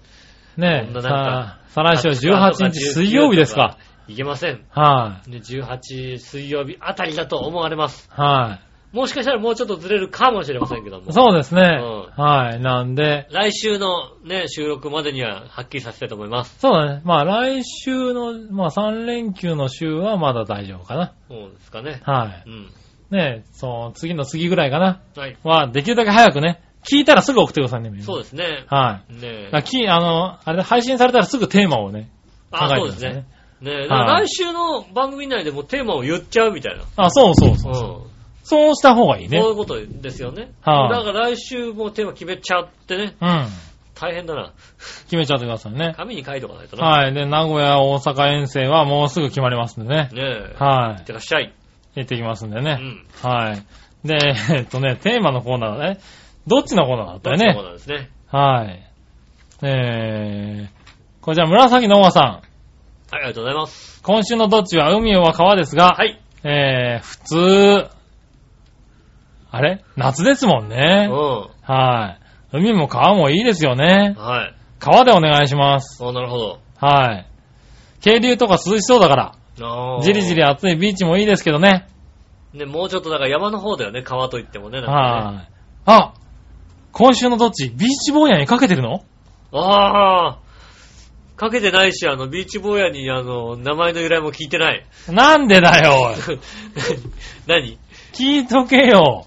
S3: ね
S2: こん
S3: え、
S2: ななん
S3: さ再来週は18日水曜日ですか。。
S2: いけません。
S3: はい。
S2: で18水曜日あたりだと思われます。
S3: は
S2: もしかしたらもうちょっとずれるかもしれませんけども
S3: い。。そうですね。
S2: う
S3: はい。なんで、
S2: 来週のね、収録までにははっきりさせたいと思います。
S3: そうだね。まあ来週の、まあ3連休の週はまだ大丈夫かな。
S2: そうですかね。
S3: はい。
S2: うん。
S3: ねえ、そう、次の次ぐらいかな。
S2: はい。
S3: は、できるだけ早くね。聞いたらすぐ送ってくださいね、みんな
S2: そうですね。
S3: はい。
S2: ねえ
S3: だからき、あの、あれだ配信されたらすぐテーマをね、考
S2: あ、
S3: え
S2: そ
S3: て
S2: う
S3: く
S2: で
S3: だ
S2: す
S3: さい
S2: ね
S3: ね。。
S2: ねえ
S3: はい
S2: 来週の番組内でもうテーマを言っちゃうみたいな。。
S3: あ、そうそうそううんそう。
S2: そ
S3: そうした方がいいう
S2: い
S3: ね。
S2: うことですよね。
S3: は
S2: だ
S3: い
S2: から来週もうテーマ決めちゃってね。
S3: うん。
S2: 大変だな。
S3: 決めちゃってくださいね。
S2: 紙に書いとかないとな。
S3: はい。で、名古屋、大阪遠征はもうすぐ決まりますんでね。
S2: ねえ。
S3: はい
S2: っ。てらっしゃい。
S3: い。行ってきますんで
S2: う
S3: ね。
S2: ん。
S3: はい。で、えっとね、テーマのコーナーだね。どっちのコーナーだったよ
S2: そう
S3: ね。
S2: なんですね。
S3: はい。えー、これじゃあ紫のおばさん。
S2: はい、ありがとうございます。
S3: 今週のどっちは海は川ですが、
S2: はい。
S3: えー、普通、あれ夏ですもん
S2: う
S3: ね
S2: ん。。
S3: はい。海も川もいいですよね。
S2: はい。
S3: 川でお願いします。
S2: そう、なるほど。
S3: はい。渓流とか涼しそうだから、
S2: あー
S3: じりじり。暑いビーチもいいですけどね。
S2: ね、もうちょっとだから山の方だよね、川といってもね。なんかね
S3: はい。あ今週のどっちビーチ坊やにかけてるの
S2: ああ。かけてないし、あの、ビーチ坊やに、あの、名前の由来も聞いてない。
S3: なんでだよ、おい
S2: 何
S3: 聞いとけよ。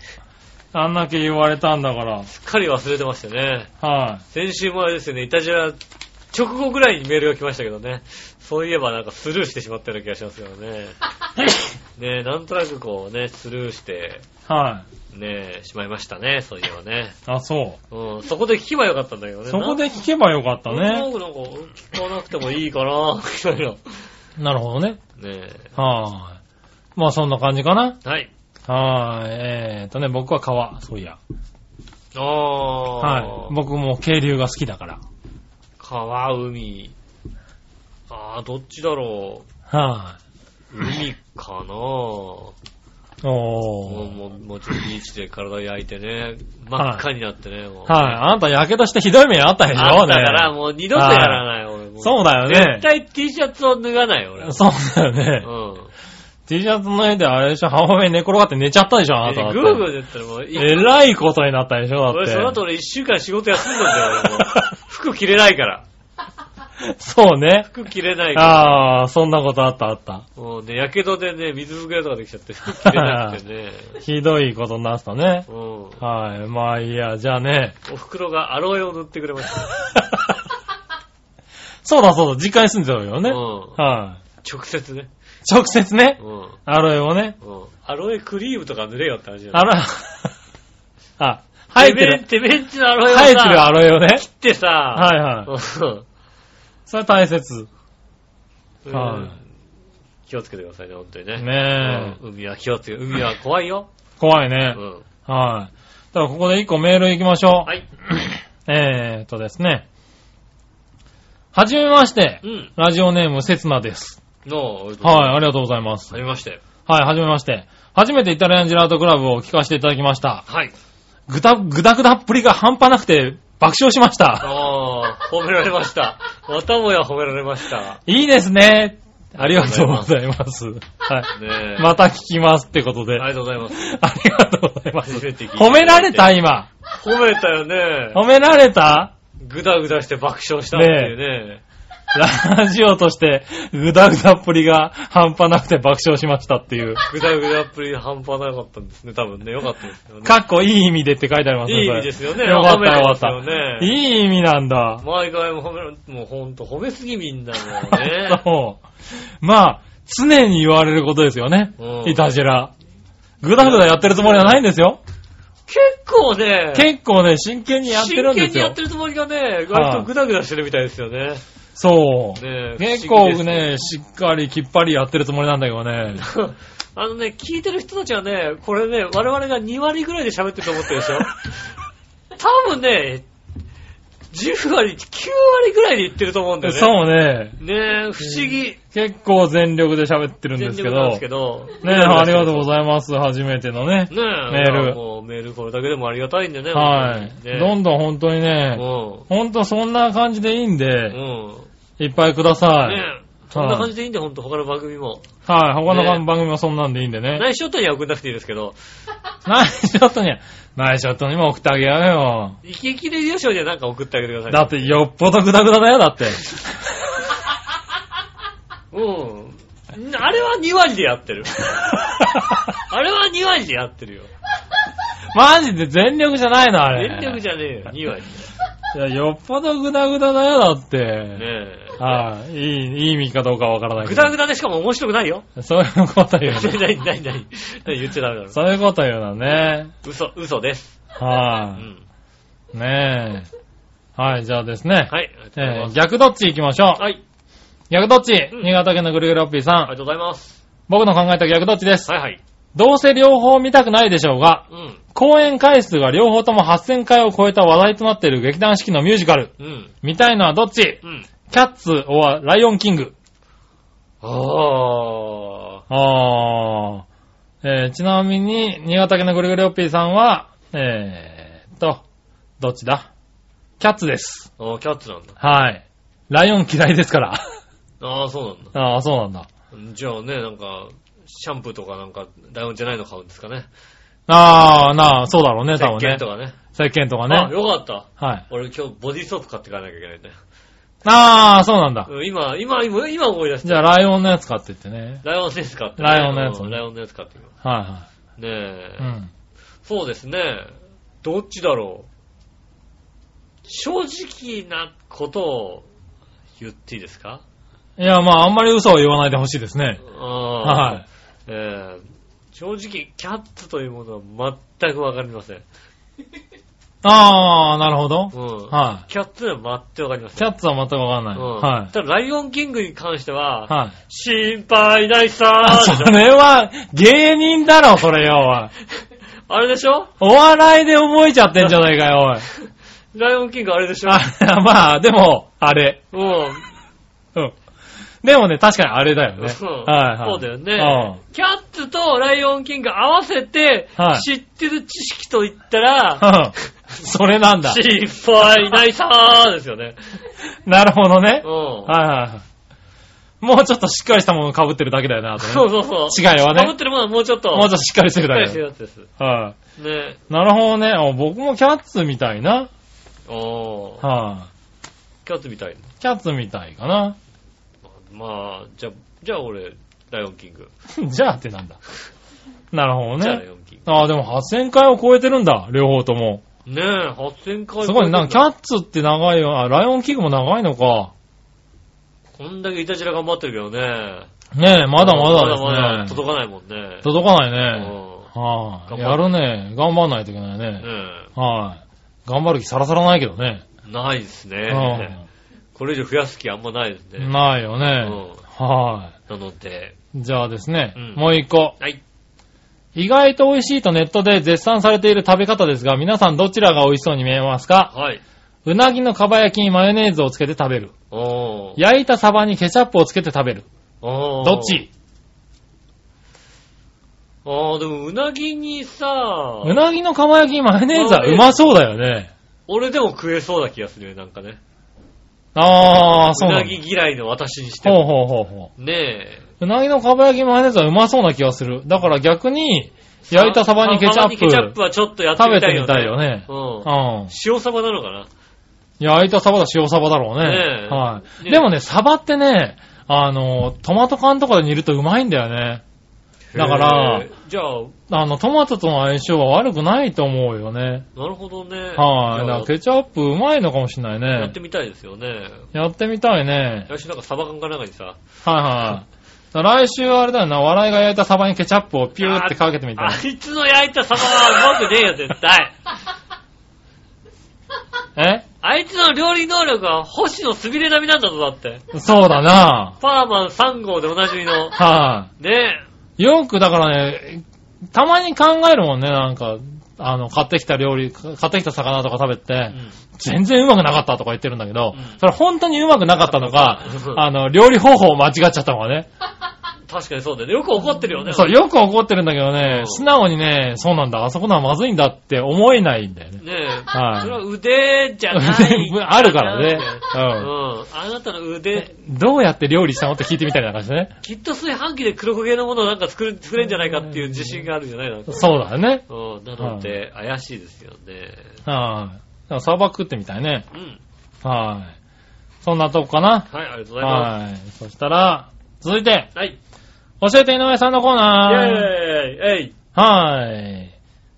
S3: あんだけ言われたんだから。
S2: すっかり忘れてましたね。
S3: は
S2: 先週もあれですよね、イタジラ直後ぐらいにメールが来ましたけどね。そういえばなんかスルーしてしまったような気がしますけどね。ねなんとなくこうね、スルーして、
S3: い。は
S2: ねえ、しまいましたね、そういうのね。
S3: い。あ、そ
S2: うん、そこで聞けばよかったんだけど
S3: う。
S2: ね。
S3: そこで聞けばよかった
S2: なん
S3: ね。
S2: となくなんか、聞かなくてもいいかな、みたいな。ね
S3: なるほどね。
S2: え。
S3: はい。まあそんな感じかな。
S2: はい。
S3: はい。えーとね、僕は川、そういや。
S2: ああ。
S3: はい。僕も渓流が好きだから。
S2: 川、海。ああ、どっちだろ
S3: は
S2: う。海かなも
S3: い。
S2: う、
S3: おー。
S2: もう、もうちょっとビーチで体焼いてね、真っ赤になってね、もう。
S3: はい。あなた、やけどしてひどい目にあったでしょ
S2: あった
S3: ね
S2: から、もう二度とやらない、俺。も
S3: そうだよね
S2: 絶。対 T シャツを脱がない、俺。
S3: そうだよね。
S2: うん。
S3: T シャツの絵であれでしょ、浜辺に寝転がって寝ちゃったでしょ、あなただ
S2: え
S3: っ
S2: グ
S3: て。
S2: ーグルで言ったらもう、い
S3: えらいことになったでしょ、だっ
S2: 俺
S3: て。
S2: その後俺一週間仕事休んだんだよ、俺もう服着れないから。
S3: そうね。
S2: 服着れないから。
S3: ああ、そんなことあったあった。
S2: もうね、やけどでね、水ぶくれとかできちゃって、服着れなくて ね。
S3: ひどいことになったね
S2: う。ん。
S3: はい。まあいいや、じゃあね。
S2: お袋がアロエを塗ってくれました。
S3: そうだそうだ、実家に住んでたよ ね。
S2: うん
S3: はい。
S2: 直接ね。
S3: 直接ね
S2: う、ん。
S3: アロエをね、
S2: うん。アロエクリームとか塗れよって話じゃない
S3: あら、 あ、生えてる、
S2: てめえてめえんちのアロエをさ、
S3: 生えてるアロエをね。
S2: 切ってさ、
S3: はいはい。
S2: うん
S3: それ大切。
S2: うん
S3: はい
S2: 気をつけてくださいね、本当にね。
S3: ねえ
S2: うん海は気をつけ、海は怖いよ。
S3: 怖いうね。
S2: ん。
S3: はい。ではここで一個メール行きましょう。
S2: はい。
S3: えーっとですね。はじめまして
S2: う。ん。
S3: ラジオネーム、せつなです。
S2: の、
S3: はい、ありがとうございます。
S2: ありまして。
S3: はい、はじめまして。初めてイタリアンジェラートクラブを聞かせていただきました。
S2: はい。
S3: ぐだ、ぐだぐだっぷりが半端なくて爆笑しました。
S2: ああ、褒められました。またもや褒められました。
S3: いいですね。ありがとうございます。は
S2: ねえ。
S3: い。また聞きますってことで。
S2: ありがとうございます。
S3: ありがとうございます。
S2: 初めて聞いて
S3: 褒められた今。
S2: 褒めたよね。
S3: 褒められた
S2: ぐだぐだして爆笑したっていうね。
S3: ラジオとして、ぐだぐだっぷりが半端なくて爆笑しましたっていう。
S2: ぐだぐだっぷり半端なかったんですね。多分ね、よかったですよね。
S3: かっこいい意味でって書いてあります
S2: い
S3: ね。
S2: い意
S3: それ
S2: 味ですよね。
S3: よかっ
S2: 褒め
S3: た
S2: て
S3: よか
S2: ま
S3: っ
S2: すよ
S3: た。い
S2: ね。
S3: い意味なんだ。
S2: 毎回も褒められ、もうほんと褒めすぎみんなもうね。
S3: そう。 まあ、常に言われることですよね
S2: うん。
S3: いたじら。ぐだぐだやってるつもりはないんですよ。
S2: 結構ね、
S3: 結構ね、真剣にやってるんで
S2: 真剣
S3: す
S2: にや
S3: よ
S2: って。るつもりがね、割とぐだぐだしてるみたいですよね。
S3: そう。
S2: ね
S3: 結構。
S2: 不思議です
S3: ね、しっかりきっぱりやってるつもりなんだけどね。
S2: あのね、聞いてる人たちはね、これね、我々が2割ぐらいで喋ってると思ってるでしょ多分ね、10割、9割ぐらいで言ってると思うんだよね。
S3: そうね。
S2: う。ねえ、不思議。
S3: 結構全力で喋ってるんですけ
S2: なん
S3: ど。
S2: ですけ
S3: ね
S2: ど。
S3: ありがとうご
S2: い
S3: ざいます。初めてのね
S2: ま。す。ねえ、
S3: メール
S2: まあもうメールこれだけでもありがたいんでね。
S3: はい。どん
S2: ん
S3: どん本当にね、本当そんな感じでいいん
S2: うん。
S3: で、
S2: うん。
S3: いっぱいください。
S2: ねえ、そんな感じでいいんで、ほんと、他の番組も。
S3: はい。他の
S2: ね
S3: 番組はそんなんでいいんでね。
S2: 内緒とには送んなくていいですけど、
S3: ナイスショットには、ナイスショットにも送ってあげよう
S2: イケイケレディオショーにはなんか送ってあげてくださ
S3: よ。
S2: い。
S3: だって、よっぽどグダグダだよ、だって。
S2: うん。あれは2割でやって る。あれは2割でやってるよ。
S3: マジで全力じゃないの、あれ。
S2: 全力じゃねえよ、2割
S3: いや、よっぽどグダグダだよ、だって。
S2: で。ね
S3: はい、いい、いい意味かどうかわからな
S2: え。
S3: い
S2: ぐ
S3: け
S2: だ
S3: ど。
S2: ぐだでしかも面白くないよ。
S3: そういうこ と言う
S2: 何、
S3: の。
S2: 何、何、何言っちゃダメだろ。
S3: そういうこと言うのね。
S2: 嘘、嘘です。う
S3: はい、
S2: ん。
S3: ねえ。はい、じゃあですね。
S2: はい、ありがとうござい
S3: え
S2: ま
S3: ー
S2: す。
S3: 逆どっち行きましょう。
S2: はい、
S3: 逆どっち、
S2: ん
S3: 新潟県のぐるぐるおっぴー
S2: あり
S3: さん
S2: が。とうございます。
S3: 僕の考えた逆どっちです。
S2: はいはい。
S3: どうせ両方見たくないでしょうが、
S2: うん、
S3: 公演回数が両方とも8000回を超えた話題となっている劇団四季のミュージカル。
S2: うん、
S3: 見たいのはどっち
S2: うん。
S3: キャッツ、オア、ライオンキング。
S2: あ
S3: あー。えー、ちなみに、新潟県のぐるぐるおっぴーさんは、えーっと、どっちだキャッツです。
S2: ーあー、キャッツなんだ。
S3: はい。ライオン嫌いですから。
S2: ああ、そうなんだ。
S3: あー、そうなんだ。
S2: じゃあね、なんか、シャンプーとかなんか、ダイオンじゃないの買うんですかね。
S3: あー、なあ、そうだろうね、
S2: 石
S3: 多分ね
S2: 鹸と。かね。
S3: 石鹸とか
S2: あ、
S3: ね。
S2: よかった。
S3: はい。
S2: 俺今日ボディーソープ買っていかなきゃいけないんだよ。
S3: あー、そうなんだ。
S2: うん今、今、今、今思い出し
S3: じ
S2: た。
S3: ゃあ、ライオンのやつ買ってってね。
S2: ライオンのやつ買って、
S3: ライオンのやつ
S2: うんライオンのやつ買ってきま
S3: は
S2: す。ねえ
S3: い、はい。うん。
S2: そうですね。どっちだろう。正直なことを言っていいですか
S3: いや、まあ、あんまり嘘を言わないでほしいですね。
S2: うん。
S3: は
S2: えー正直、キャップというものは全くわかりません。
S3: ああ、なるほど。
S2: うん。
S3: はい。
S2: キャップは全くわかりません。
S3: キャッツは全くわかんない。
S2: うん
S3: はい。
S2: ただ、ライオンキングに関しては、
S3: はい。
S2: 心配ないさ
S3: あ
S2: ーでし
S3: そ
S2: ょ
S3: れは、芸人だろ、それよ、 おい。
S2: あれでしょ
S3: お笑いで覚えちゃってんじゃないかよ、お い。
S2: ライオンキングあれでしょ
S3: あ、まあ、でも、あれ。
S2: うん。
S3: うん。でもね、確かにあれだよね。
S2: そう
S3: はいはい。
S2: そうだよね。キャッツとライオンキング合わせて
S3: はい、
S2: 知ってる知識と言ったら、
S3: うん。うん。 それなん だ。
S2: 心配ないさーですよね。
S3: なるほどね
S2: う。ん。
S3: はいはいはい。もうちょっとしっかりしたもの被ってるだけだよな、あとね。
S2: そうそうそう。
S3: 違いはね
S2: 被ってるものはもうちょっと。
S3: もうちょっとしっかりしてるだ
S2: しっかり
S3: け
S2: し
S3: だ
S2: てる
S3: よ。
S2: やつです。
S3: はい、
S2: ね。
S3: なるほどね。あ僕もキャッツみたいな。
S2: おー。
S3: はい、
S2: キャッツみたい。
S3: キャッツみたいかな。
S2: まあ、じゃあ、じゃあ俺、ライオンキング。
S3: じゃあってなんだ。なるほど
S2: じゃあラ
S3: ね
S2: イ。オンキン
S3: ああ、でも8000回を超えてるんだ、両方とも。
S2: グ。ねえ、8000回
S3: すごい、なんかキ
S2: ッ
S3: ャッツって長いよ。あ、ライオンキングも長いのか。
S2: こんだけイタジラ頑張ってるけどね。
S3: ねえ、まだまだですね。
S2: まだまだ届かないもんね。
S3: 届かないね。
S2: う
S3: は
S2: 頑
S3: い、
S2: 張る
S3: やるね。頑張んないといけない
S2: ん
S3: ね。
S2: ね
S3: はい、頑張る気さらさらないけどね。
S2: えないです
S3: う
S2: ね。
S3: ん。
S2: これ以上増やす気あんまないですね。
S3: ないよ
S2: う
S3: ね。
S2: ん。
S3: は
S2: なので、
S3: い、じゃあですね、
S2: うん
S3: もう一個。
S2: はい。
S3: 意外と美味しいとネットで絶賛されている食べ方ですが、皆さんどちらが美味しそうに見えますか
S2: はい。
S3: うなぎのかば焼きにマヨネーズをつけて食べる。
S2: おー。
S3: 焼いたサバにケチャップをつけて食べる。
S2: おー
S3: どっち
S2: あー、でもうなぎにさ、
S3: うなぎのかば焼きにマヨネーズはうまそうだよね。
S2: 俺でも食えそうな気がするよ、なんかね。
S3: あー、そううな
S2: なん
S3: だ
S2: ぎ。嫌いの私にして
S3: ほう
S2: も。
S3: ほうほうほ
S2: ねえ。
S3: う。うなぎのかば焼きマヨネーズはうまそうな気がする。だから逆に、焼いたサバにケチャ
S2: サバ
S3: ッ
S2: にケチャッ
S3: プ
S2: プ。はちょっとやって
S3: 食べ
S2: みた
S3: て
S2: いよね。
S3: みたいよね。う
S2: うん。
S3: ん。
S2: 塩サバなのかな
S3: 焼いたサバだ、塩サバだろう
S2: ね
S3: ね。
S2: え
S3: はい。
S2: ねえ
S3: でもね、サバってね、あの、トマト缶とかで煮るとうまいんだよね。だから
S2: へえ、じゃあ、
S3: あの、トマトとの相性は悪くないと思うよね。
S2: なるほどね。
S3: はい。
S2: じゃ
S3: だか
S2: あ
S3: らケチャップうまいのかもしれない
S2: やっ
S3: ね
S2: て。みたいですよね。
S3: やってみたいね。
S2: 来週なんかサバ缶かなんかにさ、
S3: はい はい。だから来週はあれだよな、笑いが焼いたサバにケチャップをピューってかけてみたい
S2: あいつの焼いたサバはうまくねえよ、絶対。
S3: な。
S2: あいつの料理能力は星野すびれ並みなんだぞ、だって。
S3: えそうだな。
S2: パーマン3号でおなじみの。
S3: は
S2: ね
S3: い。よくだからね、たまに考えるもんね、なんか、あの、買ってきた料理、買ってきた魚とか食べて、
S2: え。うん
S3: 全然うまくなかったとか言ってるんだけど、
S2: うん
S3: それ本当にうまくなかったのか
S2: う、ん
S3: あの、料理方法を間違っちゃったのかね。
S2: 確かにそうだよね。よく怒ってるよね。
S3: そう、よく怒ってるんだけどね
S2: う、ん
S3: 素直にね、そうなんだ、あそこのはまずいんだって思えないんだよね。
S2: ねえ。
S3: はい
S2: それは腕じゃない。
S3: 腕あるから
S2: う
S3: ね。うん
S2: ん。あなたの腕、
S3: どうやって料理したのって聞いてみたいな感じでね。
S2: きっと炊飯器で黒焦げのものをなんか作る、作れんじゃないかっていう自信があるんじゃないの
S3: そうだよね。
S2: うん。なので、怪しいですよね。
S3: はい、サーバー食ってみたいね。
S2: うん。
S3: はい。そんなとこかな。
S2: はい、ありがとうございま
S3: はい。そしたら、続いて、
S2: す。はい。
S3: 教えて井上さんのコーナー。
S2: イェーイえい
S3: はい。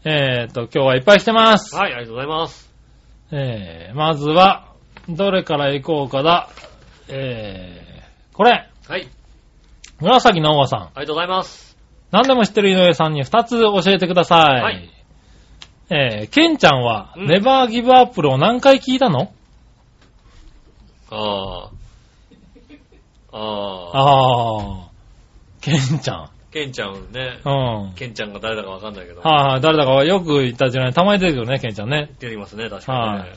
S3: えーと、今日はいっぱい来てます。
S2: はい、ありがとうございます。
S3: えー、まずは、どれから行こうかだ。えー、これ、
S2: はい、
S3: 紫のおさん。
S2: ありがとうございます。
S3: 何でも知ってる井上さんに2つ教えてください。
S2: はい
S3: えー、ケンちゃんは、
S2: うん
S3: ネバーギブアップルを何回聞いたの
S2: ああ。ああ。
S3: ああ、ケンちゃん。
S2: ケンちゃんね
S3: う。ん。
S2: ケンちゃんが誰だかわかんないけど。
S3: はいはい、誰だかはよく言ったじゃない。たまに出てくるね、ケンちゃんね。
S2: 出てきますね、確かに
S3: は
S2: ね。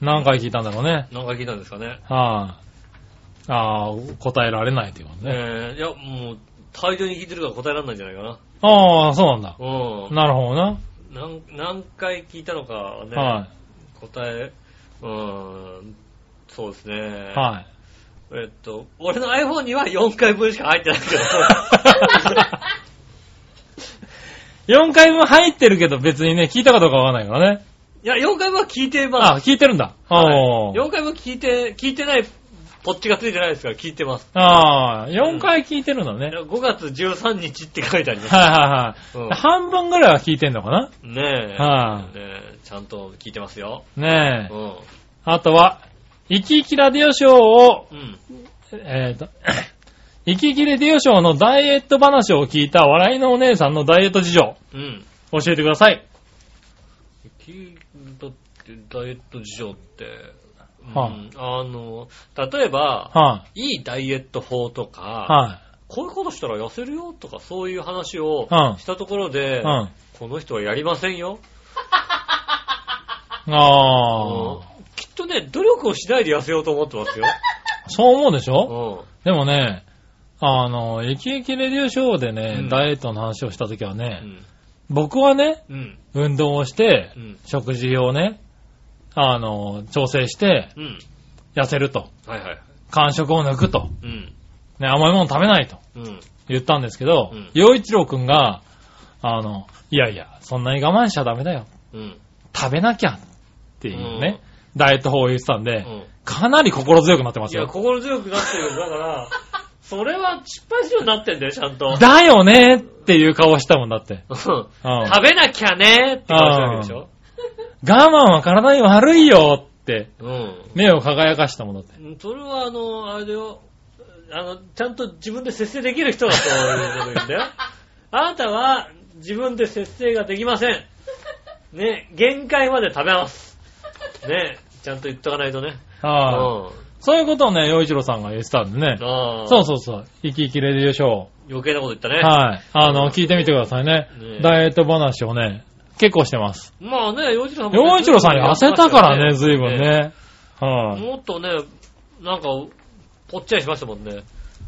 S3: 何回聞いたんだろうね。
S2: 何回聞いたんですかね。
S3: はい、あ。あー答えられないということね。
S2: えー、いや、もう、大量に聞いてるから答えられないんじゃないかな。
S3: ああ、そうなんだ。
S2: うん。
S3: なるほどな。
S2: 何、何回聞いたのかはね、
S3: は
S2: 答え、うーん、そうですね。
S3: い。はい。
S2: えっと、俺の iPhone には4回分しか入ってない けど。
S3: 4回分入ってるけど別にね、聞いたかどうかわかんないからね。
S2: いや、4回分は聞いてます。
S3: あ、聞いてるんだ。
S2: はい、
S3: おー
S2: 4回も聞いて、聞いてない、ポッチがついてないですから聞いてます。
S3: ああ、4回聞いてるのね。はい
S2: 5月13日って書いてあります。
S3: はいはい。
S2: うん
S3: 半分ぐらいは聞いてんのかな
S2: ねえ、
S3: はい
S2: ねえちゃんと聞いてますよ。
S3: ね
S2: う
S3: え。
S2: ん。
S3: あとは、生き生きラディオショーを、
S2: うん。
S3: えっ、と、息切れデュオショーのダイエット話を聞いた笑いのお姉さんのダイエット事情、
S2: うん。
S3: 教えてください。
S2: きだって、ダイエット事情って、うん
S3: は
S2: あの、例えば、
S3: はい
S2: いダイエット法とか、
S3: い、は
S2: こういうことしたら痩せるよとか、そういう話を
S3: うん
S2: したところ
S3: い、
S2: で、
S3: うん。
S2: この人はやりませんよ。
S3: ああ、
S2: うんきっとね、努力をしないで痩せようと思ってます よ。
S3: そう思うでしょ
S2: う
S3: でもね、あの、イキイキレディオショーでね、
S2: うん
S3: ダイエットの話をしたときはね、
S2: ん。
S3: 僕はね、
S2: うん。
S3: 運動をして
S2: う、ん。
S3: 食事をね、あの、調整して、
S2: うん。
S3: 痩せると。
S2: はいはい。
S3: 間食を抜くと。
S2: うん。
S3: ね、甘いもの食べないと
S2: うん。
S3: 言ったんですけど
S2: うん、
S3: 洋、一郎くんが、あの、いやいや、そんなに我慢しちゃダメだよ。
S2: うん。
S3: 食べなきゃっていうね、ダイエット法を言ってたんで、
S2: うん。
S3: かなり心強くなってま
S2: い
S3: す
S2: や、
S3: よ。
S2: 心強くなってるよ。だ から、それは失敗するようになってんだよ、ちゃんと。
S3: だよねっていう顔したもんだって。
S2: うん
S3: うん
S2: 食べなきゃねーって顔してるわけでしょ。
S3: 我慢は体に悪いよって、
S2: うん。
S3: 目を輝かしたもんだって。
S2: うんそれは、あの、あれだよ。あの、ちゃんと自分で節制できる人だということ言うんだよ。 あなたは自分で節制ができません。ね、限界まで食べます。ね、ちゃんと言っとかないとね。
S3: はいそういうことをね、洋一郎さんが言ってたんでね
S2: うん。。ああ。
S3: そうそうそう。生き生きレディオショー。
S2: 余計なこと言ったね。
S3: はい。あの、聞いてみてくださいね
S2: ね。
S3: ダイエット話をね、結構してます。
S2: まあね、洋一郎さんもね
S3: 洋一郎さんに痩せたからね、随分。ね。はい。
S2: もっとね、なんか、ぽっちゃりしましたもんね。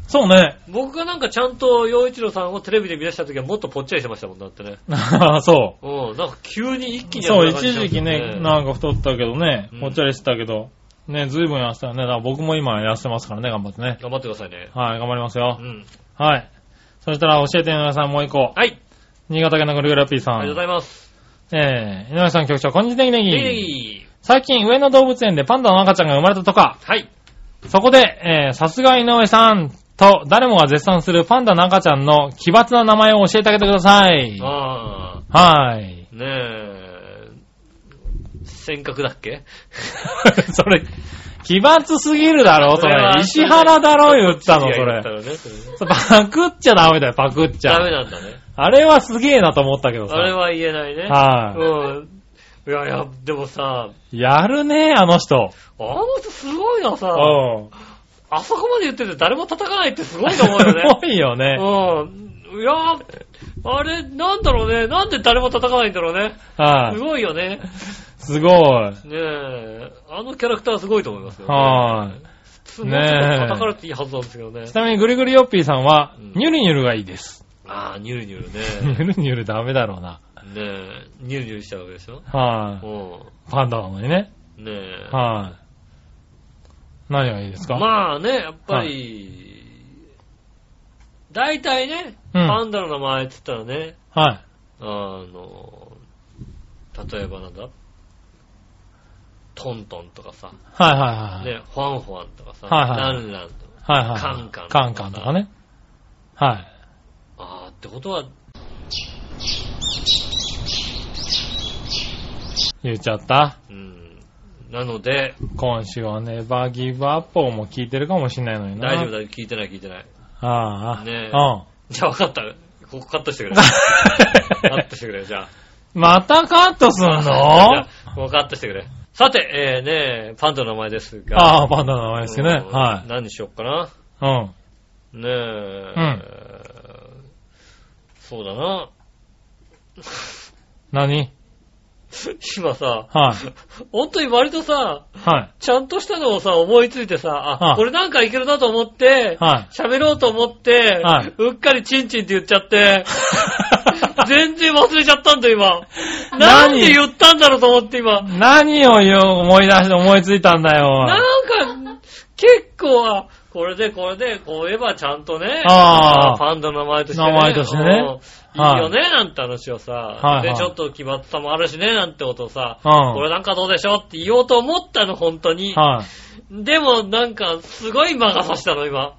S3: そうね。
S2: 僕がなんかちゃんと洋一郎さんをテレビで見出した時はもっとぽっちゃりしてましたもんだってね。
S3: そ
S2: うん、なんか急に一気
S3: う。
S2: に
S3: そう、
S2: 痩せ
S3: 一
S2: た感じ
S3: 時期
S2: します
S3: ね、なんか太ったけどね
S2: うん、
S3: ぽっちゃりしてたけど、ね、随分痩せたよね。だから僕も今痩せてますからね、頑張ってね。
S2: 頑張ってくださいね。
S3: はい、頑張ります
S2: う
S3: よ。
S2: ん。
S3: はい。そしたら教えて皆さんもう一個。
S2: はい、
S3: 新潟県のぐるぐるラッピーさ
S2: ありがとうござ
S3: ん。
S2: います。
S3: えー、井上さん局長、こんにちは、ネギ
S2: え
S3: ネギ。
S2: い。
S3: 最近、上野動物園でパンダの赤ちゃんが生まれたとか、
S2: はい。
S3: そこで、えー、さすが井上さんと、誰もが絶賛するパンダの赤ちゃんの奇抜な名前を教えてあげてください。
S2: あ
S3: はい。
S2: ー、ねえ、尖閣だっけ
S3: それ、奇抜すぎるだろ、 そ
S2: それは
S3: れ。石原だろ、言ったの、そ
S2: 言
S3: れ
S2: った。のねそれね
S3: それパクっちゃダメだよ、パクっち
S2: ダ
S3: ゃ
S2: メ。なんだね。
S3: あれはすげえなと思ったけどさ。
S2: あれは言えないね。
S3: は
S2: うん。いやいや、でもさ、
S3: い。やるね、あの人。
S2: あの人すごいなさ、
S3: うん。
S2: あそこまで言ってて誰も叩かないってすごいと思う よね。
S3: すごいよね。
S2: うん。いやあれ、なんだろうね。なんで誰も叩かないんだろうね。
S3: は
S2: す
S3: い。
S2: ごいよね。
S3: すごい。
S2: ねえ。あのキャラクターはすごいと思いますよ、
S3: はい。
S2: すごい叩かれていいはずなんですけどね。
S3: ちなみにグリグリヨッピーさんは
S2: うん、
S3: ニュルニュルがいいです。
S2: ああ、ニュルニュル
S3: ニ
S2: ね。
S3: ュルニュルダメだろうな。
S2: ねえ。ニュルニュルしちゃうわけでしょ。
S3: はい。
S2: う
S3: パンダなのにね。
S2: ん。ねえ。
S3: はい。何がいいですか
S2: まあね、やっぱり、大体ね、
S3: うん
S2: パンダの名前って言ったらね、
S3: はい。
S2: あの、例えばなんだトントンとかさ。
S3: はいはいはい。
S2: ね、ファンファンとかさ、
S3: はいはい
S2: ランランとか。
S3: はいはい。
S2: カンカン
S3: カンカンとかね。はい。
S2: あーってことは、
S3: 言っちゃった。
S2: うん。なので、
S3: 今週はネバーギブアップをも聞いてるかもしれないのにな。
S2: 大丈夫だよ、聞いてない聞いてない。
S3: 夫ああ。
S2: ねえ
S3: う
S2: じゃあ分かった。ここカットして くれ。カットしてくれ、じゃあ。
S3: ん。またカットすんの
S2: じゃあもうカットしてくれ。さて、えー、ねパンダの名前ですが。
S3: ああ、パンダの名前ですけどね。
S2: うん
S3: はい。
S2: 何にしよっかな。
S3: うん。
S2: ねえ、そうだな。
S3: 何
S2: 今さ、
S3: はい。
S2: 本当に割とさ、
S3: はい。
S2: ちゃんとしたのをさ、思いついてさ、あ、
S3: はい
S2: これなんかいけるなと思って、
S3: はい。
S2: 喋ろうと思って、
S3: はいう
S2: っかりチンチンって言っちゃって、 全然忘れちゃったんだ今。
S3: 何
S2: なんで言ったんだろうと思って今。
S3: 何を言う思い出して思いついたんだよ。
S2: なんか、結構、あ、これでこれで、こう言えばちゃんとね、
S3: あー
S2: ファンドの名前としてね。
S3: 名前としてね
S2: うんいいよね、なんて話をさ、
S3: いはい
S2: で、ちょっと決まったもあるしね、なんてことをさ、
S3: うん
S2: これなんかどうでしょうって言おうと思ったの、本当に。
S3: はい。
S2: でも、なんか、すごい間が差したの、今。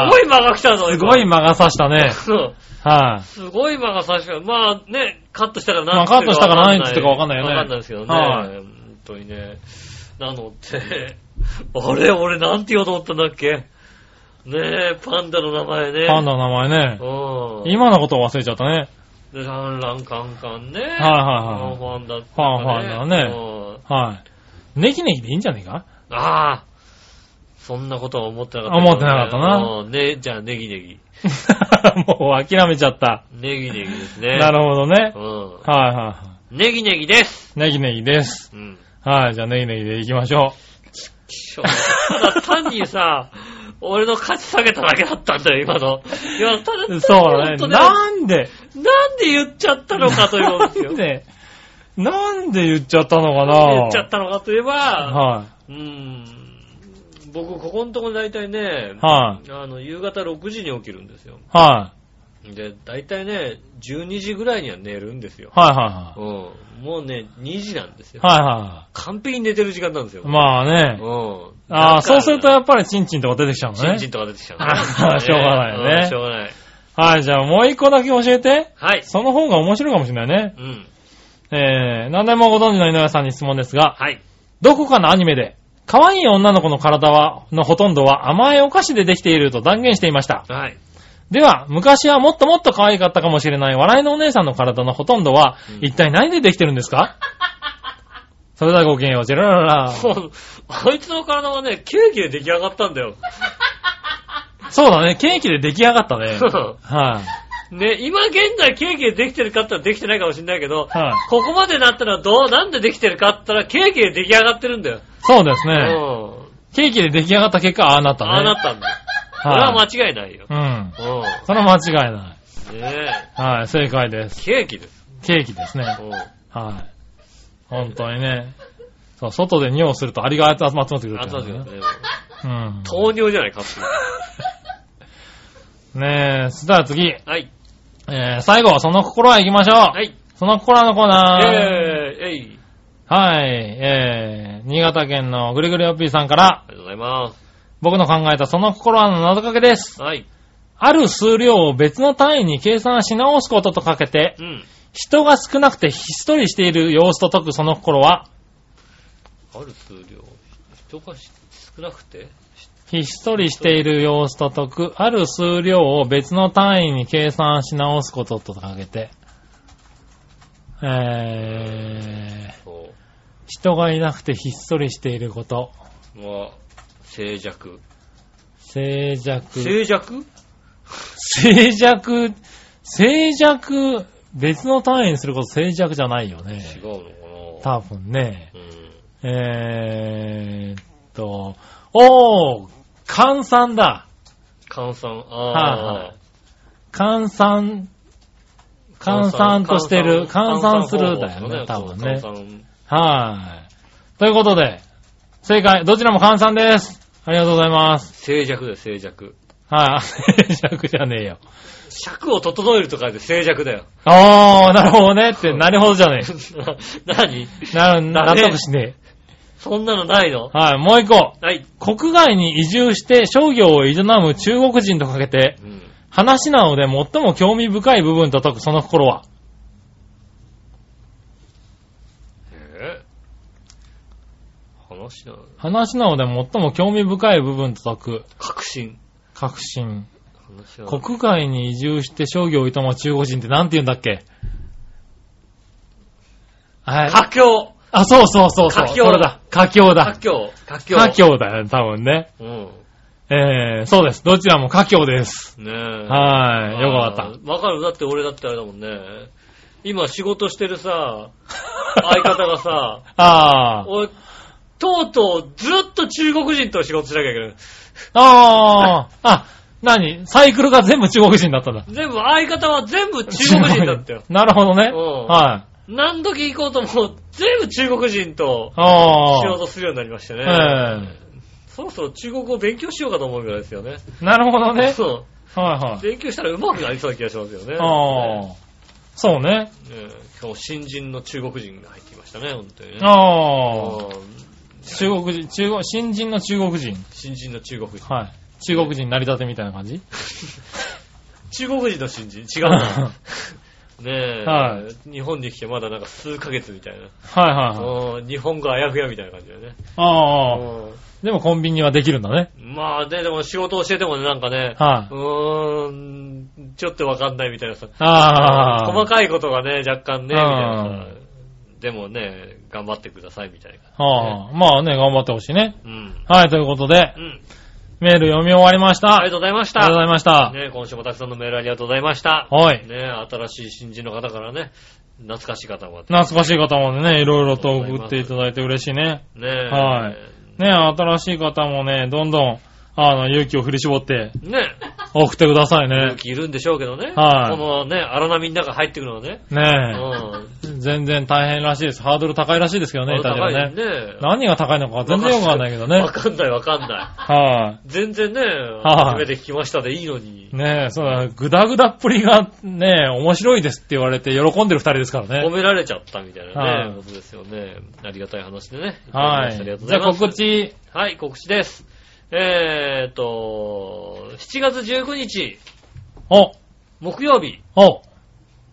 S2: すごい間が来たの、
S3: あ。
S2: 今
S3: すごい間が差したね。
S2: そう。
S3: はい。
S2: すごい間が差し込むまあね、カットしたら
S3: ま
S2: 何
S3: あカットしたか何つってかわかんないよね
S2: わかんないですけどね。
S3: はい
S2: 本当 にね。なので、あれ俺なんて言おうと思ったんだっけねえ、パンダの名前ね。
S3: パンダの名前ね。
S2: うん。
S3: 今のことを忘れちゃったね。
S2: で、ランランカンカンね。はい
S3: はいはい
S2: ファンだって、ね。
S3: ファンファンだね
S2: うん
S3: はい。ネギネギでいいんじゃねえか
S2: ああ。そんなことは思ってなかった、
S3: 思ってなかったな
S2: うん。ね、じゃあネギネギ。
S3: もう諦めちゃった。
S2: ネギネギですね。
S3: なるほどね。
S2: ほ
S3: はいはいは
S2: うん。ネギネギです。
S3: い。ネギネギです。
S2: うん。
S3: はい、じゃあネギネギで行きましょ
S2: しょただ単にさ、俺の価値下げただけだったんだよ、今の。いや、ただ、
S3: う。そう
S2: 本
S3: ね。
S2: 当
S3: なんで
S2: なんで言っちゃったのかということです
S3: な
S2: よ。
S3: んでなんで言っちゃったのかな
S2: 言っちゃったのかといえば、
S3: は
S2: うーん、僕、ここのところ大体ね
S3: い。、はい。
S2: あの、夕方6時に起きるんですよ。
S3: はい。
S2: で、大体ね、12時ぐらいには寝るんですよ。
S3: はいは
S2: うん。もうね、2時なんです
S3: い
S2: よ。
S3: はい。はいは
S2: 完璧に寝てる時間なんですよ。
S3: い。まあ
S2: う
S3: ね。
S2: ん。
S3: ああ、そうすると
S2: だか
S3: やっぱりチンチンとか出てきちゃうの
S2: ら、新
S3: ね。
S2: 人とか出てきちゃう
S3: あー
S2: ね
S3: しょうがないよね
S2: うんしょうがない。
S3: はい、じゃあもう一個だけ教えて。
S2: はい。
S3: その方が面白いかもしれないね。
S2: うん。
S3: えー、何でもご存知の井上さんに質問ですが、
S2: はい。
S3: どこかのアニメで、可愛い女の子の体は、のほとんどは甘いお菓子でできていると断言していました。
S2: はい。
S3: では、昔はもっともっと可愛かったかもしれない笑いのお姉さんの体のほとんどは、
S2: うん
S3: 一体何でできてるんですか それではごきげんよう、ジェラララ。
S2: そうあいつの体はね、ケーキで出来上がったんだよ。
S3: そうだね、ケーキで出来上がったね。
S2: そう
S3: は い、
S2: ね、今現在ケーキでできてるかって言ったらできてないかもしれないけど、
S3: はい、
S2: ここまでなったらどう、なんでできてるかって言ったらケーキで出来上がってるんだよ。
S3: そうです
S2: う
S3: ね。
S2: ん。
S3: ケーキで出来上がった結果、ああなったね。
S2: ああなったんだよ。それは間違いないよ。
S3: うん。
S2: う
S3: それは間違いない。
S2: ん。ねえ。
S3: はい、正解です。
S2: ケーキです。
S3: ケーキですね。
S2: うん。
S3: はい。本当にね。そう、外で尿をするとアリが集まってくる
S2: あ
S3: って
S2: と
S3: こ
S2: は
S3: とね、
S2: ね、
S3: うん。
S2: 糖尿じゃない、カップ
S3: ねえ、そしたら次。
S2: ル。はい。
S3: えー、最後、その心は行きましょう。
S2: はい。
S3: その心のコーナー。
S2: えー、えい。
S3: はい。えー、新潟県のぐりぐりおっぴーさんから
S2: あ、りがとうございま
S3: 僕の考えたその心はの謎かけです。
S2: す。はい。
S3: ある数量を別の単位に計算し直すこととかけて
S2: う、ん。
S3: 人が少なくてひっそりしている様子と解くその心は、
S2: ある数量。人がし少なくて
S3: ひっそりしている様子と解く、ある数量を別の単位に計算し直すこととかけて、えー、
S2: そ
S3: 人がいなくてひっそりしていること、
S2: う。まあ、静寂。
S3: 静寂、
S2: 静寂
S3: 静寂、静寂、別の単位にすること静寂じゃないよね。
S2: 違うのかな
S3: 多分ね、
S2: うん。
S3: えーっと、おー、換算だ。
S2: 換算。あ
S3: はい
S2: あ
S3: は。換算、換算としてる、換算するだよね、多分
S2: 換。
S3: ね
S2: 算
S3: はい。ということで、正解、どちらも換算です。ありがとうございます。
S2: 静寂だよ、静寂。
S3: はい。 尺じゃねえよ。
S2: 尺を整えるとかで静寂だよ。
S3: おー、なるほどねって、なるほどじゃね
S2: 何
S3: え。な、
S2: だ
S3: 納
S2: ね
S3: 得しね
S2: そんなのないの
S3: え。はい、もう一個。
S2: はい。
S3: 国外に移住して商業を営む中国人とかけて、
S2: うん。
S3: 話なので最も興味深い部分と解くその心は
S2: えぇ話なの
S3: 話なので最も興味深い部分と解く
S2: 確信。
S3: 確信。
S2: 話なの
S3: 国外に移住して商業を営む中国人ってなんて言うんだっけはい。
S2: 佳境。
S3: あ、そうそうそうそう。
S2: 佳境
S3: これだ。佳境
S2: 佳
S3: だ。
S2: 境。佳境。
S3: 佳境だよね、多分ね。
S2: うん。
S3: えー、そうです。どちらも佳境です。
S2: ねえ。
S3: はーい。よくわかっ
S2: った。わかる。だって俺だってあれだもんね。今仕事してるさ、相方が さ、
S3: た。あー。
S2: 俺、とうとうずっと中国人と仕事しなきゃいけない。
S3: あー。あ、なにサイクルが全部中国人だったんだ。
S2: 全部、相方は全部中国人だった よ。。
S3: なるほどね。
S2: うん
S3: はい。
S2: 何時行こうとも、全部中国人と
S3: あ
S2: 仕
S3: ー。
S2: 事するようになりましてね。
S3: え
S2: そろそろ中国語を勉強しようかと思うぐらいですよね。
S3: ー、なるほどね。
S2: そ
S3: はいは
S2: う。
S3: い。
S2: 勉強したら上手くなりそうな気がしますよね。
S3: あー
S2: ね。
S3: そうね。
S2: ね今日新人の中国人が入ってきましたね、本当にね。
S3: あー。
S2: うん
S3: 中国人、中国、新人の中国人。
S2: 新人の中国人。
S3: はい。中国人成り立てみたいな感じ
S2: 中国人の新人違う な。ねえ、
S3: はい
S2: 日本に来てまだなんか数ヶ月みたいな。
S3: はいはいはい。
S2: うん日本語あやふやみたいな感じだよね。
S3: ああ。
S2: うん
S3: でもコンビニはできるんだね。
S2: まあね、でも仕事教えてもね、なんかね、
S3: はいう
S2: ーん、ちょっとわかんないみたいなさ。
S3: ああ。
S2: 細かいことがね、若干ね、みたいな
S3: う
S2: さ。でもね、頑張ってください、みたいな。
S3: はあ、まあね、頑張ってほしいね。
S2: うん。
S3: はい、ということで
S2: う、ん。
S3: メール読み終わりました。
S2: ありがとうございました。
S3: ありがとうございました。
S2: ね、今週もたくさんのメールありがとうございました。
S3: はい。
S2: ね、新しい新人の方からね、懐かしい方まで。
S3: 懐かしい方もね、いろいろと送っていただいて嬉しいね。
S2: ね
S3: はいね、新しい方もね、どんどん、あの、勇気を振り絞って
S2: ね、
S3: 送ってください
S2: 勇
S3: ね。
S2: 気いるんでしょうけどね。
S3: はい
S2: このね、荒波の中入ってくるのはね。う
S3: ね
S2: ん。
S3: え、全然大変らしいです。ハードル高いらしいですけどね、イタジ
S2: 高
S3: ラ
S2: い
S3: ね。
S2: ね。
S3: 何が高いのか全然よくわかんないけどね
S2: わ。かんないわかんない。
S3: は
S2: 全然ね、
S3: い
S2: 初めて聞きましたでいいのに
S3: い。。ねえ、そうだ、グダグダっぷりがね、面白いですって言われて喜んでる二人ですから
S2: 褒
S3: ね。
S2: められちゃったみたいな
S3: は
S2: ね
S3: い、
S2: ことですよね。ありがたい話でね。ただきまし
S3: は
S2: たありがとう
S3: い。
S2: ご
S3: じ
S2: ざ
S3: ゃ
S2: い
S3: あ
S2: ます。
S3: 告知、
S2: はい、告知です。えーっと、7月19日、
S3: お、
S2: 木曜日、
S3: お、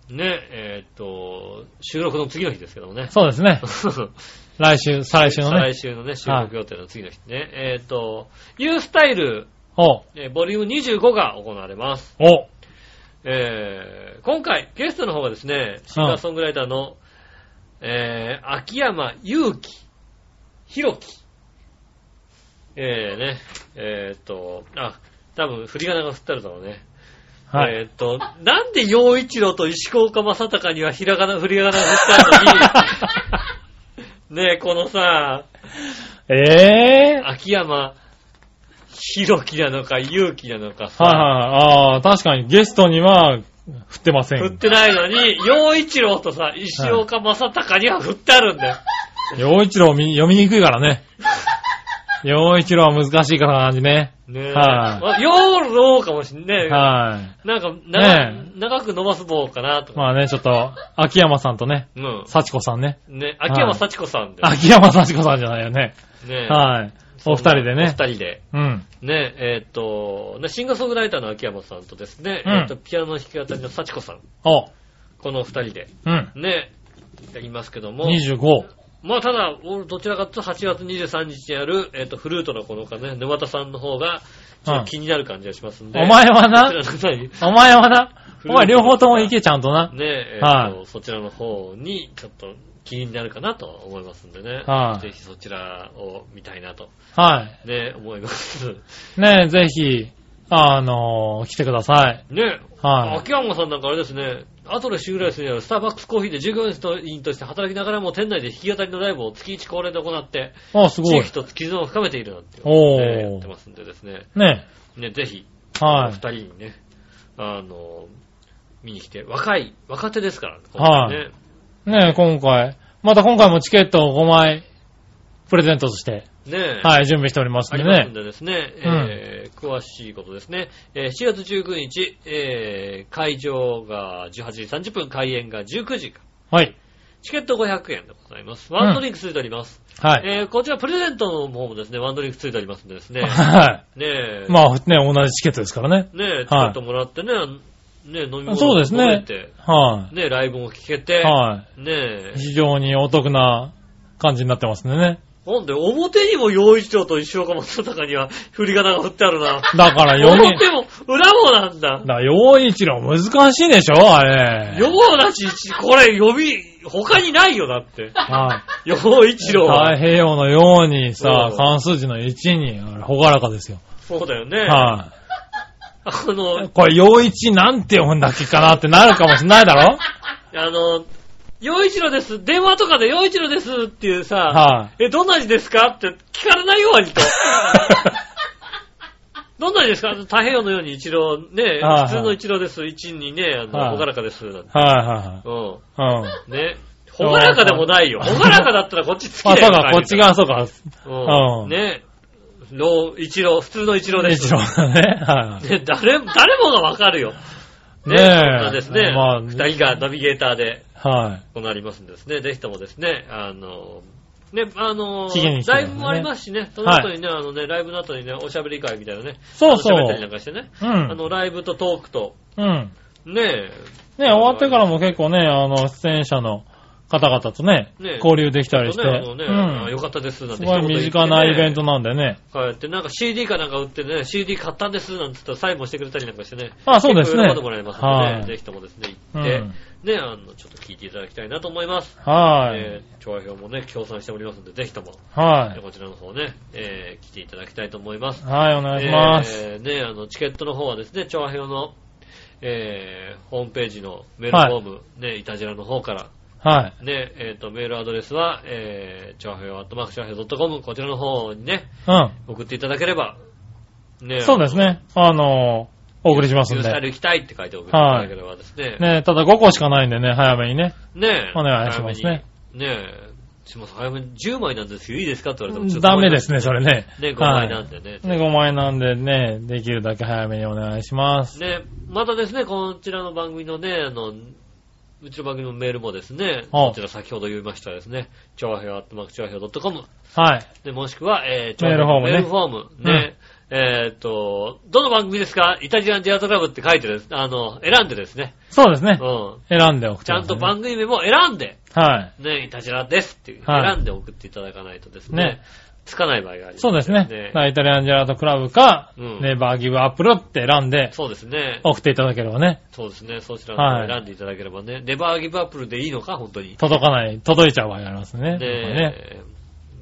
S2: ね、えーっと、収録の次の日ですけどもね。
S3: そうですね。 来週、再来週のね
S2: 来。週のね、収録予定の次の日ね。えーっと、ユースタイル、
S3: お、
S2: えーボリューム25が行われます。
S3: お、
S2: えー今回、ゲストの方がですね、シンガーソングライターの、えー秋山祐希、弘樹。えー、ね、えーっと、あ、多分、振り仮名が振ってあるだろうね。
S3: はい。
S2: えーっと、なんで陽一郎と石川岡正隆にはひらがな、振り仮名が振ってあ るのに、ねえ、このさ、
S3: ええー。
S2: 秋山、弘樹なのか、祐希なのかさ、
S3: はいはい。ああ、確かにゲストには振ってませ
S2: 振っ
S3: ん。
S2: てないのに、陽一郎とさ、石岡正隆には振ってあるんだよ。
S3: 洋一郎み読みにくいからね。洋一郎は難しいから感じね。
S2: ねえ。
S3: は
S2: 陽郎かもしんねえ。
S3: はい。
S2: なんか長、
S3: ね
S2: 長く伸ばす棒かなとか。
S3: まあね、ちょっと、秋山さんとね、
S2: うん。
S3: 幸子さんね。
S2: ね、秋山幸子さんで。
S3: 秋山幸子さんじゃないよね。
S2: ねえ
S3: はい。
S2: そん
S3: お
S2: な
S3: 二人で
S2: お二
S3: ね。
S2: 人で。
S3: うん。
S2: ねえ、えーっと、ねシンガーソングライターの秋山さんとですね、
S3: うん
S2: えーっと、ピアノ弾き語りの幸子さん。
S3: お、
S2: この二人で。
S3: うん。
S2: ねえ、やりますけども。
S3: 25。
S2: まあただ、俺どちらかというと8月23日にある、えっ、と、フルートのこのかね、沼田さんの方が、ちょっと気になる感じがしますんで。
S3: お前は
S2: こちら
S3: な、
S2: の方に、
S3: お前はな、お前両方とも行けちゃんとな。
S2: ねえ、えっ、と、
S3: は
S2: そちらの方に、ちょっと気になるかなと思いますんでね。
S3: はい
S2: ぜひそちらを見たいなと、
S3: は
S2: ね、思います。
S3: い。ねえ、ぜひ、あのー、来てください。
S2: ね
S3: はい
S2: 秋山さんなんかあれですね、アトレシューライスにあるスターバックスコーヒーで従業員として働きながらも店内で弾き語りのライブを月1恒例で行って、
S3: あ、すご
S2: 地
S3: い
S2: 域。と絆を深めているなんて、
S3: おー
S2: ねやってますんでですね。
S3: ね
S2: ね、ぜひ、
S3: え。
S2: お
S3: は
S2: 二
S3: い。
S2: 人にね、あの、見に来て、若い、若手ですからね、
S3: はい
S2: ね
S3: ねえ、今回。また今回もチケットを5枚、プレゼントとして、
S2: ねい。
S3: はい、準備しております
S2: あ
S3: ん
S2: り
S3: で
S2: ますん
S3: ね。
S2: でですね、えー詳しいことですね、えー4月19日、えー会場が18時30分、開演が19時から
S3: はい。
S2: チケット500円でございます。ワンドリンクついております。
S3: はい。
S2: えーこちらプレゼントの方もですね、ワンドリンクついておりますんでですね、
S3: は
S2: ねえ
S3: い。、 まあ、ね、同じチケットですからね。
S2: ねえ、チケットもらってね、ねえ飲み物
S3: そうですね
S2: 飲めて、
S3: は
S2: ねえ、ライブも聴け
S3: い。
S2: て、
S3: は
S2: ねえ
S3: い。、非常にお得な感じになってますんでね。
S2: なんで、表にも洋一郎と石岡正隆には振り仮名が振ってあるな。
S3: だから4人、
S2: 表も裏もなんだ
S3: だ。から陽一郎難しいでしょあれ。
S2: 洋だし、これ読み、他にないよ、だって。
S3: はい。
S2: 洋一郎
S3: 太
S2: は。
S3: 平洋のようにさ
S2: うん、
S3: 関数字の1に、あれほがらかですよ。
S2: そうだよね。
S3: は
S2: あの
S3: い。、これ、陽一なんて読むんだっけかなってなるかもしれないだろ
S2: あの、洋一郎です。電話とかで洋一郎ですっていうさ、
S3: は
S2: え、どんな字ですかって聞かれないよ、割 と。どんな字ですか太平洋のように一郎、ね、
S3: はいはい
S2: 普通の一郎です。一にね、あ
S3: はい
S2: の、ほがらかです。なんて
S3: い。はいはいはい。
S2: うん。
S3: うん。
S2: ね。ほがらかでもないよ。ほがらかだったらこっち好きだよ。
S3: あ、そうか、こっち側、そうか。
S2: うん。
S3: うん
S2: ね。ロー、一郎、普通の一郎です。
S3: 一郎だね。はい。
S2: ね、誰、誰もがわかるよ。ね。
S3: ねえ
S2: そんなですね。
S3: まあ
S2: 二人がナビゲーターで
S3: は
S2: 行われますんですね。ぜひともですね、あの、ね、あの、
S3: 期限にしてく
S2: ラ
S3: ださいね
S2: イブもありますしね、その後にね、あのね、ライブの後にね、おしゃべり会みたいなね、
S3: そうそう
S2: あの喋ったりなんかしてね、
S3: い。う
S2: あ
S3: ん。
S2: の、ライブとトークと、
S3: うん。
S2: ね、
S3: ね、終わってからも結構ね、あの、出演者の方々とね、
S2: ね
S3: 交流できたりして、
S2: ね、もうね、あ
S3: う
S2: よかったです、なん
S3: ん、
S2: て
S3: すごい身近なイベントなんでね。
S2: ト。はい。で、なんか CD かなんか売ってね、CD 買ったんです、なんて言ったらサインもしてくれたりなんかしてね。
S3: あそうですね
S2: 結構喜んでもらえますので、
S3: はい
S2: ぜひともですね、
S3: う
S2: 行って、
S3: ん、
S2: ね、あの、ちょっと聞いていただきたいなと思います。
S3: はい、
S2: えー、調和表もね、協賛しておりますので、ぜひとも、
S3: はい、
S2: こちらの方ね、えー、来ていただきたいと思います。
S3: はい、お願いします。
S2: えー、ね、あの、チケットの方はですね、調和表の、えー、ホームページのメールフォーム、ね、いたじらの方から、
S3: はい。
S2: ね、えっ、と、メールアドレスは、えー、調和表、アットマーク調和表 .com、こちらの方にね、
S3: う
S2: 送っていただければ、ね、
S3: ん。そうですね。あのお送りしますん
S2: ユース
S3: で。
S2: タイ
S3: ね、
S2: ル行きたいって書いて送っていただければですね、
S3: ただ5個しかないんでね、早めにね。
S2: ねえ。
S3: お願いしますね
S2: 早めに。ねえ。すいません、早めに10枚なんですよ。いいですかって言われてもちょっと
S3: ダメですね、それね。
S2: ね、5
S3: は
S2: 枚
S3: い
S2: なんでね。
S3: ね、5枚なんでね、できるだけ早めにお願いします。
S2: ね、またですね、こちらの番組のね、あの、うちの番組のメールもですね、
S3: ああ
S2: こちら先ほど言いましたですね、調和表、アットマーク調和表 .com、
S3: はい。
S2: で、もしくは、えー、
S3: メールフォームね
S2: メールフォーム、ね、えーっと、どの番組ですかイタジアンジェアトラブって書いてです、あの、選んでですね、
S3: そうですね
S2: う。ん、
S3: 選んでおく
S2: ちゃんと番
S3: 番
S2: 組名も選んで、
S3: はい。
S2: ね、いたじらですっていう、
S3: はい
S2: 選んで送っていただかないとですね、
S3: ね
S2: つかない場合があります、
S3: そうですね。だからイタリアンジェラートクラブか、
S2: うん
S3: ネバーギブアップルって選んで
S2: そうですね。
S3: 送っていただければね、
S2: そうですね。そちらの方を選んでいただければね、ネバーギブアップルでいいのか、本当に。
S3: 届かない、届いちゃう場合がありますね。
S2: で、
S3: ね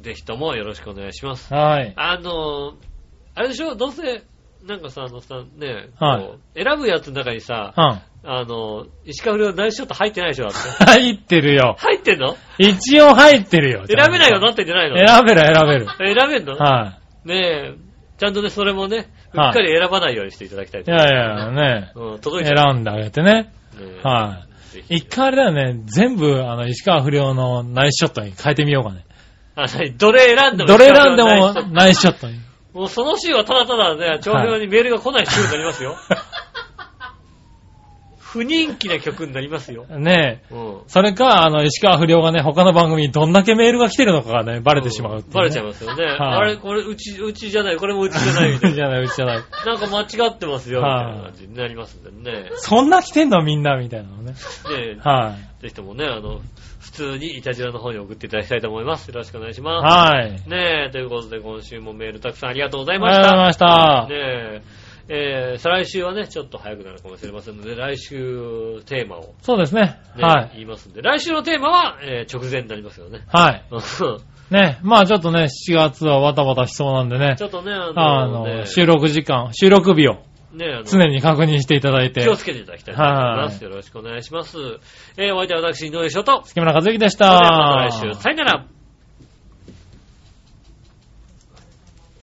S2: ぜひともよろしくお願いします。
S3: はい。
S2: あの、あれでしょ、どうせ、なんかさ、あのさ、ね、
S3: はい
S2: こう選ぶやつの中にさ、
S3: うん。
S2: あの、石川不良ナイスショット入ってないでしょ、だって。
S3: 入ってるよ。
S2: 入 ってんの
S3: 一応入ってるよ。
S2: 選べないよ、なってんじゃないの
S3: 選べる、選 べる。
S2: 選べんの
S3: は
S2: ねえ、ちゃんとね、それもね、う
S3: はい
S2: っかり選ばないようにしていただきたい
S3: い。い
S2: と思い
S3: や
S2: ます
S3: い
S2: ね、
S3: や、ね。
S2: うん、届いちゃ
S3: 選んであげてね。
S2: う。ねえ
S3: は
S2: ぜひ
S3: い。一回あれだよね、全部、あの、石川不良のナイスショットに変えてみようかね。
S2: あ何どれ選んでも
S3: どれ選んでも
S2: ない
S3: ナイスショットに。
S2: もうその週はただただね、長編にメールが来ない週になります よ。不人気な曲になりますよ。
S3: ねえ。
S2: うん。
S3: それか、あの、石川不良がね、他の番組にどんだけメールが来てるのかがね、バレてしまうっていうね
S2: バレちゃいますよね。あれ、これ、うち、うちじゃない、これもうちじゃないみたい
S3: じ
S2: な。
S3: ゃない、うちじゃない。
S2: なんか間違ってますよ、みたいな
S3: はい
S2: 感じになりますんでね。
S3: そんな来てんのみんな、みたいなのね。
S2: ね
S3: はい。
S2: ぜひともね、あの、普通にイタジラの方に送っていただきたいと思います。よろしくお願いします。
S3: はい。
S2: ねえ、ということで今週もメールたくさんありがとうござ
S3: あ
S2: い
S3: りが
S2: ま
S3: と
S2: し
S3: うござい
S2: た。
S3: ました。
S2: ねえ、えー再来週はね、ちょっと早くなるかもしれませんので、来週テーマを、
S3: そうですね。
S2: ね
S3: はい。
S2: 言いますんで、来週のテーマは、えー直前になりますよね。
S3: はい。
S2: うん
S3: ね、まあちょっとね、7月はバタバタしそうなんでね
S2: ち、ょっとね、あの、
S3: あの、
S2: ね
S3: 収録時間、収録日を
S2: ねあの
S3: 常に確認していただいて
S2: 気を、つけていただきたいと思います。よろしくお願いします。えー、お相手は私、井上翔と、
S3: 月村和之でし
S2: それではま
S3: た。
S2: た来週、さよなら。